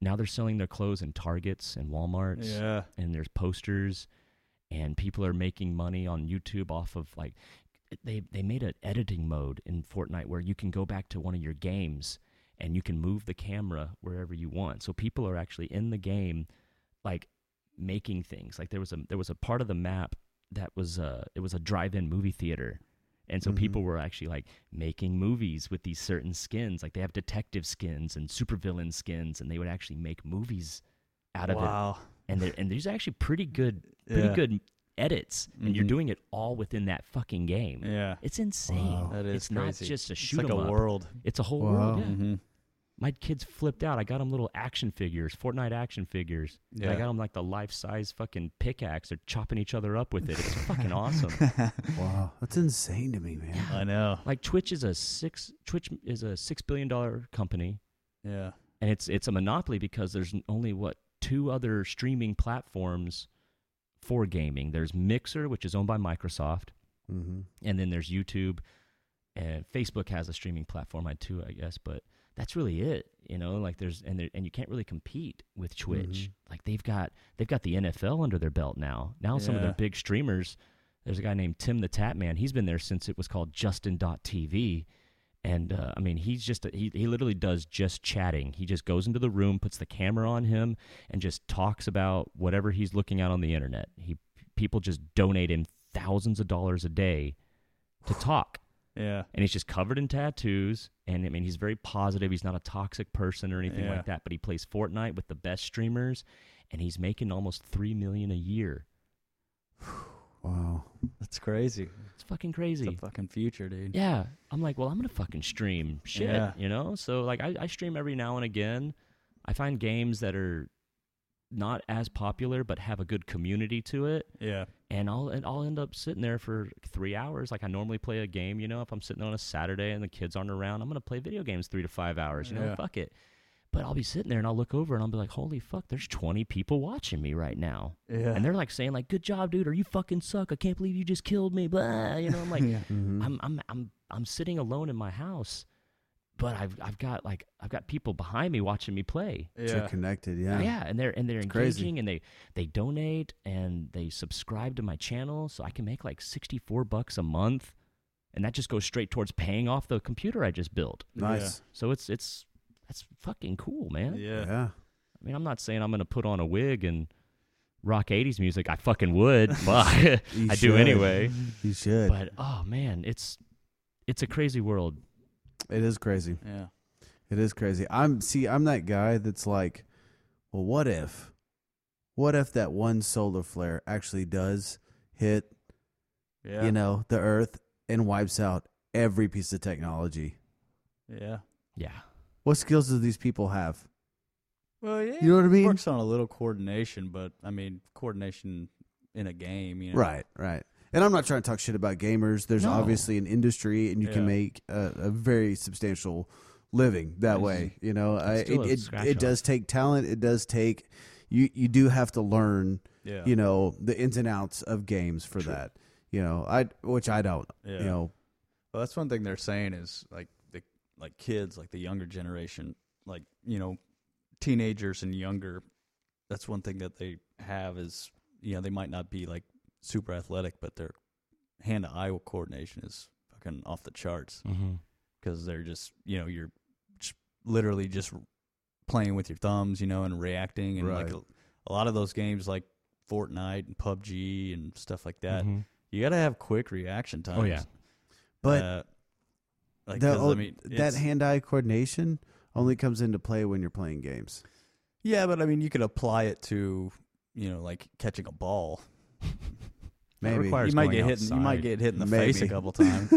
[SPEAKER 6] Now they're selling their clothes in Targets and Walmarts
[SPEAKER 3] Yeah.
[SPEAKER 6] and there's posters and people are making money on YouTube off of like they they made an editing mode in Fortnite where you can go back to one of your games and you can move the camera wherever you want. So people are actually in the game like making things. Like there was a there was a part of the map that was uh it was a drive-in movie theater. And so people were actually like making movies with these certain skins. Like they have detective skins and supervillain skins and they would actually make movies out of it
[SPEAKER 3] Wow.
[SPEAKER 6] and there, and there's actually pretty good pretty
[SPEAKER 3] Yeah.
[SPEAKER 6] good edits and you're
[SPEAKER 3] Mhm.
[SPEAKER 6] doing it all within that fucking game
[SPEAKER 3] Yeah.
[SPEAKER 6] it's insane
[SPEAKER 3] That is
[SPEAKER 6] it's not
[SPEAKER 3] crazy.
[SPEAKER 6] just a
[SPEAKER 3] It's
[SPEAKER 6] shoot
[SPEAKER 3] like
[SPEAKER 6] 'em
[SPEAKER 3] a
[SPEAKER 6] up.
[SPEAKER 3] world.
[SPEAKER 6] it's a whole
[SPEAKER 2] Wow.
[SPEAKER 6] world yeah.
[SPEAKER 3] Mm-hmm.
[SPEAKER 6] my kids flipped out i got them little action figures fortnite action figures And i
[SPEAKER 3] Yeah.
[SPEAKER 6] got them like the life-size fucking pickaxe they're chopping each other up with it it's fucking awesome
[SPEAKER 2] Wow, that's insane to me, man.
[SPEAKER 3] I know.
[SPEAKER 6] like twitch is a six twitch is a six billion dollar company
[SPEAKER 3] Yeah.
[SPEAKER 6] and it's it's a monopoly because there's n- only what two other streaming platforms for gaming. There's Mixer, which is owned by Microsoft,
[SPEAKER 2] Mm-hmm.
[SPEAKER 6] and then there's YouTube, and Facebook has a streaming platform I too, I guess. But that's really it, you know. Like there's and there, and you can't really compete with Twitch. Like they've got they've got the NFL under their belt now. Now some of their
[SPEAKER 3] Yeah.
[SPEAKER 6] big streamers. There's a guy named Tim the Tap Man. He's been there since it was called Justin.tv. And uh, I mean, he's just, he, he literally does just chatting. He just goes into the room, puts the camera on him, and just talks about whatever he's looking at on the internet. He, people just donate him thousands of dollars a day to talk.
[SPEAKER 3] Yeah.
[SPEAKER 6] And he's just covered in tattoos. And I mean, he's very positive. He's not a toxic person or anything
[SPEAKER 3] Yeah.
[SPEAKER 6] like that. But he plays Fortnite with the best streamers, and he's making almost three million a year.
[SPEAKER 2] Wow.
[SPEAKER 3] That's crazy.
[SPEAKER 6] It's fucking
[SPEAKER 3] It's
[SPEAKER 6] crazy.
[SPEAKER 3] the fucking future, dude.
[SPEAKER 6] Yeah. I'm like, well, I'm going to fucking stream shit,
[SPEAKER 3] Yeah.
[SPEAKER 6] you know? So, like, I, I stream every now and again. I find games that are not as popular but have a good community to it.
[SPEAKER 3] Yeah.
[SPEAKER 6] And I'll, and I'll end up sitting there for three hours. Like, I normally play a game, you know? If I'm sitting on a Saturday and the kids aren't around, I'm going to play video games three to five hours, you know?
[SPEAKER 3] Yeah.
[SPEAKER 6] Fuck it. But I'll be sitting there and I'll look over and I'll be like, holy fuck, there's 20 people watching me right now.
[SPEAKER 3] Yeah.
[SPEAKER 6] And they're like saying like, "Good job, dude, or you fucking suck. I can't believe you just killed me." Blah, you know. I'm like,
[SPEAKER 3] mm-hmm.
[SPEAKER 6] I'm I'm I'm I'm sitting alone in my house, but I've I've got like I've got people behind me watching me play.
[SPEAKER 2] You're
[SPEAKER 3] yeah.
[SPEAKER 2] connected, yeah.
[SPEAKER 6] and they're and they're
[SPEAKER 2] crazy.
[SPEAKER 6] engaging, and they they donate and they subscribe to my channel, so I can make like 64 bucks a month, and that just goes straight towards paying off the computer I just built.
[SPEAKER 2] Nice.
[SPEAKER 6] So it's it's that's fucking cool, man.
[SPEAKER 2] Yeah.
[SPEAKER 3] Yeah.
[SPEAKER 6] I mean, I'm not saying I'm going to put on a wig and rock 80s music. I fucking would. Well, I
[SPEAKER 2] You
[SPEAKER 6] do
[SPEAKER 2] should.
[SPEAKER 6] anyway.
[SPEAKER 2] You should.
[SPEAKER 6] But oh man, it's it's a crazy world.
[SPEAKER 2] it is crazy.
[SPEAKER 3] Yeah.
[SPEAKER 2] It is crazy. I'm see, I'm that guy that's like, well, what if? What if that one solar flare actually does hit,
[SPEAKER 3] Yeah.
[SPEAKER 2] you know, the earth and wipes out every piece of technology?
[SPEAKER 3] Yeah.
[SPEAKER 6] Yeah.
[SPEAKER 2] What skills do these people have?
[SPEAKER 3] Well, yeah.
[SPEAKER 2] You know what I mean?
[SPEAKER 3] Works on a little coordination, but I mean coordination in a game, you know.
[SPEAKER 2] Right, right. And I'm not trying to talk shit about gamers. There's
[SPEAKER 6] No.
[SPEAKER 2] obviously an industry, and you can
[SPEAKER 3] Yeah.
[SPEAKER 2] make a, a very substantial living that way. You know, I, it
[SPEAKER 6] still a
[SPEAKER 2] it,
[SPEAKER 6] scratch
[SPEAKER 2] it does take talent. It does take you. You do have to learn.
[SPEAKER 3] Yeah.
[SPEAKER 2] You know the ins and outs of games for that. You know, I which I don't.
[SPEAKER 3] Yeah.
[SPEAKER 2] You know,
[SPEAKER 3] Well, that's one thing they're saying is like the like kids, like the younger generation, like you know, teenagers and younger. That's one thing that they have is you know they might not be like super athletic, but their hand to eye coordination is fucking off the charts
[SPEAKER 6] Mm-hmm.
[SPEAKER 3] because they're just you know you're just literally just playing with your thumbs, you know, and reacting and like
[SPEAKER 2] Right.
[SPEAKER 3] a, a lot of those games like Fortnite and PUBG and stuff like that. You got to have quick reaction times.
[SPEAKER 6] Oh, yeah.
[SPEAKER 2] but
[SPEAKER 3] Uh, like,
[SPEAKER 2] that,
[SPEAKER 3] 'cause, I
[SPEAKER 2] o-
[SPEAKER 3] mean,
[SPEAKER 2] that
[SPEAKER 3] it's-
[SPEAKER 2] hand-eye coordination only comes into play when you're playing games.
[SPEAKER 3] yeah, but I mean, you could apply it to you know like catching a ball.
[SPEAKER 2] Maybe.
[SPEAKER 7] requires
[SPEAKER 3] You might
[SPEAKER 7] going
[SPEAKER 3] get hit. In, you might
[SPEAKER 7] outside.
[SPEAKER 3] get hit in the face a
[SPEAKER 2] Maybe.
[SPEAKER 3] couple times.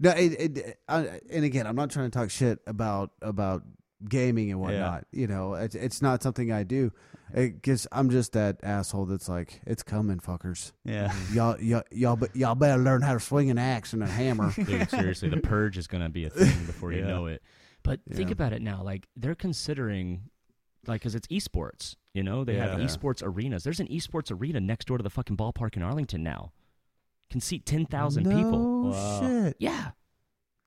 [SPEAKER 2] No, it, it, I, and again, I'm not trying to talk shit about about gaming and whatnot. You know, it's, it's not something I do. It gets, I'm just that asshole that's like, it's coming, fuckers.
[SPEAKER 7] Yeah.
[SPEAKER 2] Y'all, y'all, y'all, be- y'all better learn how to swing an axe and a hammer.
[SPEAKER 6] Dude, seriously, the purge is going to be a thing before you
[SPEAKER 7] Yeah.
[SPEAKER 6] know it. But think
[SPEAKER 2] Yeah.
[SPEAKER 6] about it now. Like, they're considering, like, because it's esports, you know? They have
[SPEAKER 7] Yeah.
[SPEAKER 6] esports arenas. There's an esports arena next door to the fucking ballpark in Arlington now. Can seat 10,000 people.
[SPEAKER 2] No
[SPEAKER 7] Wow.
[SPEAKER 2] shit.
[SPEAKER 6] Yeah.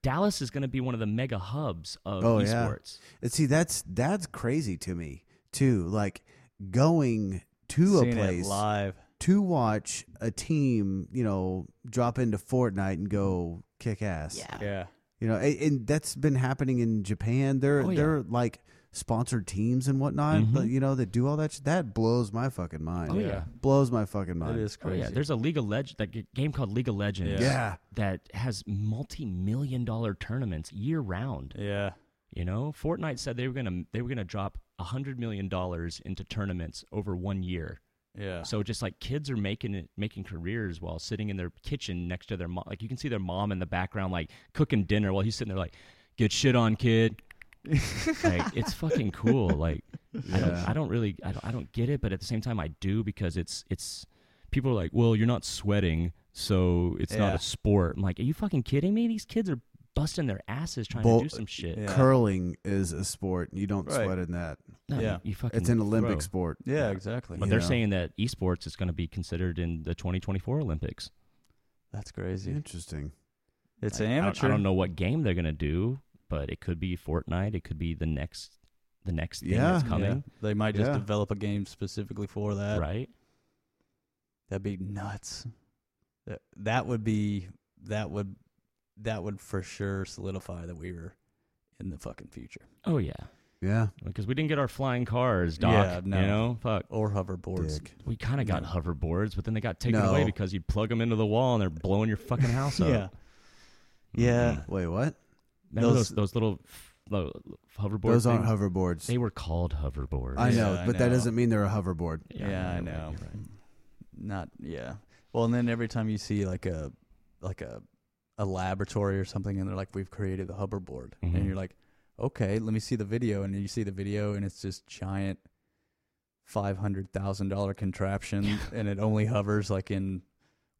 [SPEAKER 6] Dallas is going to be one of the mega hubs of
[SPEAKER 2] Oh, yeah.
[SPEAKER 6] esports.
[SPEAKER 2] And see, that's that's crazy to me too. Like going to
[SPEAKER 3] Seeing
[SPEAKER 2] a
[SPEAKER 3] it
[SPEAKER 2] place
[SPEAKER 3] live.
[SPEAKER 2] to watch a team, you know, drop into Fortnite and go kick ass.
[SPEAKER 3] Yeah.
[SPEAKER 2] You know, and, and that's been happening in Japan. They're
[SPEAKER 6] Oh, yeah.
[SPEAKER 2] they're like sponsored teams and whatnot.
[SPEAKER 6] Mhm.
[SPEAKER 2] But, you know, that do all that. Sh- that blows my fucking mind.
[SPEAKER 6] Oh, yeah.
[SPEAKER 2] blows my fucking
[SPEAKER 3] That
[SPEAKER 2] mind.
[SPEAKER 3] is
[SPEAKER 6] Oh,
[SPEAKER 3] crazy.
[SPEAKER 6] yeah. There's a League of Legends, that g- game called League of Legends.
[SPEAKER 2] Yeah.
[SPEAKER 6] That has multi million dollar tournaments year round.
[SPEAKER 3] yeah.
[SPEAKER 6] You know, Fortnite said they were gonna they were gonna drop a hundred million dollars into tournaments over one year.
[SPEAKER 3] Yeah.
[SPEAKER 6] So just like kids are making it, making careers while sitting in their kitchen next to their mom. Like you can see their mom in the background, like cooking dinner while he's sitting there, like get shit on, kid. like it's fucking cool. Like I don't I don't really I don't, I don't get it, but at the same time I do because it's it's people are like, well, you're not sweating, so it's not
[SPEAKER 3] Yeah.
[SPEAKER 6] a sport. I'm like, are you fucking kidding me? These kids are busting their asses trying
[SPEAKER 2] Bull-
[SPEAKER 6] to do some shit.
[SPEAKER 3] yeah.
[SPEAKER 2] Curling is a sport. You don't
[SPEAKER 3] Right.
[SPEAKER 2] sweat in that.
[SPEAKER 6] No,
[SPEAKER 3] Yeah.
[SPEAKER 6] you, you fucking
[SPEAKER 2] It's an Olympic
[SPEAKER 6] throw.
[SPEAKER 2] sport.
[SPEAKER 3] Yeah. Exactly.
[SPEAKER 6] But
[SPEAKER 2] you
[SPEAKER 6] they're
[SPEAKER 2] know.
[SPEAKER 6] saying that esports is going to be considered in the 2024 Olympics.
[SPEAKER 3] That's crazy.
[SPEAKER 2] Interesting.
[SPEAKER 3] It's
[SPEAKER 6] I-
[SPEAKER 3] an
[SPEAKER 6] I don't-
[SPEAKER 3] amateur.
[SPEAKER 6] I don't, know what game they're going to do, but it could be Fortnite. It could be the next, the next thing
[SPEAKER 2] Yeah.
[SPEAKER 6] that's
[SPEAKER 3] Yeah.
[SPEAKER 6] coming,
[SPEAKER 3] They might just
[SPEAKER 2] Yeah.
[SPEAKER 3] develop a game specifically for that.
[SPEAKER 6] right?
[SPEAKER 3] That'd be nuts. That that would be that would that would for sure solidify that we were in the fucking future
[SPEAKER 6] Oh yeah,
[SPEAKER 2] Yeah.
[SPEAKER 6] because we didn't get our flying cars, Doc.
[SPEAKER 3] Yeah, no.
[SPEAKER 6] You know, fuck.
[SPEAKER 3] or hoverboards.
[SPEAKER 2] Dick.
[SPEAKER 6] We kind of got
[SPEAKER 3] No.
[SPEAKER 6] hoverboards, but then they got taken away
[SPEAKER 2] No.
[SPEAKER 6] because you plug them into the wall and they're blowing your fucking house up.
[SPEAKER 3] Yeah. Yeah.
[SPEAKER 6] Mhm.
[SPEAKER 2] Mm-hmm. Wait, what?
[SPEAKER 6] Remember
[SPEAKER 3] Those-
[SPEAKER 6] those those little, f- lo- hoverboard.
[SPEAKER 2] Those aren't
[SPEAKER 6] things?
[SPEAKER 2] hoverboards.
[SPEAKER 6] They were called hoverboards.
[SPEAKER 2] I
[SPEAKER 3] Yeah,
[SPEAKER 2] know,
[SPEAKER 3] I
[SPEAKER 2] but that
[SPEAKER 3] know.
[SPEAKER 2] doesn't mean they're a hoverboard.
[SPEAKER 3] Yeah, I
[SPEAKER 6] you're right,
[SPEAKER 3] know.
[SPEAKER 6] you're right.
[SPEAKER 3] Not yeah. Well, and then every time you see like a like a a laboratory or something, and they're like, "We've created the hoverboard,"
[SPEAKER 6] Mhm.
[SPEAKER 3] and you're like, "Okay, let me see the video," and you see the video, and it's this giant five hundred thousand dollar contraption, and it only hovers like in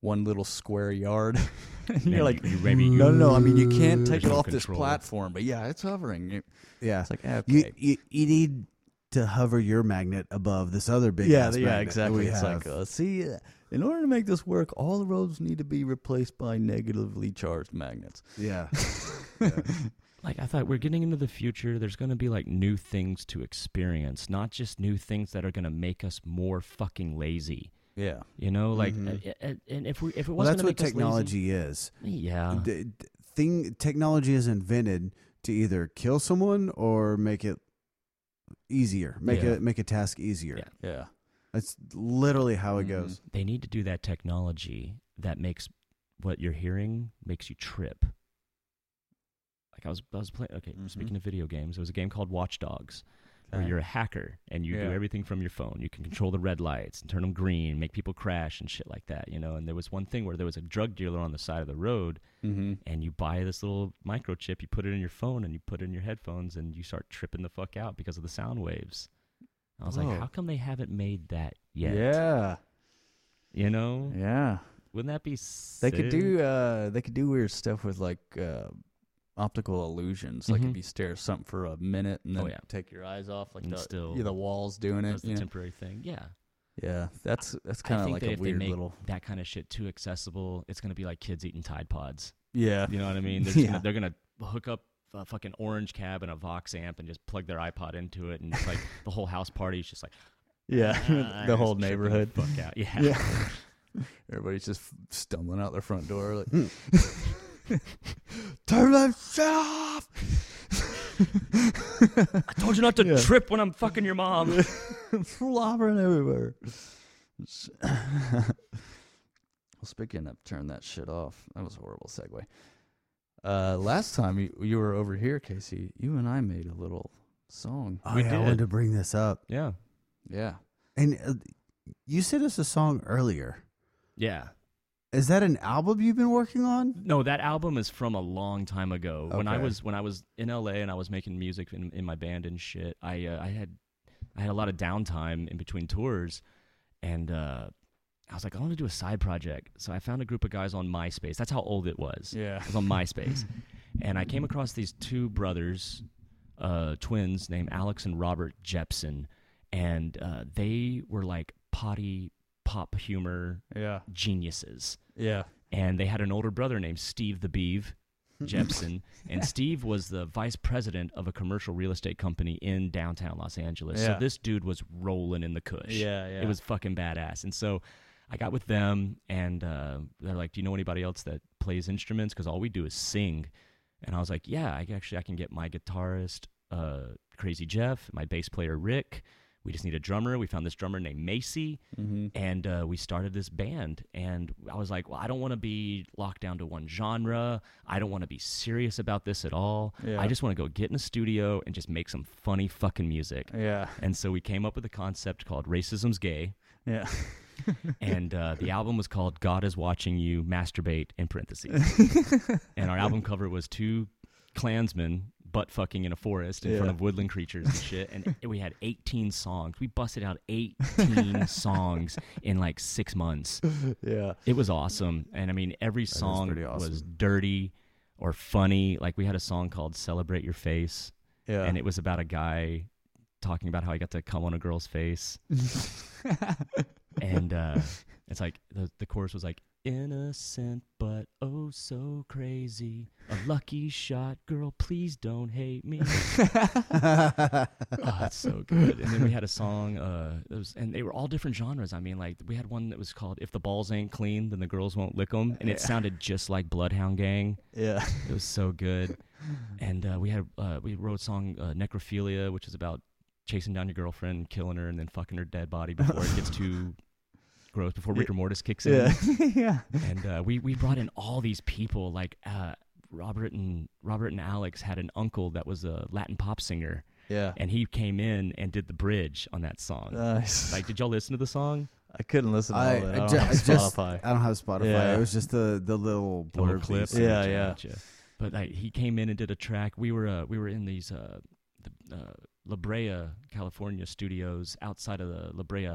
[SPEAKER 3] one little square yard. and
[SPEAKER 6] Then
[SPEAKER 3] you're like,
[SPEAKER 6] you- you maybe you-
[SPEAKER 3] "No, no, no, I mean, you can't take
[SPEAKER 6] There's
[SPEAKER 3] it
[SPEAKER 6] no
[SPEAKER 3] off this
[SPEAKER 6] control.
[SPEAKER 3] platform, but yeah, it's hovering." You-
[SPEAKER 2] Yeah.
[SPEAKER 3] It's like, okay.
[SPEAKER 2] You, you you need to hover your magnet above this other big
[SPEAKER 3] yeah,
[SPEAKER 2] ass
[SPEAKER 3] th- yeah,
[SPEAKER 2] magnet that
[SPEAKER 3] exactly.
[SPEAKER 2] we
[SPEAKER 3] It's like,
[SPEAKER 2] have.
[SPEAKER 3] uh, see, uh, in order to make this work, all the roads need to be replaced by negatively charged magnets.
[SPEAKER 2] yeah.
[SPEAKER 6] like I thought we're getting into the future. There's going to be like new things to experience, not just new things that are going to make us more fucking lazy.
[SPEAKER 3] Yeah,
[SPEAKER 6] You know, like
[SPEAKER 3] Mm-hmm.
[SPEAKER 2] Mhm.
[SPEAKER 6] uh, uh, and if we if it
[SPEAKER 2] Well,
[SPEAKER 6] wasn't
[SPEAKER 2] that's
[SPEAKER 6] gonna
[SPEAKER 2] what
[SPEAKER 6] make us lazy-
[SPEAKER 2] technology is.
[SPEAKER 6] yeah,
[SPEAKER 2] D- d- thing technology is invented to either kill someone or make it easier, make
[SPEAKER 6] Yeah.
[SPEAKER 2] a make a task easier.
[SPEAKER 6] Yeah.
[SPEAKER 3] yeah,
[SPEAKER 2] That's literally how it
[SPEAKER 3] Mhm.
[SPEAKER 2] goes.
[SPEAKER 6] they need to do that technology that makes what you're hearing makes you trip. Like I was I was playing. Okay,
[SPEAKER 3] Mhm.
[SPEAKER 6] speaking of video games, there was a game called Watch Dogs. where
[SPEAKER 3] Okay.
[SPEAKER 6] you're a hacker and you
[SPEAKER 3] Yeah.
[SPEAKER 6] do everything from your phone. You can control the red lights and turn them green, make people crash and shit like that, you know. And there was one thing where there was a drug dealer on the side of the road,
[SPEAKER 3] Mm-hmm.
[SPEAKER 6] and you buy this little microchip, you put it in your phone, and you put it in your headphones, and you start tripping the fuck out because of the sound waves. I was
[SPEAKER 3] Whoa.
[SPEAKER 6] like, how come they haven't made that yet?
[SPEAKER 3] Oh. Yeah,
[SPEAKER 6] You know,
[SPEAKER 3] yeah.
[SPEAKER 6] wouldn't that be? Sick?
[SPEAKER 3] They could do uh, they could do weird stuff with like uh, optical illusions. Like
[SPEAKER 6] Mhm.
[SPEAKER 3] if you stare at something for a minute and then
[SPEAKER 6] Oh, yeah.
[SPEAKER 3] take your eyes off, like
[SPEAKER 6] And
[SPEAKER 3] the
[SPEAKER 6] still-
[SPEAKER 3] yeah, the walls doing
[SPEAKER 6] That's
[SPEAKER 3] it.
[SPEAKER 6] the
[SPEAKER 3] you know?
[SPEAKER 6] temporary thing. Yeah.
[SPEAKER 3] yeah, that's that's
[SPEAKER 6] I
[SPEAKER 3] kind of
[SPEAKER 6] think
[SPEAKER 3] like
[SPEAKER 6] that
[SPEAKER 3] a
[SPEAKER 6] if they
[SPEAKER 3] weird
[SPEAKER 6] make
[SPEAKER 3] little.
[SPEAKER 6] That kind of shit too accessible. It's gonna be like kids eating Tide Pods.
[SPEAKER 3] Yeah,
[SPEAKER 6] You know what I mean? They're, just
[SPEAKER 3] Yeah.
[SPEAKER 6] gonna, they're gonna hook up a fucking orange cab and a Vox amp and just plug their iPod into it, and it's like the whole house party is just like
[SPEAKER 3] yeah,
[SPEAKER 6] "Ah,"
[SPEAKER 3] the
[SPEAKER 6] just
[SPEAKER 3] whole
[SPEAKER 6] tripping
[SPEAKER 3] neighborhood.
[SPEAKER 6] the fuck out. Yeah.
[SPEAKER 3] Yeah. Everybody's just stumbling out their front door like Turn that shit off.
[SPEAKER 6] I told you not to
[SPEAKER 3] Yeah.
[SPEAKER 6] trip when I'm fucking your mom.
[SPEAKER 3] Flobbering everywhere. S- well speaking of turn that shit off, that was a horrible segue. Uh last time you, you were over here, Casey, you and I made a little song.
[SPEAKER 2] Oh,
[SPEAKER 6] We
[SPEAKER 2] yeah, I
[SPEAKER 6] did.
[SPEAKER 2] wanted to bring this up,
[SPEAKER 6] yeah.
[SPEAKER 3] Yeah.
[SPEAKER 2] and uh, you sent us a song earlier.
[SPEAKER 6] Yeah.
[SPEAKER 2] Is that an album you've been working on?
[SPEAKER 6] No, that album is from a long time ago. When I
[SPEAKER 2] Okay.
[SPEAKER 6] was when I was in LA and I was making music in, in my band and shit, I uh, I had I had a lot of downtime in between tours, and uh, I was like, I want to do a side project. So I found a group of guys on MySpace. That's how old it was.
[SPEAKER 3] Yeah.
[SPEAKER 6] it was on MySpace, and I came across these two brothers, uh, twins named Alex and Robert Jepson, and uh, they were like potty pop humor
[SPEAKER 3] Yeah.
[SPEAKER 6] geniuses
[SPEAKER 3] Yeah.
[SPEAKER 6] and they had an older brother named Steve the Beeve Jepson, and Steve was the vice president of a commercial real estate company in downtown Los Angeles.
[SPEAKER 3] Yeah.
[SPEAKER 6] So this dude was rolling in the cush.
[SPEAKER 3] Yeah, yeah.
[SPEAKER 6] It was fucking badass. And so I got with them, and uh, they're like, "Do you know anybody else that plays instruments? Because all we do is sing." And I was like, "Yeah, I actually I can get my guitarist, uh, Crazy Jeff, my bass player Rick. We just need a drummer. We found this drummer named Macy."
[SPEAKER 3] Mm-hmm.
[SPEAKER 6] and uh, we started this band and i was like well i don't want to be locked down to one genre i don't want to be serious about this at all
[SPEAKER 3] Yeah.
[SPEAKER 6] i just want to go get in a studio and just make some funny fucking music
[SPEAKER 3] Yeah.
[SPEAKER 6] and so we came up with a concept called racism's gay
[SPEAKER 3] Yeah.
[SPEAKER 6] and uh, the album was called god is watching you masturbate in parentheses and our album cover was two klansmen butt fucking in a forest in front
[SPEAKER 3] Yeah.
[SPEAKER 6] of woodland creatures and shit and we had 18 songs we busted out 18 songs in like six months
[SPEAKER 3] Yeah.
[SPEAKER 6] it was awesome. And I mean, every song
[SPEAKER 3] pretty awesome.
[SPEAKER 6] was dirty or funny. Like, we had a song called Celebrate Your Face,
[SPEAKER 3] Yeah.
[SPEAKER 6] and it was about a guy talking about how he got to come on a girl's face. and uh, it's like, the, the chorus was like, Innocent, but oh so crazy. A lucky shot, girl, please don't hate me. oh, that's so good. And then we had a song, uh, it was, and they were all different genres. I mean, like we had one that was called "If the Balls Ain't Clean, Then the Girls Won't Lick 'Em," and it sounded just like Bloodhound Gang.
[SPEAKER 3] yeah.
[SPEAKER 6] It was so good. And uh, we had uh, we wrote a song uh, "Necrophilia," which is about chasing down your girlfriend, killing her, and then fucking her dead body before it gets too gross, before rigor mortis kicks in
[SPEAKER 3] Yeah. yeah.
[SPEAKER 6] and uh, we we brought in all these people like uh, Robert and Robert and Alex had an uncle that was a Latin pop singer,
[SPEAKER 3] Yeah.
[SPEAKER 6] and he came in and did the bridge on that song.
[SPEAKER 3] Uh. Nice.
[SPEAKER 6] like, did y'all listen to the song?
[SPEAKER 3] I couldn't listen to all
[SPEAKER 2] I,
[SPEAKER 3] that.
[SPEAKER 2] I
[SPEAKER 3] I
[SPEAKER 2] ju-
[SPEAKER 3] don't
[SPEAKER 2] I
[SPEAKER 3] have
[SPEAKER 2] just
[SPEAKER 3] Spotify.
[SPEAKER 2] I don't have Spotify.
[SPEAKER 3] Yeah.
[SPEAKER 2] It was just the the little
[SPEAKER 6] The little
[SPEAKER 2] blurb
[SPEAKER 6] clip.
[SPEAKER 2] piece.
[SPEAKER 3] Yeah, yeah.
[SPEAKER 6] Gotcha. But like, he came in and did a track. We were uh, we were in these uh, the, uh, La Brea, California studios outside of the La Brea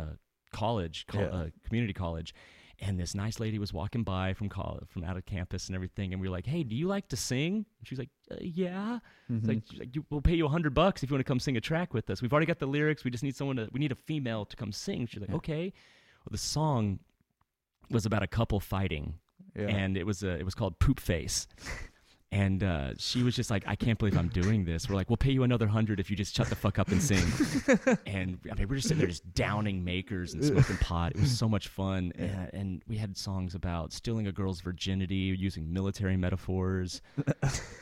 [SPEAKER 6] College, col-
[SPEAKER 3] Yeah.
[SPEAKER 6] uh, community college. And this nice lady was walking by from college, from out of campus and everything, and we were like, "Hey, do you like to sing?" And she was like, uh, "Yeah." It's like,
[SPEAKER 2] Mm-hmm.
[SPEAKER 6] she's like, "You- "We'll pay you a hundred bucks if you want to come sing a track with us. We've already got the lyrics. We just need someone to. We need a female to come sing." She's like, "Okay." Well, the song was about a couple fighting,
[SPEAKER 3] Yeah.
[SPEAKER 6] and it was uh, it was called Poop Face. And uh, she was just like, I can't believe I'm doing this. We're like, we'll pay you another hundred if you just shut the fuck up and sing. and I mean, we're just sitting there just downing makers and smoking pot. It was so much fun. And, and we had songs about stealing a girl's virginity, using military metaphors.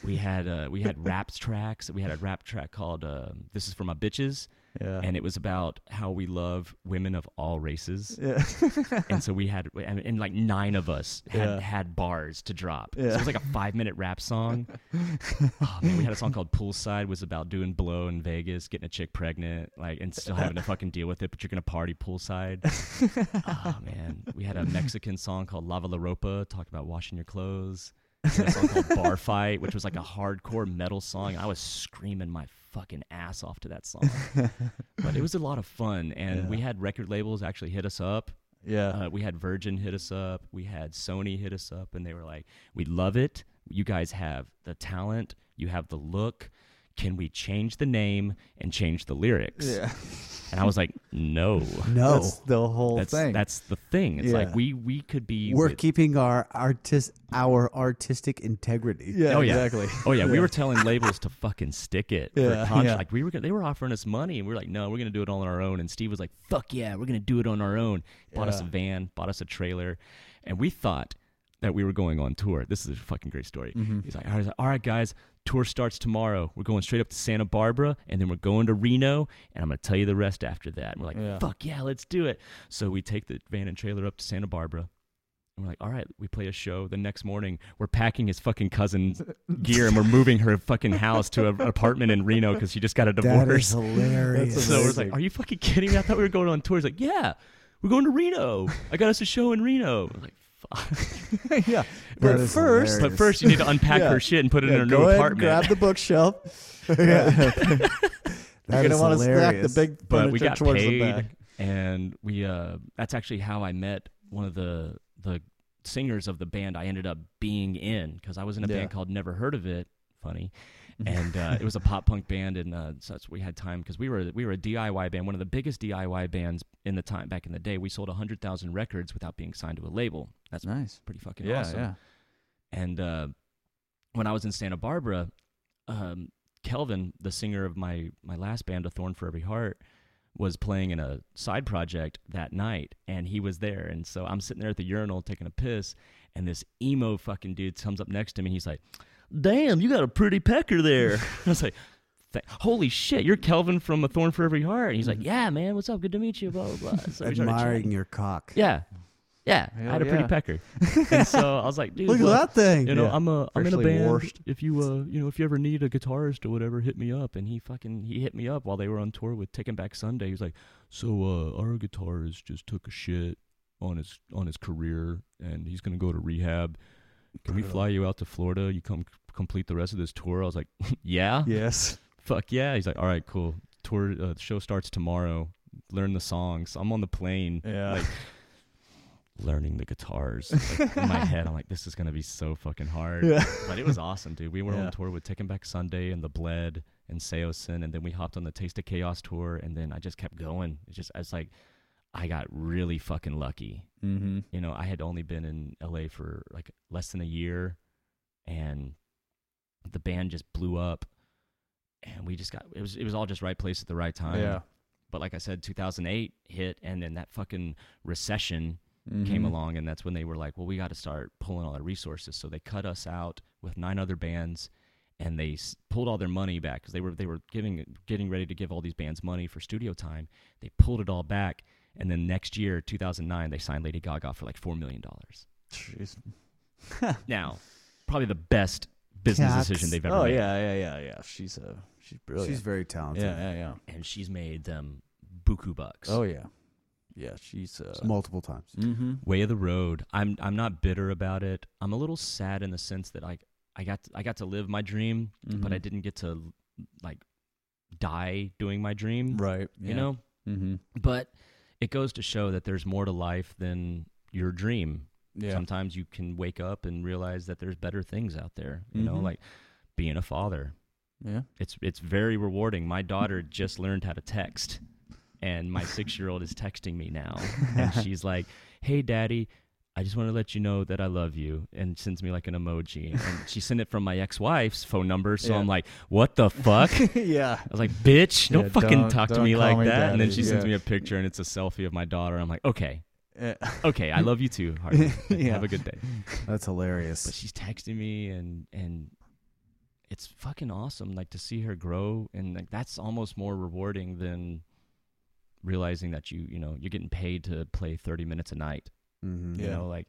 [SPEAKER 6] we had uh, we had rap tracks. We had a rap track called uh, "This Is for My Bitches,"
[SPEAKER 3] yeah.
[SPEAKER 6] and it was about how we love women of all races
[SPEAKER 3] yeah.
[SPEAKER 6] and so we had and, and like nine of us had,
[SPEAKER 3] Yeah.
[SPEAKER 6] had bars to drop so
[SPEAKER 3] Yeah.
[SPEAKER 6] it was like a five minute rap song oh man we had a song called poolside was about doing blow in vegas getting a chick pregnant like and still having to fucking deal with it but you're gonna party poolside oh man we had a mexican song called lava la ropa talking about washing your clothes We had a song called bar fight which was like a hardcore metal song and i was screaming my fucking ass off to that song but it was a lot of fun and we had record labels actually hit us up
[SPEAKER 3] yeah.
[SPEAKER 6] uh, we had Virgin hit us up. We had Sony hit us up, and they were like, "We love it. You guys have the talent. You have the look. Can we change the name and change the lyrics?"
[SPEAKER 3] yeah.
[SPEAKER 6] And I was like, "No,
[SPEAKER 2] No,
[SPEAKER 3] That's the whole
[SPEAKER 6] that's
[SPEAKER 3] thing.
[SPEAKER 6] that's the thing. It's
[SPEAKER 3] Yeah.
[SPEAKER 6] like we we could be
[SPEAKER 2] we're
[SPEAKER 6] with-
[SPEAKER 2] keeping our artist our artistic integrity.
[SPEAKER 3] yeah,
[SPEAKER 6] oh, yeah.
[SPEAKER 3] exactly.
[SPEAKER 6] Oh yeah, we were telling labels to fucking stick it. for
[SPEAKER 3] Yeah,
[SPEAKER 6] con-
[SPEAKER 3] yeah.
[SPEAKER 6] Like we were, gonna- they were offering us money, and we were like, no, we're gonna do it all on our own. And Steve was like, fuck yeah, we're gonna do it on our own. Bought us a
[SPEAKER 3] Yeah.
[SPEAKER 6] van, bought us a trailer, and we thought that we were going on tour. This is a fucking great story.
[SPEAKER 3] Mm-hmm.
[SPEAKER 6] He's like, I was like, all right, guys, tour starts tomorrow. We're going straight up to Santa Barbara, and then we're going to Reno, and I'm gonna tell you the rest after that. And we're like,
[SPEAKER 3] Yeah.
[SPEAKER 6] fuck yeah, let's do it. So we take the van and trailer up to Santa Barbara. And we're like, all right, we play a show. The next morning, we're packing his fucking cousin's gear and we're moving her fucking house to a- an apartment in Reno because she just got a
[SPEAKER 2] That is
[SPEAKER 6] divorce.
[SPEAKER 2] hilarious.
[SPEAKER 3] That's
[SPEAKER 6] So we're like, are you fucking kidding me? I thought we were going on tours. Like, yeah, we're going to Reno. I got us a show in Reno. I'm like, fuck.
[SPEAKER 3] yeah.
[SPEAKER 2] That
[SPEAKER 3] But
[SPEAKER 2] is
[SPEAKER 3] first,
[SPEAKER 6] but first, you need to unpack
[SPEAKER 3] Yeah.
[SPEAKER 6] her shit and put it
[SPEAKER 3] yeah,
[SPEAKER 6] in her
[SPEAKER 3] go
[SPEAKER 6] new
[SPEAKER 3] ahead and
[SPEAKER 6] apartment.
[SPEAKER 3] grab the bookshelf. You're
[SPEAKER 2] That
[SPEAKER 3] gonna
[SPEAKER 2] is
[SPEAKER 3] want to stack the
[SPEAKER 2] hilarious.
[SPEAKER 3] big furniture
[SPEAKER 6] but we got
[SPEAKER 3] towards
[SPEAKER 6] paid,
[SPEAKER 3] the back.
[SPEAKER 6] and we uh, that's actually how I met one of the the singers of the band I ended up being in because I was in a
[SPEAKER 3] Yeah.
[SPEAKER 6] band called Never Heard of It. Funny, and uh, it was a pop punk band, and uh, such. We had time because we were we were a DIY band, one of the biggest DIY bands in the time back in the day. We sold hundred thousand records without being signed to a label. That's
[SPEAKER 3] Nice.
[SPEAKER 6] pretty fucking
[SPEAKER 3] Yeah,
[SPEAKER 6] awesome.
[SPEAKER 3] yeah.
[SPEAKER 6] And uh, when I was in Santa Barbara, um, Kelvin, the singer of my my last band, A Thorn for Every Heart, was playing in a side project that night, and he was there. And so I'm sitting there at the urinal taking a piss, and this emo fucking dude comes up next to me, and he's like, "Damn, you got a pretty pecker there." I was like. "Th- Holy shit! You're Kelvin from A Thorn for Every Heart, and he's
[SPEAKER 3] Mm-hmm.
[SPEAKER 6] like, "Yeah, man, what's up? Good to meet you." Blah blah. blah. So we started
[SPEAKER 2] Admiring
[SPEAKER 6] chatting.
[SPEAKER 2] your cock.
[SPEAKER 6] Yeah, yeah. I had a
[SPEAKER 3] Hell
[SPEAKER 6] pretty
[SPEAKER 3] yeah.
[SPEAKER 6] pecker, and so I was like, "Dude,
[SPEAKER 2] Look
[SPEAKER 6] look,
[SPEAKER 2] at that thing.
[SPEAKER 6] you know,
[SPEAKER 3] Yeah.
[SPEAKER 6] I'm a I'm in a
[SPEAKER 3] Freshly
[SPEAKER 6] band.
[SPEAKER 3] washed.
[SPEAKER 6] If you uh you know if you ever need a guitarist or whatever, hit me up. And he fucking he hit me up while they were on tour with Taking Back Sunday. He was like, so uh our guitarist just took a shit on his on his career and he's gonna go to rehab. Can we fly you out to Florida? You come c- complete the rest of this tour. I was like, yeah,
[SPEAKER 3] Yes.
[SPEAKER 6] fuck yeah. He's like, all right, cool. Tour uh, show starts tomorrow. Learn the songs. I'm on the plane
[SPEAKER 3] Yeah.
[SPEAKER 6] learning the guitars. Like, in my head, I'm like, this is gonna be so fucking hard.
[SPEAKER 3] Yeah.
[SPEAKER 6] But it was awesome, dude. We were
[SPEAKER 3] Yeah.
[SPEAKER 6] on tour with Taking Back Sunday and The Bled and Seosin, and then we hopped on the Taste of Chaos tour, and then I just kept going. It's just, I was like, I got really fucking lucky.
[SPEAKER 3] mm-hmm.
[SPEAKER 6] You know, I had only been in LA for like less than a year, and the band just blew up, and we just got it was it was all just right place at the right time.
[SPEAKER 3] Yeah.
[SPEAKER 6] But like I said, 2008 hit, and then that fucking recession came
[SPEAKER 3] Mhm.
[SPEAKER 6] along and that's when they were like well we got to start pulling all our resources so they cut us out with nine other bands and they s- pulled all their money back because they were they were giving getting ready to give all these bands money for studio time they pulled it all back and then next year 2009 they signed lady gaga for like four million dollars
[SPEAKER 3] Jeez.
[SPEAKER 6] now probably the best business
[SPEAKER 2] Cats.
[SPEAKER 6] decision they've ever
[SPEAKER 3] Oh
[SPEAKER 6] made
[SPEAKER 3] yeah, yeah, yeah, yeah. She's a she's brilliant.
[SPEAKER 2] She's very talented.
[SPEAKER 3] yeah, yeah, yeah.
[SPEAKER 6] and she's made them buku bucks
[SPEAKER 3] Oh yeah, yeah. She's uh,
[SPEAKER 2] Multiple times.
[SPEAKER 3] Mm-hmm.
[SPEAKER 6] way of the road i'm i'm not bitter about it i'm a little sad in the sense that i i got i got to live my dream
[SPEAKER 3] mm-hmm.
[SPEAKER 6] but I didn't get to like die doing my dream,
[SPEAKER 3] Right.
[SPEAKER 6] you know?
[SPEAKER 3] Mm-hmm.
[SPEAKER 6] But it goes to show that there's more to life than your dream.
[SPEAKER 3] Yeah.
[SPEAKER 6] Sometimes you can wake up and realize that there's better things out there, you know,
[SPEAKER 3] Mhm.
[SPEAKER 6] like being a father.
[SPEAKER 3] yeah.
[SPEAKER 6] It's it's very rewarding. My daughter just learned how to text and my 6-year-old is texting me now and she's like, "Hey daddy, I just want to let you know that I love you," and sends me like an emoji. And she sent it from my ex-wife's phone number, so
[SPEAKER 3] Yeah.
[SPEAKER 6] I'm like, "What the fuck?"
[SPEAKER 3] yeah.
[SPEAKER 6] I was like, bitch,
[SPEAKER 3] Yeah,
[SPEAKER 6] don't fucking
[SPEAKER 3] don't-
[SPEAKER 6] talk to
[SPEAKER 3] don't
[SPEAKER 6] me
[SPEAKER 3] call
[SPEAKER 6] like
[SPEAKER 3] me
[SPEAKER 6] that. And then
[SPEAKER 3] daddy,
[SPEAKER 6] she sends
[SPEAKER 3] yeah.
[SPEAKER 6] me a picture and it's a selfie of my daughter. I'm like, okay,
[SPEAKER 3] Eh,
[SPEAKER 6] okay, I love you too, Harvey.
[SPEAKER 3] Yeah.
[SPEAKER 6] Have a good day.
[SPEAKER 2] That's
[SPEAKER 6] But
[SPEAKER 2] hilarious.
[SPEAKER 6] she's texting me and and it's fucking awesome like to see her grow and like that's almost more rewarding than realizing that you, you know, you're getting paid to play 30 minutes a night.
[SPEAKER 2] Mm-hmm.
[SPEAKER 6] You
[SPEAKER 3] Yeah.
[SPEAKER 6] know, like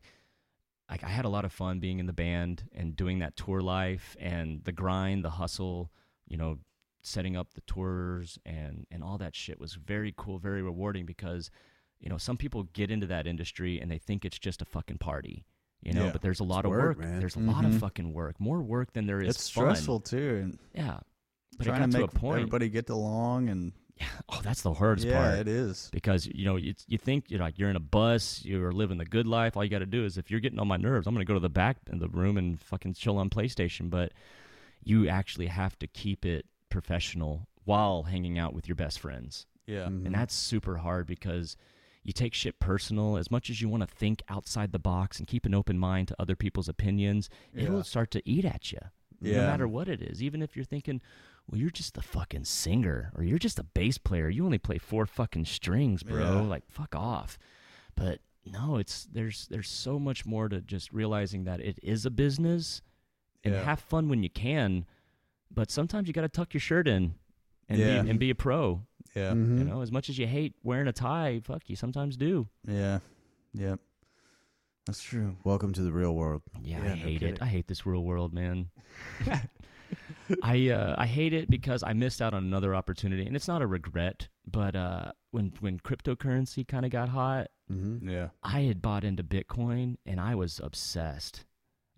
[SPEAKER 6] like I had a lot of fun being in the band and doing that tour life and the grind, the hustle, you know, setting up the tours and and all that shit was very cool, very rewarding because you know, some people get into that industry and they think it's just a fucking party, you know,
[SPEAKER 3] Yeah.
[SPEAKER 6] but there's a lot
[SPEAKER 2] It's
[SPEAKER 6] of
[SPEAKER 2] work,
[SPEAKER 6] work.
[SPEAKER 2] man.
[SPEAKER 6] There's a lot of
[SPEAKER 3] Mhm.
[SPEAKER 6] fucking work, more work than there is
[SPEAKER 3] it's
[SPEAKER 6] fun.
[SPEAKER 3] stressful too, and
[SPEAKER 6] Yeah. But it
[SPEAKER 3] trying
[SPEAKER 6] got
[SPEAKER 3] to
[SPEAKER 6] to,
[SPEAKER 3] make
[SPEAKER 6] a point.
[SPEAKER 3] everybody get along and
[SPEAKER 6] oh, that's the hardest
[SPEAKER 3] yeah,
[SPEAKER 6] part
[SPEAKER 3] it is.
[SPEAKER 6] because you know you, you think you're like you're in a bus, you're living the good life. All you got to do is if you're getting on my nerves, I'm gonna go to the back in the room and fucking chill on PlayStation. But you actually have to keep it professional while hanging out with your best friends,
[SPEAKER 3] Yeah.
[SPEAKER 2] Mm-hmm.
[SPEAKER 6] and that's super hard because you take shit personal. As much as you want to think outside the box and keep an open mind to other people's opinions, it
[SPEAKER 3] Yeah.
[SPEAKER 6] will start to eat at you
[SPEAKER 3] Yeah.
[SPEAKER 6] no matter what it is. Even if you're thinking, well, you're just the fucking singer or you're just a bass player. You only play four fucking strings, bro.
[SPEAKER 3] Yeah.
[SPEAKER 6] Like, fuck off. But no, it's there's there's so much more to just realizing that it is a business and
[SPEAKER 3] Yeah.
[SPEAKER 6] have fun when you can. But sometimes you got to tuck your shirt in and
[SPEAKER 3] Yeah.
[SPEAKER 6] be, and be a pro.
[SPEAKER 3] Yeah.
[SPEAKER 6] You know, as much as you hate wearing a tie, fuck you sometimes do.
[SPEAKER 3] Yeah. Yeah. That's true.
[SPEAKER 2] Welcome to the real world.
[SPEAKER 6] Yeah,
[SPEAKER 3] Yeah,
[SPEAKER 6] I
[SPEAKER 3] no
[SPEAKER 6] hate it.
[SPEAKER 3] kidding.
[SPEAKER 6] I hate this real world, man. I uh, I hate it because I missed out on another opportunity, and it's not a regret. But uh, when when cryptocurrency kind of got hot,
[SPEAKER 2] Mm-hmm.
[SPEAKER 3] Yeah.
[SPEAKER 6] I had bought into Bitcoin and I was obsessed.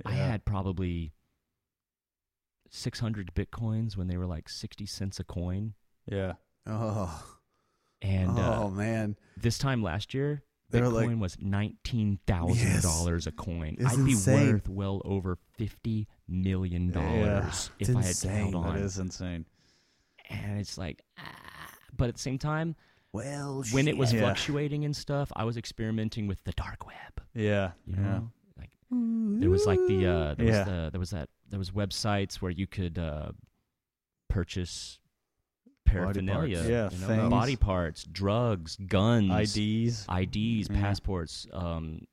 [SPEAKER 6] I
[SPEAKER 3] Yeah.
[SPEAKER 6] had probably 600 Bitcoins when they were like 60 cents a coin.
[SPEAKER 3] Yeah.
[SPEAKER 2] Oh,
[SPEAKER 6] And
[SPEAKER 2] oh
[SPEAKER 6] uh,
[SPEAKER 2] man,
[SPEAKER 6] this time last year,
[SPEAKER 2] They were like-
[SPEAKER 6] Bitcoin was $19,000 a coin.
[SPEAKER 2] It's
[SPEAKER 6] I'd be
[SPEAKER 2] insane.
[SPEAKER 6] worth well over $50 million
[SPEAKER 3] Yeah.
[SPEAKER 6] if
[SPEAKER 2] It's
[SPEAKER 6] I had
[SPEAKER 2] insane.
[SPEAKER 6] held on.
[SPEAKER 3] That is insane.
[SPEAKER 6] And it's like, ah. but at the same time,
[SPEAKER 2] well,
[SPEAKER 6] when it was
[SPEAKER 3] Oh, Yeah.
[SPEAKER 6] fluctuating and stuff, I was experimenting with the dark web.
[SPEAKER 3] Yeah.
[SPEAKER 6] You
[SPEAKER 3] yeah.
[SPEAKER 6] know, like there was like the uh, there
[SPEAKER 3] Yeah.
[SPEAKER 6] was the, there was that there was websites where you could uh, purchase paraphernalia,
[SPEAKER 3] parts. Yeah,
[SPEAKER 6] you know,
[SPEAKER 3] things.
[SPEAKER 6] body parts, drugs, guns,
[SPEAKER 3] IDs.
[SPEAKER 6] IDs,
[SPEAKER 3] Yeah.
[SPEAKER 6] passports, um,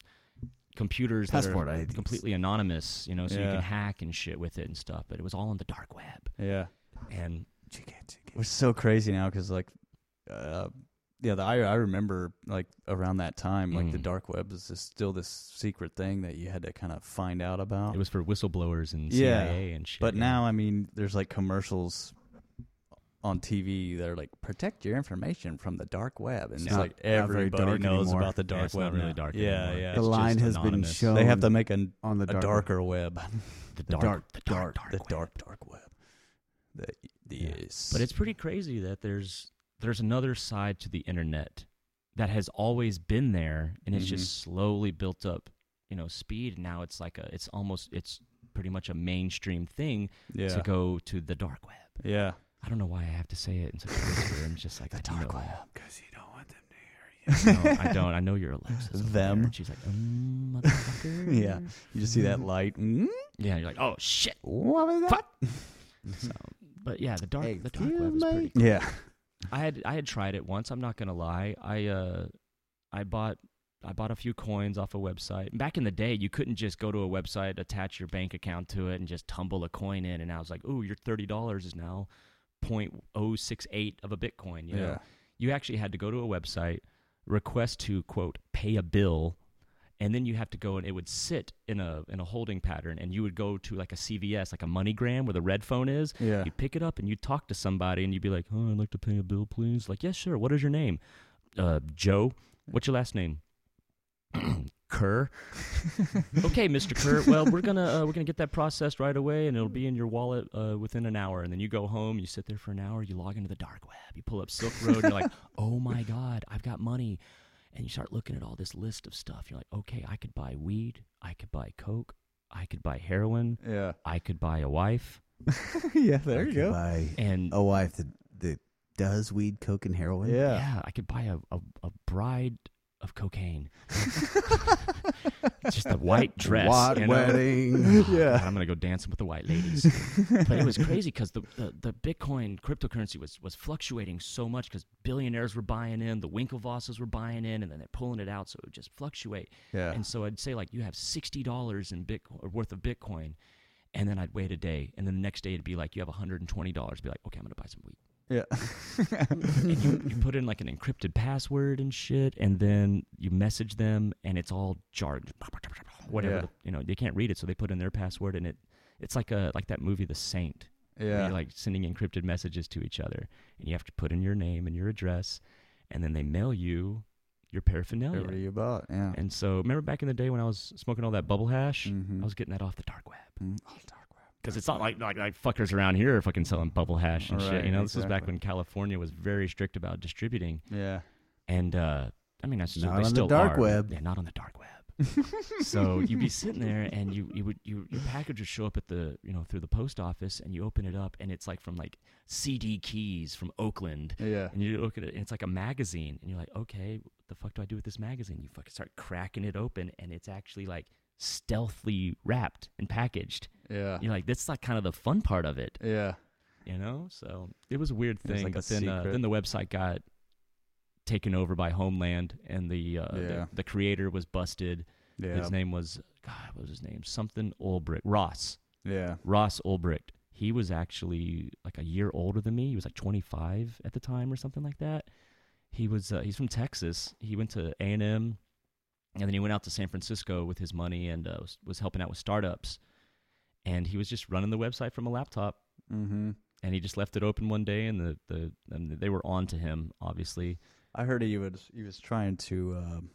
[SPEAKER 6] computers
[SPEAKER 2] Passport
[SPEAKER 6] that are
[SPEAKER 2] IDs.
[SPEAKER 6] completely anonymous. You know, so you
[SPEAKER 3] Yeah.
[SPEAKER 6] can hack and shit with it and stuff. But it was all on the dark web,
[SPEAKER 3] Yeah.
[SPEAKER 6] and
[SPEAKER 3] We're so crazy now because like, uh, yeah, the, I I remember like around that time like the
[SPEAKER 6] Mm.
[SPEAKER 3] dark web is just still this secret thing that you had to kind of find out about.
[SPEAKER 6] it was for whistleblowers and
[SPEAKER 3] Oh. Yeah.
[SPEAKER 6] CIA and shit.
[SPEAKER 3] but
[SPEAKER 6] yeah.
[SPEAKER 3] now I mean, there's like commercials on TV that are like protect your information from the dark web, and it's,
[SPEAKER 6] not-
[SPEAKER 3] like
[SPEAKER 2] not very
[SPEAKER 3] everybody
[SPEAKER 2] dark
[SPEAKER 3] knows
[SPEAKER 2] anymore.
[SPEAKER 3] about the
[SPEAKER 6] Yeah,
[SPEAKER 3] dark
[SPEAKER 6] it's
[SPEAKER 3] web.
[SPEAKER 6] not really
[SPEAKER 3] now.
[SPEAKER 6] dark
[SPEAKER 3] Yeah,
[SPEAKER 6] anymore.
[SPEAKER 3] yeah.
[SPEAKER 6] It's
[SPEAKER 2] the
[SPEAKER 6] just
[SPEAKER 2] line has been
[SPEAKER 6] anonymous.
[SPEAKER 2] shown.
[SPEAKER 3] they have to make an,
[SPEAKER 2] on the
[SPEAKER 3] a
[SPEAKER 2] dark
[SPEAKER 3] darker web,
[SPEAKER 2] the
[SPEAKER 6] the dark,
[SPEAKER 2] dark-
[SPEAKER 6] the dark, dark,
[SPEAKER 3] the
[SPEAKER 6] web.
[SPEAKER 3] dark dark web. The, the
[SPEAKER 2] Yeah.
[SPEAKER 6] But it's pretty crazy that there's there's another side to the internet that has always been there and it's
[SPEAKER 3] Mm-hmm.
[SPEAKER 6] just slowly built up, you know, speed and now it's like a it's almost it's pretty much a mainstream thing
[SPEAKER 3] yeah,
[SPEAKER 6] to go to the dark web.
[SPEAKER 3] yeah.
[SPEAKER 6] I don't know why I have to say it in such a whisper. I'm just like the dark web.
[SPEAKER 2] because you don't want them to
[SPEAKER 6] No, I don't. I know you're Alexis. over there.
[SPEAKER 3] Them.
[SPEAKER 6] And She's like, mm, motherfucker.
[SPEAKER 3] Yeah. You just see that light. Mm?
[SPEAKER 6] Yeah. You're like, oh shit.
[SPEAKER 3] What was that?
[SPEAKER 6] So, but yeah, the dark
[SPEAKER 2] Hey,
[SPEAKER 6] the dark web is pretty
[SPEAKER 3] Yeah.
[SPEAKER 6] I had I had tried it once. I'm not gonna lie. I uh, I bought I bought a few coins off a website. Back in the day, you couldn't just go to a website, attach your bank account to it, and just tumble a coin in. And I was like, "Ooh, your thirty dollars is now 0.068 of a Bitcoin." You know?
[SPEAKER 3] Yeah.
[SPEAKER 6] you actually had to go to a website, request to quote pay a bill, and then you have to go and it would sit in a in a holding pattern, and you would go to like a CVS, like a MoneyGram, where the red phone is.
[SPEAKER 3] Yeah.
[SPEAKER 6] You'd pick it up and you'd talk to somebody and you'd be like, "Oh, I'd like to pay a bill, please." Like, "Yes, sure. What is your name?" Uh, Joe. What's your last name? Kerr. okay, Mr. Kerr. Well, we're gonna uh, we're gonna get that processed right away, and it'll be in your wallet uh, within an hour. And then you go home, you sit there for an hour, you log into the dark web, you pull up Silk Road, and you're like, "Oh my God, I've got money." And you start looking at all this list of stuff. You're like, "Okay, I could buy weed, I could buy coke, I could buy heroin,
[SPEAKER 3] Yeah.
[SPEAKER 6] I could buy a wife."
[SPEAKER 3] yeah. There you go.
[SPEAKER 2] By
[SPEAKER 6] And
[SPEAKER 2] a wife that, that does weed, coke, and heroin.
[SPEAKER 3] Yeah.
[SPEAKER 6] Yeah, I could buy a, a, a bride of cocaine. Just a white dress.
[SPEAKER 2] What
[SPEAKER 6] you know?
[SPEAKER 2] wedding?
[SPEAKER 6] God, I'm gonna go dancing with the white ladies. but it was crazy because the, the the Bitcoin cryptocurrency was was fluctuating so much because billionaires were buying in, the Winklevosses were buying in, and then they're pulling it out, so it would just fluctuate.
[SPEAKER 3] Yeah.
[SPEAKER 6] And so I'd say like you have sixty dollars in Bitcoin or worth of Bitcoin, and then I'd wait a day, and then the next day it'd be like you have hundred and twenty dollars. Be like, okay, I'm gonna buy some weed
[SPEAKER 3] Yeah.
[SPEAKER 6] and you, you put in like an encrypted password and shit, and then you message them, and it's all jargon, whatever.
[SPEAKER 3] Yeah.
[SPEAKER 6] the- you know, they can't read it, so they put in their password, and it it's like a like that movie, The Saint. where
[SPEAKER 3] Yeah.
[SPEAKER 6] you're like sending encrypted messages to each other, and you have to put in your name and your address, and then they mail you your paraphernalia.
[SPEAKER 3] Whatever you bought. Yeah.
[SPEAKER 6] "Oh, And so, remember back in the day when I was smoking all that bubble hash,
[SPEAKER 3] Mhm.
[SPEAKER 6] I was getting that off the dark web.
[SPEAKER 3] Mm. Oh, dark web.
[SPEAKER 6] Because it's not like, like like fuckers around here are fucking selling bubble hash and shit.
[SPEAKER 3] Right,
[SPEAKER 6] You know, this was back
[SPEAKER 3] exactly.
[SPEAKER 6] when California was very strict about distributing.
[SPEAKER 3] Yeah.
[SPEAKER 6] And uh, I mean, I still,
[SPEAKER 2] Not
[SPEAKER 6] they
[SPEAKER 2] on the
[SPEAKER 6] still
[SPEAKER 2] dark
[SPEAKER 6] are.
[SPEAKER 2] web.
[SPEAKER 6] Yeah, not on the dark web. so you'd be sitting there, and you you would you, your package would show up at the you know through the post office, and you open it up, and it's like from like CD keys from Oakland,
[SPEAKER 3] Yeah.
[SPEAKER 6] and you look at it, and it's like a magazine, and you're like, okay, what the fuck do I do with this magazine? You fucking start cracking it open, and it's actually like stealthily wrapped and packaged.
[SPEAKER 3] Yeah.
[SPEAKER 6] You're like, that's like kind of the fun part of it,
[SPEAKER 3] Yeah.
[SPEAKER 6] you know? So it was a weird
[SPEAKER 3] It was
[SPEAKER 6] thing.
[SPEAKER 3] like a
[SPEAKER 6] but then, uh,
[SPEAKER 3] secret.
[SPEAKER 6] then the website got taken over by Homeland, and the uh,
[SPEAKER 3] Yeah.
[SPEAKER 6] the, the creator was busted.
[SPEAKER 3] Yeah.
[SPEAKER 6] His name was God. What was his name? Something Ulbricht. Ross.
[SPEAKER 3] Yeah.
[SPEAKER 6] Ross Ulbricht. He was actually like a year older than me. He was like 25 at the time, or something like that. He was. Uh, he's from Texas. He went to A and M, and then he went out to San Francisco with his money and uh, was, was helping out with startups. And he was just running the website from a laptop
[SPEAKER 3] Mm-hmm.
[SPEAKER 6] and he just left it open one day, and the, the and they were on to him, obviously.
[SPEAKER 3] I heard he was he was trying to um,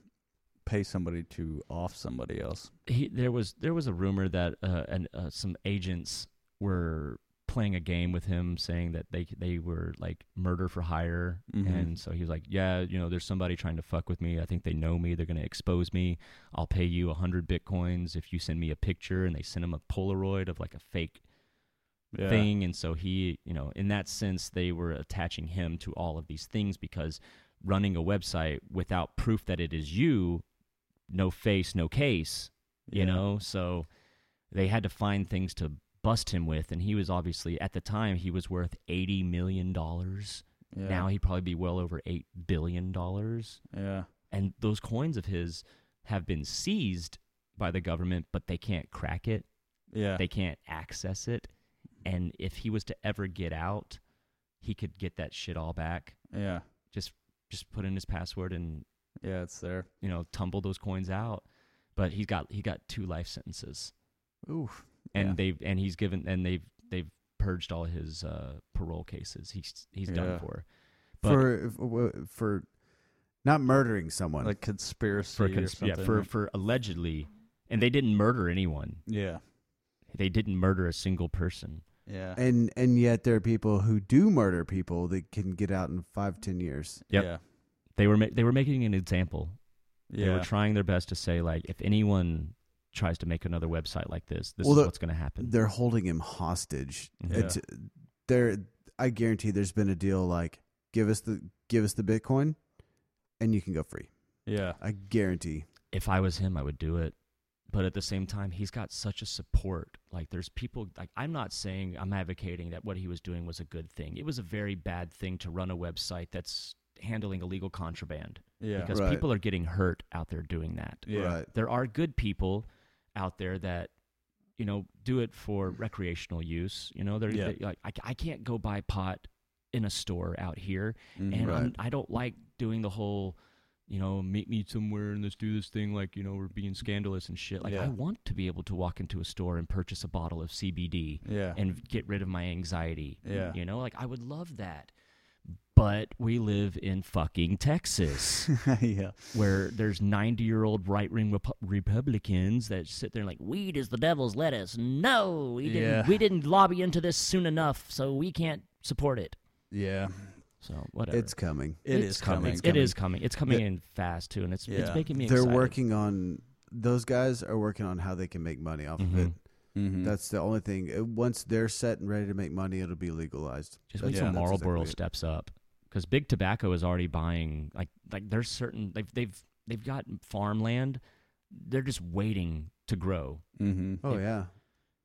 [SPEAKER 3] pay somebody to off somebody else.
[SPEAKER 6] he there was there was a rumor that uh, an, uh, some agents were playing a game with him, saying that they they were like murder for hire,
[SPEAKER 3] Mhm.
[SPEAKER 6] and so he was like, yeah, you know, there's somebody trying to fuck with me. I think they know me. They're gonna expose me. I'll pay you a hundred bitcoins if you send me a picture, and they sent him a Polaroid of like a fake thing, and so he, you know, in that sense, they were attaching him to all of these things because running a website without proof that it is you. No face, no case you
[SPEAKER 3] Yeah.
[SPEAKER 6] know so they had to find things to bust him with and he was obviously at the time he was worth 80 million dollars
[SPEAKER 3] Yeah.
[SPEAKER 6] now he'd probably be well over 8 billion dollars
[SPEAKER 3] yeah.
[SPEAKER 6] and those coins of his have been seized by the government but they can't crack it
[SPEAKER 3] Yeah.
[SPEAKER 6] they can't access it and if he was to ever get out he could get that shit all back
[SPEAKER 3] yeah.
[SPEAKER 6] just just put in his password and
[SPEAKER 3] Yeah, it's there.
[SPEAKER 6] you know tumble those coins out but he's got he got two life sentences
[SPEAKER 3] Oof.
[SPEAKER 6] and
[SPEAKER 3] Yeah.
[SPEAKER 6] they've and he's given and they've they've purged all his uh, parole cases. He's he's
[SPEAKER 3] Yeah.
[SPEAKER 6] done for but-
[SPEAKER 2] for for- for not murdering someone.
[SPEAKER 3] Like conspiracy
[SPEAKER 6] for
[SPEAKER 3] or
[SPEAKER 6] cons- yeah
[SPEAKER 3] something,
[SPEAKER 6] for
[SPEAKER 3] like-
[SPEAKER 6] for allegedly, and they didn't murder anyone.
[SPEAKER 3] yeah.
[SPEAKER 6] They didn't murder a single person.
[SPEAKER 3] Yeah.
[SPEAKER 2] and and yet there are people who do murder people that can get out in five ten years.
[SPEAKER 6] Yep.
[SPEAKER 3] Yeah.
[SPEAKER 6] They were ma- they were making an example. They
[SPEAKER 3] Yeah.
[SPEAKER 6] were trying their best to say like if anyone tries to make another website like this, this
[SPEAKER 2] Well,
[SPEAKER 6] is
[SPEAKER 2] the-
[SPEAKER 6] what's going to happen.
[SPEAKER 2] They're holding him hostage.
[SPEAKER 6] Yeah.
[SPEAKER 2] It's there. I guarantee there's been a deal like give us the give us the Bitcoin, and you can go free.
[SPEAKER 3] yeah.
[SPEAKER 2] I guarantee.
[SPEAKER 6] if I was him, I would do it. But at the same time, he's got such a support. Like, there's people, like, I'm not saying I'm advocating that what he was doing was a good thing. It was a very bad thing to run a website that's handling illegal contraband
[SPEAKER 3] Yeah.
[SPEAKER 6] because
[SPEAKER 2] Right.
[SPEAKER 6] people are getting hurt out there doing that.
[SPEAKER 3] yeah.
[SPEAKER 2] Right.
[SPEAKER 6] There are good people out there that, you know, do it for recreational use. You know, they're,
[SPEAKER 3] Yeah.
[SPEAKER 6] they- like, I, I can't go buy pot in a store out here
[SPEAKER 3] Mhm.
[SPEAKER 6] and
[SPEAKER 2] Right.
[SPEAKER 6] I'm- I don't like doing the whole, you know, meet me somewhere and let's do this thing like you know we're being scandalous and shit. Like
[SPEAKER 3] Yeah.
[SPEAKER 6] I want to be able to walk into a store and purchase a bottle of CBD
[SPEAKER 3] Yeah.
[SPEAKER 6] and get rid of my anxiety.
[SPEAKER 3] Yeah.
[SPEAKER 6] you know, like I would love that. But we live in fucking Texas,
[SPEAKER 3] yeah.
[SPEAKER 6] where there's 90 year old right wing Repu- Republicans that sit there and like, weed is the devil's lettuce. No, we didn't.
[SPEAKER 3] Yeah.
[SPEAKER 6] We didn't lobby into this soon enough, so we can't support it.
[SPEAKER 3] Yeah.
[SPEAKER 6] So whatever.
[SPEAKER 2] It's coming.
[SPEAKER 3] it's coming.
[SPEAKER 6] It's, it is coming. It's coming in fast too, and it's
[SPEAKER 3] Yeah.
[SPEAKER 6] it's making me.
[SPEAKER 2] They're
[SPEAKER 6] excited.
[SPEAKER 2] working on. Those guys are working on how they can make money off of it.
[SPEAKER 6] Mhm.
[SPEAKER 3] Mm-hmm.
[SPEAKER 2] That's the only thing. Uh, Once they're set and ready to make money, it'll be legalized. That's-
[SPEAKER 6] Just wait
[SPEAKER 2] that's
[SPEAKER 6] till
[SPEAKER 2] exactly
[SPEAKER 6] Marlboro
[SPEAKER 2] it.
[SPEAKER 6] steps up, because big tobacco is already buying. Like like there's certain they've they've they've got farmland. They're just waiting to grow.
[SPEAKER 3] mm-hmm.
[SPEAKER 2] Oh yeah,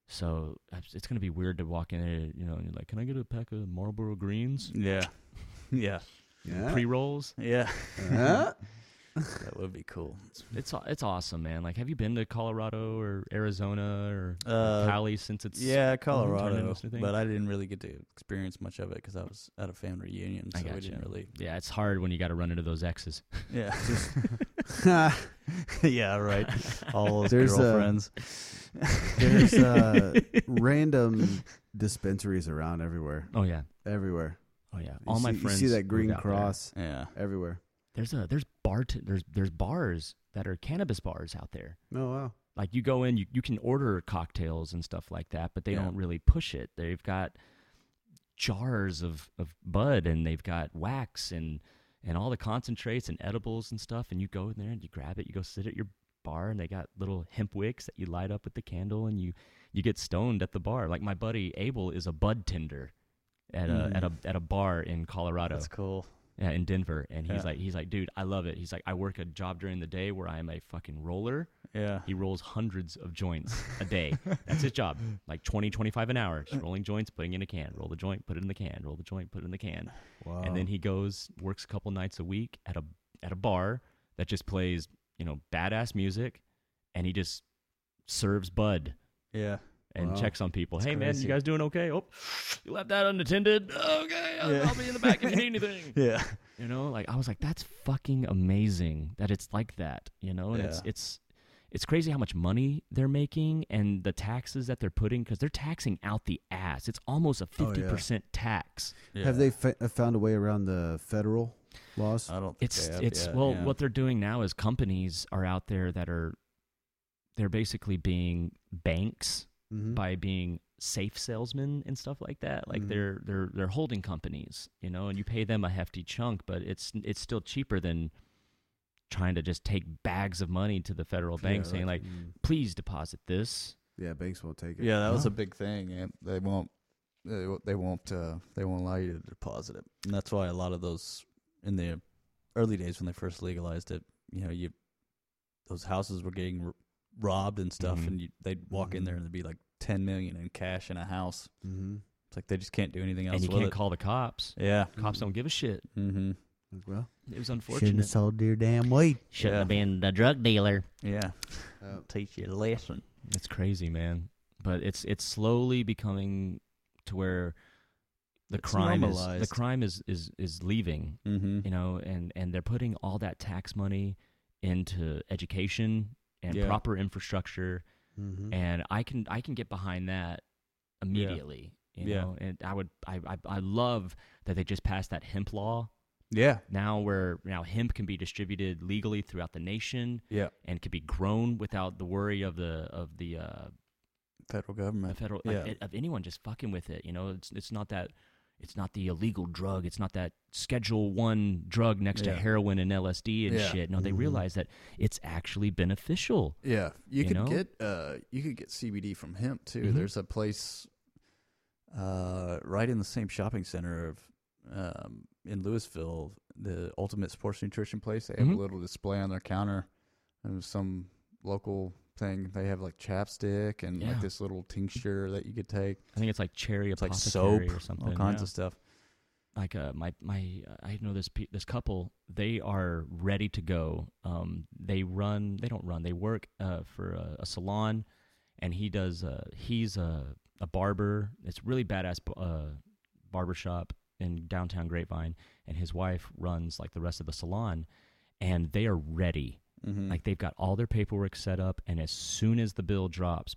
[SPEAKER 6] So it's- it's gonna be weird to walk in there, you know, and you're like, "Can I get a pack of Marlboro Greens
[SPEAKER 3] Yeah. Yeah.
[SPEAKER 2] yeah. Uh-huh.
[SPEAKER 6] pre rolls?"
[SPEAKER 3] Yeah.
[SPEAKER 2] Huh?
[SPEAKER 3] that would be cool.
[SPEAKER 6] It's aw- it's awesome, man. Like, have you been to Colorado or Arizona or
[SPEAKER 3] Uh,
[SPEAKER 6] Cali since it's
[SPEAKER 3] Yeah,
[SPEAKER 6] turned into
[SPEAKER 3] Colorado,
[SPEAKER 6] this thing?
[SPEAKER 3] but I didn't really get to experience much of it because I was at a family reunion, so
[SPEAKER 6] I
[SPEAKER 3] we
[SPEAKER 6] gotcha.
[SPEAKER 3] didn't really.
[SPEAKER 6] yeah, it's hard when you got to run into those exes.
[SPEAKER 3] Yeah,
[SPEAKER 2] Ha.
[SPEAKER 3] yeah, right. All those
[SPEAKER 2] There's a-
[SPEAKER 3] girlfriends.
[SPEAKER 2] There's uh, random dispensaries around everywhere.
[SPEAKER 6] Oh yeah,
[SPEAKER 2] Everywhere.
[SPEAKER 6] oh yeah.
[SPEAKER 2] You
[SPEAKER 6] All my
[SPEAKER 2] see-
[SPEAKER 6] friends
[SPEAKER 2] You see that
[SPEAKER 6] moved
[SPEAKER 2] green
[SPEAKER 6] out there.
[SPEAKER 2] cross
[SPEAKER 3] yeah,
[SPEAKER 2] everywhere.
[SPEAKER 6] There's a there's bar t- there's there's bars that are cannabis bars out there.
[SPEAKER 2] Oh wow.
[SPEAKER 6] Like you go in, you, you can order cocktails and stuff like that, but they
[SPEAKER 3] Yeah.
[SPEAKER 6] don't really push it. They've got jars of of bud and they've got wax and and all the concentrates and edibles and stuff. And you go in there and you grab it. You go sit at your bar and they got little hemp wicks that you light up with the candle and you you get stoned at the bar. Like my buddy Abel is a bud tender at a at a at a bar in Colorado.
[SPEAKER 3] Mm. that's cool.
[SPEAKER 6] Yeah, in Denver, and he's
[SPEAKER 3] Yeah.
[SPEAKER 6] like, he's like, dude, I love it. He's like, I work a job during the day where I am a fucking roller.
[SPEAKER 3] Yeah,
[SPEAKER 6] He rolls hundreds of joints a day. That's his job, like 20, 25 an hour, just rolling joints, putting in a can, roll the joint, put it in the can, roll the joint, put it in the can,
[SPEAKER 2] Wow.
[SPEAKER 6] and then he goes works a couple nights a week at a at a bar that just plays you know badass music, and he just serves bud
[SPEAKER 3] yeah,
[SPEAKER 6] and
[SPEAKER 2] Wow.
[SPEAKER 6] checks on people. hey man,
[SPEAKER 3] crazy.
[SPEAKER 6] you guys doing okay? Oh, you left that unattended. Okay, I'll,
[SPEAKER 3] Yeah.
[SPEAKER 6] I'll be in the back if you need anything.
[SPEAKER 3] yeah,
[SPEAKER 6] You know, like I was like, that's fucking amazing that it's like that. You know, and it's
[SPEAKER 3] Yeah.
[SPEAKER 6] it's it's crazy how much money they're making and the taxes that they're putting because they're taxing out the ass. It's almost a
[SPEAKER 2] Oh, yeah.
[SPEAKER 6] fifty percent tax.
[SPEAKER 3] yeah.
[SPEAKER 2] Have they fa- uh, found a way around the federal Lost.
[SPEAKER 3] I don't. Think
[SPEAKER 6] It's
[SPEAKER 3] they have
[SPEAKER 6] it's
[SPEAKER 3] yet,
[SPEAKER 6] well,
[SPEAKER 3] yeah.
[SPEAKER 6] what they're doing now is companies are out there that are they're basically being banks
[SPEAKER 3] Mm-hmm.
[SPEAKER 2] Mhm.
[SPEAKER 6] by being safe salesmen and stuff like that. Like
[SPEAKER 2] Mhm.
[SPEAKER 6] they're they're they're holding companies, you know, and you pay them a hefty chunk, but it's it's still cheaper than trying to just take bags of money to the federal bank
[SPEAKER 2] Yeah,
[SPEAKER 6] saying
[SPEAKER 2] right.
[SPEAKER 6] like, please deposit this.
[SPEAKER 2] yeah, banks won't take it.
[SPEAKER 3] yeah, that was a big thing, and they won't. They won't. They won't, uh, they won't allow you to deposit it, and that's why a lot of those in the early days when they first legalized it, you know, you those houses were getting r- robbed and stuff,
[SPEAKER 6] Mhm.
[SPEAKER 3] and you, they'd walk in there and there'd be like ten million in cash in a house.
[SPEAKER 2] Mm-hmm.
[SPEAKER 3] It's like they just can't do anything else
[SPEAKER 6] and you
[SPEAKER 3] with it.
[SPEAKER 6] can't call the cops.
[SPEAKER 3] yeah.
[SPEAKER 6] Cops don't give a shit.
[SPEAKER 3] Mm-hmm.
[SPEAKER 2] Well,
[SPEAKER 6] It
[SPEAKER 2] shouldn't
[SPEAKER 6] was
[SPEAKER 2] have
[SPEAKER 6] unfortunate.
[SPEAKER 2] sold your damn weight.
[SPEAKER 3] Shouldn't have
[SPEAKER 6] been a drug dealer.
[SPEAKER 3] Yeah.
[SPEAKER 2] Uh,
[SPEAKER 3] Teach you a lesson.
[SPEAKER 6] It's crazy, man. But it's it's slowly becoming to where the
[SPEAKER 3] It's
[SPEAKER 6] crime is the
[SPEAKER 3] normalized.
[SPEAKER 6] crime is is is leaving,
[SPEAKER 3] Mm-hmm.
[SPEAKER 6] you know, and and they're putting all that tax money into education and
[SPEAKER 3] Yeah. Mm-hmm.
[SPEAKER 6] proper infrastructure,
[SPEAKER 2] mhm.
[SPEAKER 6] and I can I can get behind that immediately. You
[SPEAKER 3] Yeah.
[SPEAKER 6] know, and I would I, I I love that they just passed that hemp law
[SPEAKER 3] Yeah.
[SPEAKER 6] now where now hemp can be distributed legally throughout the nation
[SPEAKER 3] Yeah.
[SPEAKER 6] and can be grown without the worry of the of the uh,
[SPEAKER 3] Federal
[SPEAKER 6] the
[SPEAKER 3] government.
[SPEAKER 6] federal
[SPEAKER 3] Yeah.
[SPEAKER 6] like, of anyone just fucking with it. You know, it's it's not that it's not the illegal drug. It's not that Schedule One drug next
[SPEAKER 3] Yeah.
[SPEAKER 6] to heroin and LSD and
[SPEAKER 3] Yeah. Mm-hmm.
[SPEAKER 6] shit. No, they realize that it's actually beneficial.
[SPEAKER 3] Yeah, you,
[SPEAKER 6] You
[SPEAKER 3] could
[SPEAKER 6] know?
[SPEAKER 3] get uh, you could get CBD from hemp too.
[SPEAKER 6] Mhm.
[SPEAKER 3] There's a place uh, right in the same shopping center of um, in Louisville, the Ultimate Sports Nutrition place. They have
[SPEAKER 6] Mhm.
[SPEAKER 3] a little display on their counter, and some local thing. They have like chapstick and
[SPEAKER 6] Yeah.
[SPEAKER 3] like this little tincture that you could take.
[SPEAKER 6] I think it's like cherry
[SPEAKER 3] It's like soap,
[SPEAKER 6] apothecary or something.
[SPEAKER 3] all kinds
[SPEAKER 6] yeah.
[SPEAKER 3] of stuff.
[SPEAKER 6] like uh, my my uh, I know this pe- this couple they are ready to go. Um, they run they don't run they work uh, for a, a salon, and he does uh, he's a a barber. It's really badass b- uh, barber shop in downtown Grapevine, and his wife runs like the rest of the salon, and they are ready.
[SPEAKER 3] Mm-hmm.
[SPEAKER 6] Like they've got all their paperwork set up, and as soon as the bill drops,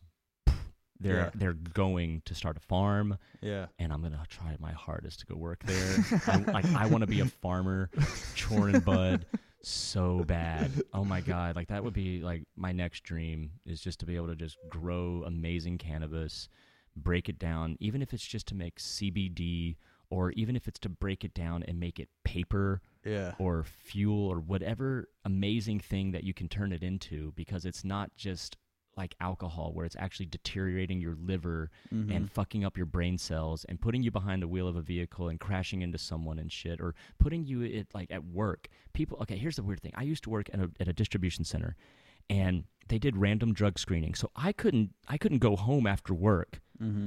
[SPEAKER 6] they're
[SPEAKER 3] Yeah.
[SPEAKER 6] they're going to start a farm
[SPEAKER 3] yeah,
[SPEAKER 6] and I'm gonna try my hardest to go work there. I, like I want to be a farmer, chore and bud, so bad. Oh my god, like that would be like my next dream is just to be able to just grow amazing cannabis, break it down, even if it's just to make CBD, or even if it's to break it down and make it paper
[SPEAKER 3] yeah,
[SPEAKER 6] or fuel or whatever amazing thing that you can turn it into, because it's not just like alcohol where it's actually deteriorating your liver and fucking up your brain cells and putting you behind the wheel of a vehicle and crashing into someone and shit or putting you at like at work people okay here's the weird thing i used to work at a, at a distribution center and they did random drug screening so i couldn't i couldn't go home after work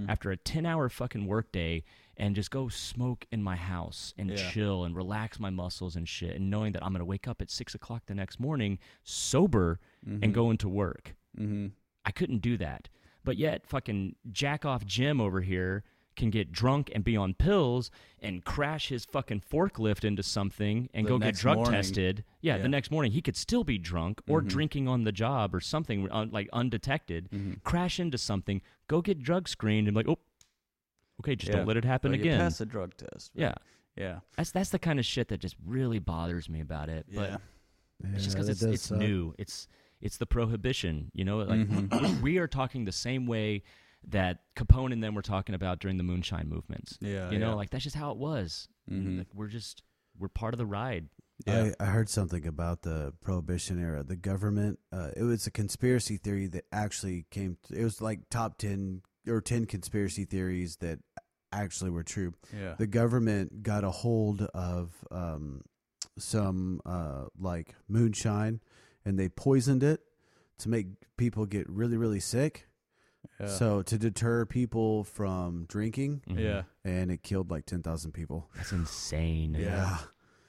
[SPEAKER 6] after a 10 hour fucking workday and just go smoke in my house and
[SPEAKER 3] Yeah.
[SPEAKER 6] chill and relax my muscles and shit and knowing that i'm gonna wake up at six o'clock the next morning sober and go into work
[SPEAKER 3] Mm-hmm.
[SPEAKER 6] I couldn't do that. But yet, fucking jack off Jim over here can get drunk and be on pills and crash his fucking forklift into something and
[SPEAKER 3] The
[SPEAKER 6] go get
[SPEAKER 3] next
[SPEAKER 6] drug
[SPEAKER 3] morning.
[SPEAKER 6] tested. Yeah,
[SPEAKER 3] Yeah.
[SPEAKER 6] the next morning he could still be drunk or
[SPEAKER 3] Mhm.
[SPEAKER 6] drinking on the job or something un- like undetected,
[SPEAKER 3] Mm-hmm.
[SPEAKER 6] crash into something, go get drug screened and be like, oh, okay, just
[SPEAKER 3] Yeah.
[SPEAKER 6] don't let it happen
[SPEAKER 3] But you
[SPEAKER 6] again.
[SPEAKER 3] pass a drug test. right?
[SPEAKER 6] yeah,
[SPEAKER 3] yeah,
[SPEAKER 6] that's that's the kind of shit that just really bothers me about it. But
[SPEAKER 3] yeah.
[SPEAKER 6] it's just
[SPEAKER 2] Yeah,
[SPEAKER 6] because
[SPEAKER 2] that
[SPEAKER 6] it's,
[SPEAKER 2] does
[SPEAKER 6] it's
[SPEAKER 2] suck.
[SPEAKER 6] new. It's it's the prohibition. You know, like we,
[SPEAKER 2] Mm-hmm.
[SPEAKER 6] we are talking the same way that Capone and them were talking about during the moonshine movements.
[SPEAKER 3] Yeah,
[SPEAKER 6] you know,
[SPEAKER 3] yeah.
[SPEAKER 6] like that's just how it was.
[SPEAKER 2] Mm-hmm.
[SPEAKER 3] Mhm.
[SPEAKER 6] Like, we're just we're part of the ride.
[SPEAKER 3] Yeah.
[SPEAKER 2] I, I heard something about the prohibition era. The government, uh, it was a conspiracy theory that actually came. it was like top ten or ten conspiracy theories that actually were true.
[SPEAKER 3] yeah.
[SPEAKER 2] The government got a hold of um, some uh, like moonshine, and they poisoned it to make people get really really sick.
[SPEAKER 3] yeah.
[SPEAKER 2] So to deter people from drinking,
[SPEAKER 6] Mhm.
[SPEAKER 3] yeah.
[SPEAKER 2] and it killed like ten thousand people.
[SPEAKER 6] that's insane.
[SPEAKER 3] Yeah.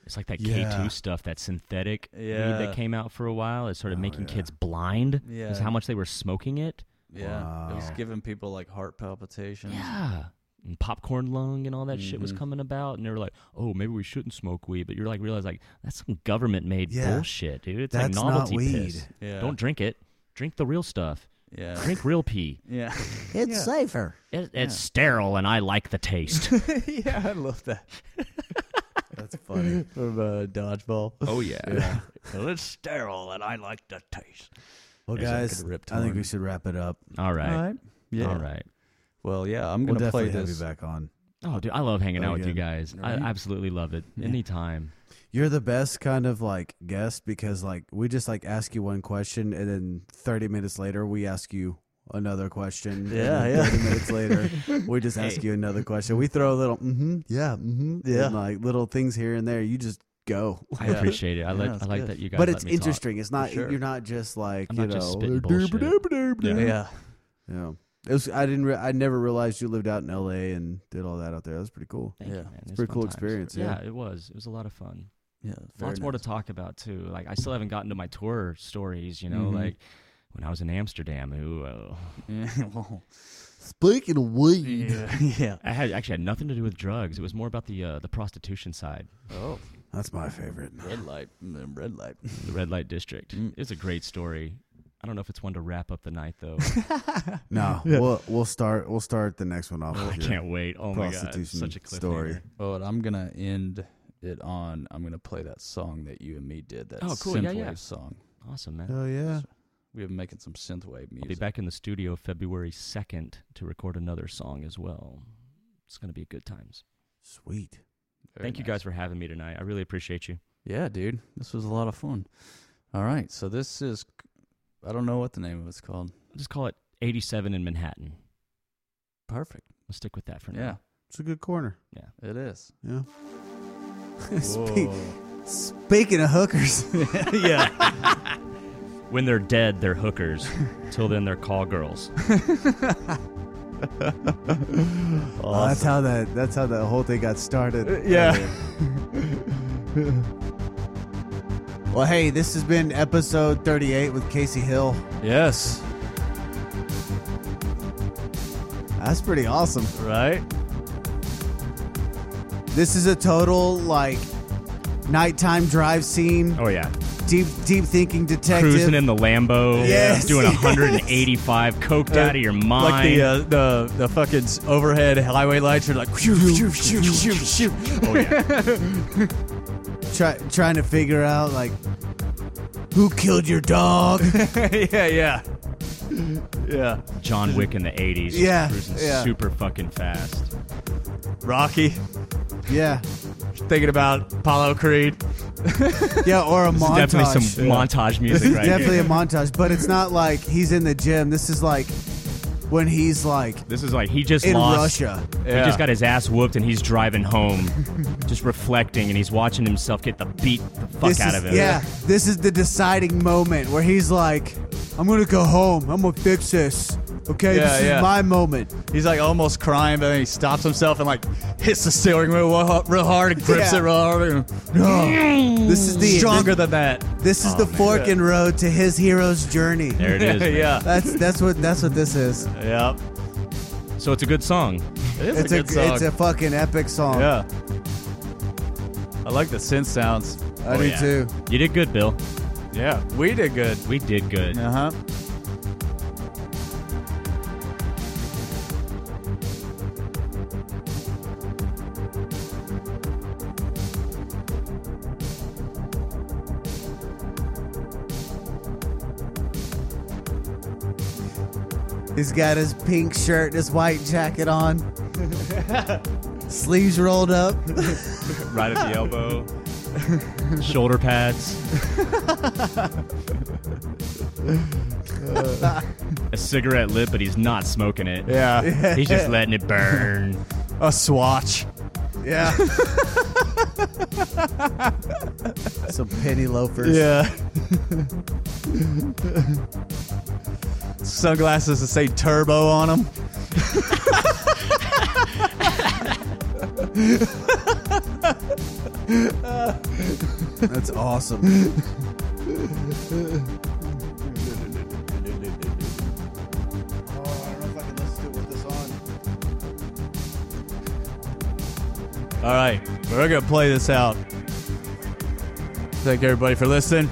[SPEAKER 6] It's like that
[SPEAKER 2] Yeah.
[SPEAKER 6] K2 stuff, that synthetic
[SPEAKER 3] Yeah.
[SPEAKER 6] weed that came out for a while. It started
[SPEAKER 2] Oh,
[SPEAKER 6] making
[SPEAKER 2] yeah.
[SPEAKER 6] kids blind.
[SPEAKER 3] Yeah.
[SPEAKER 6] Is how much they were smoking it.
[SPEAKER 3] Yeah. It was
[SPEAKER 2] Wow.
[SPEAKER 3] giving people like heart palpitations.
[SPEAKER 6] Yeah. And popcorn lung and all that shit was
[SPEAKER 2] Mm-hmm.
[SPEAKER 3] Mhm.
[SPEAKER 6] coming about, and they were like, "Oh, maybe we shouldn't smoke weed," but you're like, realize like that's some government made
[SPEAKER 2] Yeah.
[SPEAKER 6] bullshit, dude. It's
[SPEAKER 2] That's
[SPEAKER 6] like
[SPEAKER 2] not
[SPEAKER 6] novelty
[SPEAKER 2] weed.
[SPEAKER 6] piss.
[SPEAKER 3] Yeah.
[SPEAKER 6] Don't drink it. Drink the real stuff.
[SPEAKER 3] Yeah.
[SPEAKER 6] Drink real pee.
[SPEAKER 3] Yeah.
[SPEAKER 2] It's safer.
[SPEAKER 6] It, It's sterile, and I like the taste.
[SPEAKER 3] yeah. I love that.
[SPEAKER 2] That's That's funny.
[SPEAKER 7] From uh, dodgeball.
[SPEAKER 6] Oh yeah. well, it's sterile, and I like the taste.
[SPEAKER 2] Well,
[SPEAKER 7] There's like
[SPEAKER 2] guys,
[SPEAKER 7] a ripped
[SPEAKER 2] I think
[SPEAKER 7] one.
[SPEAKER 2] we should wrap it up.
[SPEAKER 6] All right.
[SPEAKER 7] All right. Yeah.
[SPEAKER 6] All right.
[SPEAKER 3] Well, yeah, I'm
[SPEAKER 2] We'll
[SPEAKER 3] gonna play
[SPEAKER 2] definitely have you
[SPEAKER 3] this.
[SPEAKER 2] back on.
[SPEAKER 6] Oh, dude, I love hanging
[SPEAKER 2] Very
[SPEAKER 6] out with you
[SPEAKER 2] good.
[SPEAKER 6] guys. I absolutely love it. Anytime.
[SPEAKER 2] You're the best kind of like guest because like we just like ask you one question and then 30 minutes later we ask you another question.
[SPEAKER 3] Yeah,
[SPEAKER 2] and then
[SPEAKER 3] yeah.
[SPEAKER 2] 30 minutes later we just ask you another question. We throw a little mm-hmm, yeah, mm-hmm,
[SPEAKER 3] Yeah.
[SPEAKER 2] and like little things here and there. You just go.
[SPEAKER 6] I
[SPEAKER 3] Yeah.
[SPEAKER 6] appreciate it. I like.
[SPEAKER 3] that's
[SPEAKER 6] I like
[SPEAKER 3] good.
[SPEAKER 6] that you guys.
[SPEAKER 2] but
[SPEAKER 6] let
[SPEAKER 2] it's
[SPEAKER 6] me talk.
[SPEAKER 2] interesting. It's not
[SPEAKER 3] sure.
[SPEAKER 2] you're not just like
[SPEAKER 6] I'm
[SPEAKER 2] you
[SPEAKER 6] not
[SPEAKER 2] know.
[SPEAKER 6] just spitting bullshit.
[SPEAKER 3] Yeah.
[SPEAKER 2] yeah. It was, I didn't. Re- I never realized you lived out in L.A. and did all that out there. That was pretty cool.
[SPEAKER 6] Thank
[SPEAKER 3] Yeah.
[SPEAKER 6] you, man. It's
[SPEAKER 2] pretty
[SPEAKER 6] fun
[SPEAKER 2] cool
[SPEAKER 6] times.
[SPEAKER 2] experience, yeah.
[SPEAKER 6] it was. It was a lot of fun.
[SPEAKER 3] Yeah, very
[SPEAKER 6] Lots more to
[SPEAKER 3] nice.
[SPEAKER 6] talk about too. Like I still haven't gotten to my tour stories. You know,
[SPEAKER 3] Mhm.
[SPEAKER 6] like when I was in Amsterdam. Who uh,
[SPEAKER 3] Yeah, well,
[SPEAKER 8] Speaking of weed,
[SPEAKER 3] yeah, yeah.
[SPEAKER 6] I had actually had nothing to do with drugs. It was more about the uh, the prostitution side,
[SPEAKER 3] Oh,
[SPEAKER 2] That's my favorite.
[SPEAKER 3] red light, mm, red light.
[SPEAKER 6] the red light district.
[SPEAKER 3] Mm.
[SPEAKER 6] It's a great story. I don't know if it's one to wrap up the night though.
[SPEAKER 2] No, we'll we'll start we'll start the next one off.
[SPEAKER 6] I
[SPEAKER 2] with your-
[SPEAKER 6] can't wait. Oh my god, it's
[SPEAKER 2] prostitution
[SPEAKER 6] such a cliffhanger.
[SPEAKER 2] story.
[SPEAKER 3] Well, and I'm gonna end it on. I'm gonna play that song that you and me did. That
[SPEAKER 6] Oh, cool, yeah,
[SPEAKER 3] synthwave
[SPEAKER 6] yeah.
[SPEAKER 3] song.
[SPEAKER 6] Awesome, man.
[SPEAKER 2] Oh yeah.
[SPEAKER 3] We've been making some synthwave music.
[SPEAKER 6] I'll be back in the studio February 2nd to record another song as well. It's going to be good times.
[SPEAKER 2] Sweet.
[SPEAKER 3] Very
[SPEAKER 6] Thank you
[SPEAKER 3] nice.
[SPEAKER 6] guys for having me tonight. I really appreciate you.
[SPEAKER 3] Yeah, dude, this was a lot of fun. All right, so this is. I don't know what the name of it's called.
[SPEAKER 6] Just call it 87 in Manhattan.
[SPEAKER 3] Perfect.
[SPEAKER 6] Let's stick with that for
[SPEAKER 3] Yeah,
[SPEAKER 6] now.
[SPEAKER 2] It's a good corner.
[SPEAKER 3] it is.
[SPEAKER 2] Yeah. Speak-
[SPEAKER 3] Whoa.
[SPEAKER 2] speaking of hookers,
[SPEAKER 6] yeah. when they're dead, they're hookers. Till then, they're call girls.
[SPEAKER 2] well, Oh, that's how that that's how that whole thing got
[SPEAKER 6] Uh,
[SPEAKER 2] started.
[SPEAKER 7] Yeah.
[SPEAKER 2] Well, hey, this has been episode 38 with Casey Hill.
[SPEAKER 7] Yes.
[SPEAKER 2] That's pretty awesome.
[SPEAKER 7] Right.
[SPEAKER 2] This is a total like nighttime drive scene,
[SPEAKER 6] Oh, yeah.
[SPEAKER 2] deep deep thinking detective.
[SPEAKER 6] Cruising in the Lambo.
[SPEAKER 2] Yes,
[SPEAKER 6] Doing
[SPEAKER 2] yes. Uh,
[SPEAKER 6] 185. Coked out of your mind.
[SPEAKER 7] Like the uh, the the fucking s- overhead highway lights are like.
[SPEAKER 6] oh, yeah.
[SPEAKER 2] Try, trying to figure out like who killed your dog.
[SPEAKER 7] yeah, yeah, yeah.
[SPEAKER 6] John Wick in the 80s. just
[SPEAKER 2] Yeah,
[SPEAKER 6] Cruising
[SPEAKER 2] yeah.
[SPEAKER 6] super fucking fast.
[SPEAKER 7] Rocky
[SPEAKER 2] yeah,
[SPEAKER 7] thinking about Apollo Creed.
[SPEAKER 2] yeah, or a montage.
[SPEAKER 6] Definitely some montage music
[SPEAKER 2] This
[SPEAKER 6] right
[SPEAKER 2] is definitely
[SPEAKER 6] here.
[SPEAKER 2] a montage, but it's not like he's in the gym. This is like when he's like
[SPEAKER 6] This is like he just
[SPEAKER 2] in
[SPEAKER 6] lost.
[SPEAKER 2] Russia.
[SPEAKER 7] Yeah.
[SPEAKER 6] He just got his ass whooped and he's driving home, just reflecting and he's watching himself get the beat the fuck
[SPEAKER 2] This
[SPEAKER 6] out
[SPEAKER 2] is-
[SPEAKER 6] of him.
[SPEAKER 2] Yeah, this is the deciding moment where he's like, "I'm gonna go home. I'm gonna fix this. Okay,
[SPEAKER 7] Yeah,
[SPEAKER 2] this is
[SPEAKER 7] yeah.
[SPEAKER 2] my moment."
[SPEAKER 7] He's like almost crying, but then he stops himself and like hits the steering wheel real ho- real hard and grips
[SPEAKER 2] Yeah.
[SPEAKER 7] it real hard. And,
[SPEAKER 2] This is the
[SPEAKER 7] stronger than Oh, that.
[SPEAKER 2] This, this is the fork in road to his hero's journey.
[SPEAKER 6] There it is. man.
[SPEAKER 7] yeah,
[SPEAKER 2] That's that's what that's what this is.
[SPEAKER 7] yeah.
[SPEAKER 6] So it's a good song.
[SPEAKER 7] It is
[SPEAKER 2] It's
[SPEAKER 7] a
[SPEAKER 2] a
[SPEAKER 7] good song.
[SPEAKER 2] it's a fucking epic song.
[SPEAKER 7] yeah. I like the synth sounds.
[SPEAKER 2] I do
[SPEAKER 6] yeah.
[SPEAKER 2] too.
[SPEAKER 6] You did good, Bill.
[SPEAKER 7] Yeah, we did good.
[SPEAKER 6] We did good.
[SPEAKER 7] Uh huh.
[SPEAKER 2] Uh-huh. He's got his pink shirt and his white jacket on. Sleeves rolled up.
[SPEAKER 6] Right at the elbow. Shoulder pads. a cigarette lit, but he's not smoking it.
[SPEAKER 7] Yeah.
[SPEAKER 6] He's just letting it burn.
[SPEAKER 7] a swatch.
[SPEAKER 2] Yeah. Some penny loafers.
[SPEAKER 7] Yeah. Sunglasses that say turbo on them.
[SPEAKER 2] That's awesome.
[SPEAKER 7] All right, we're gonna play this out. Thank everybody for listening.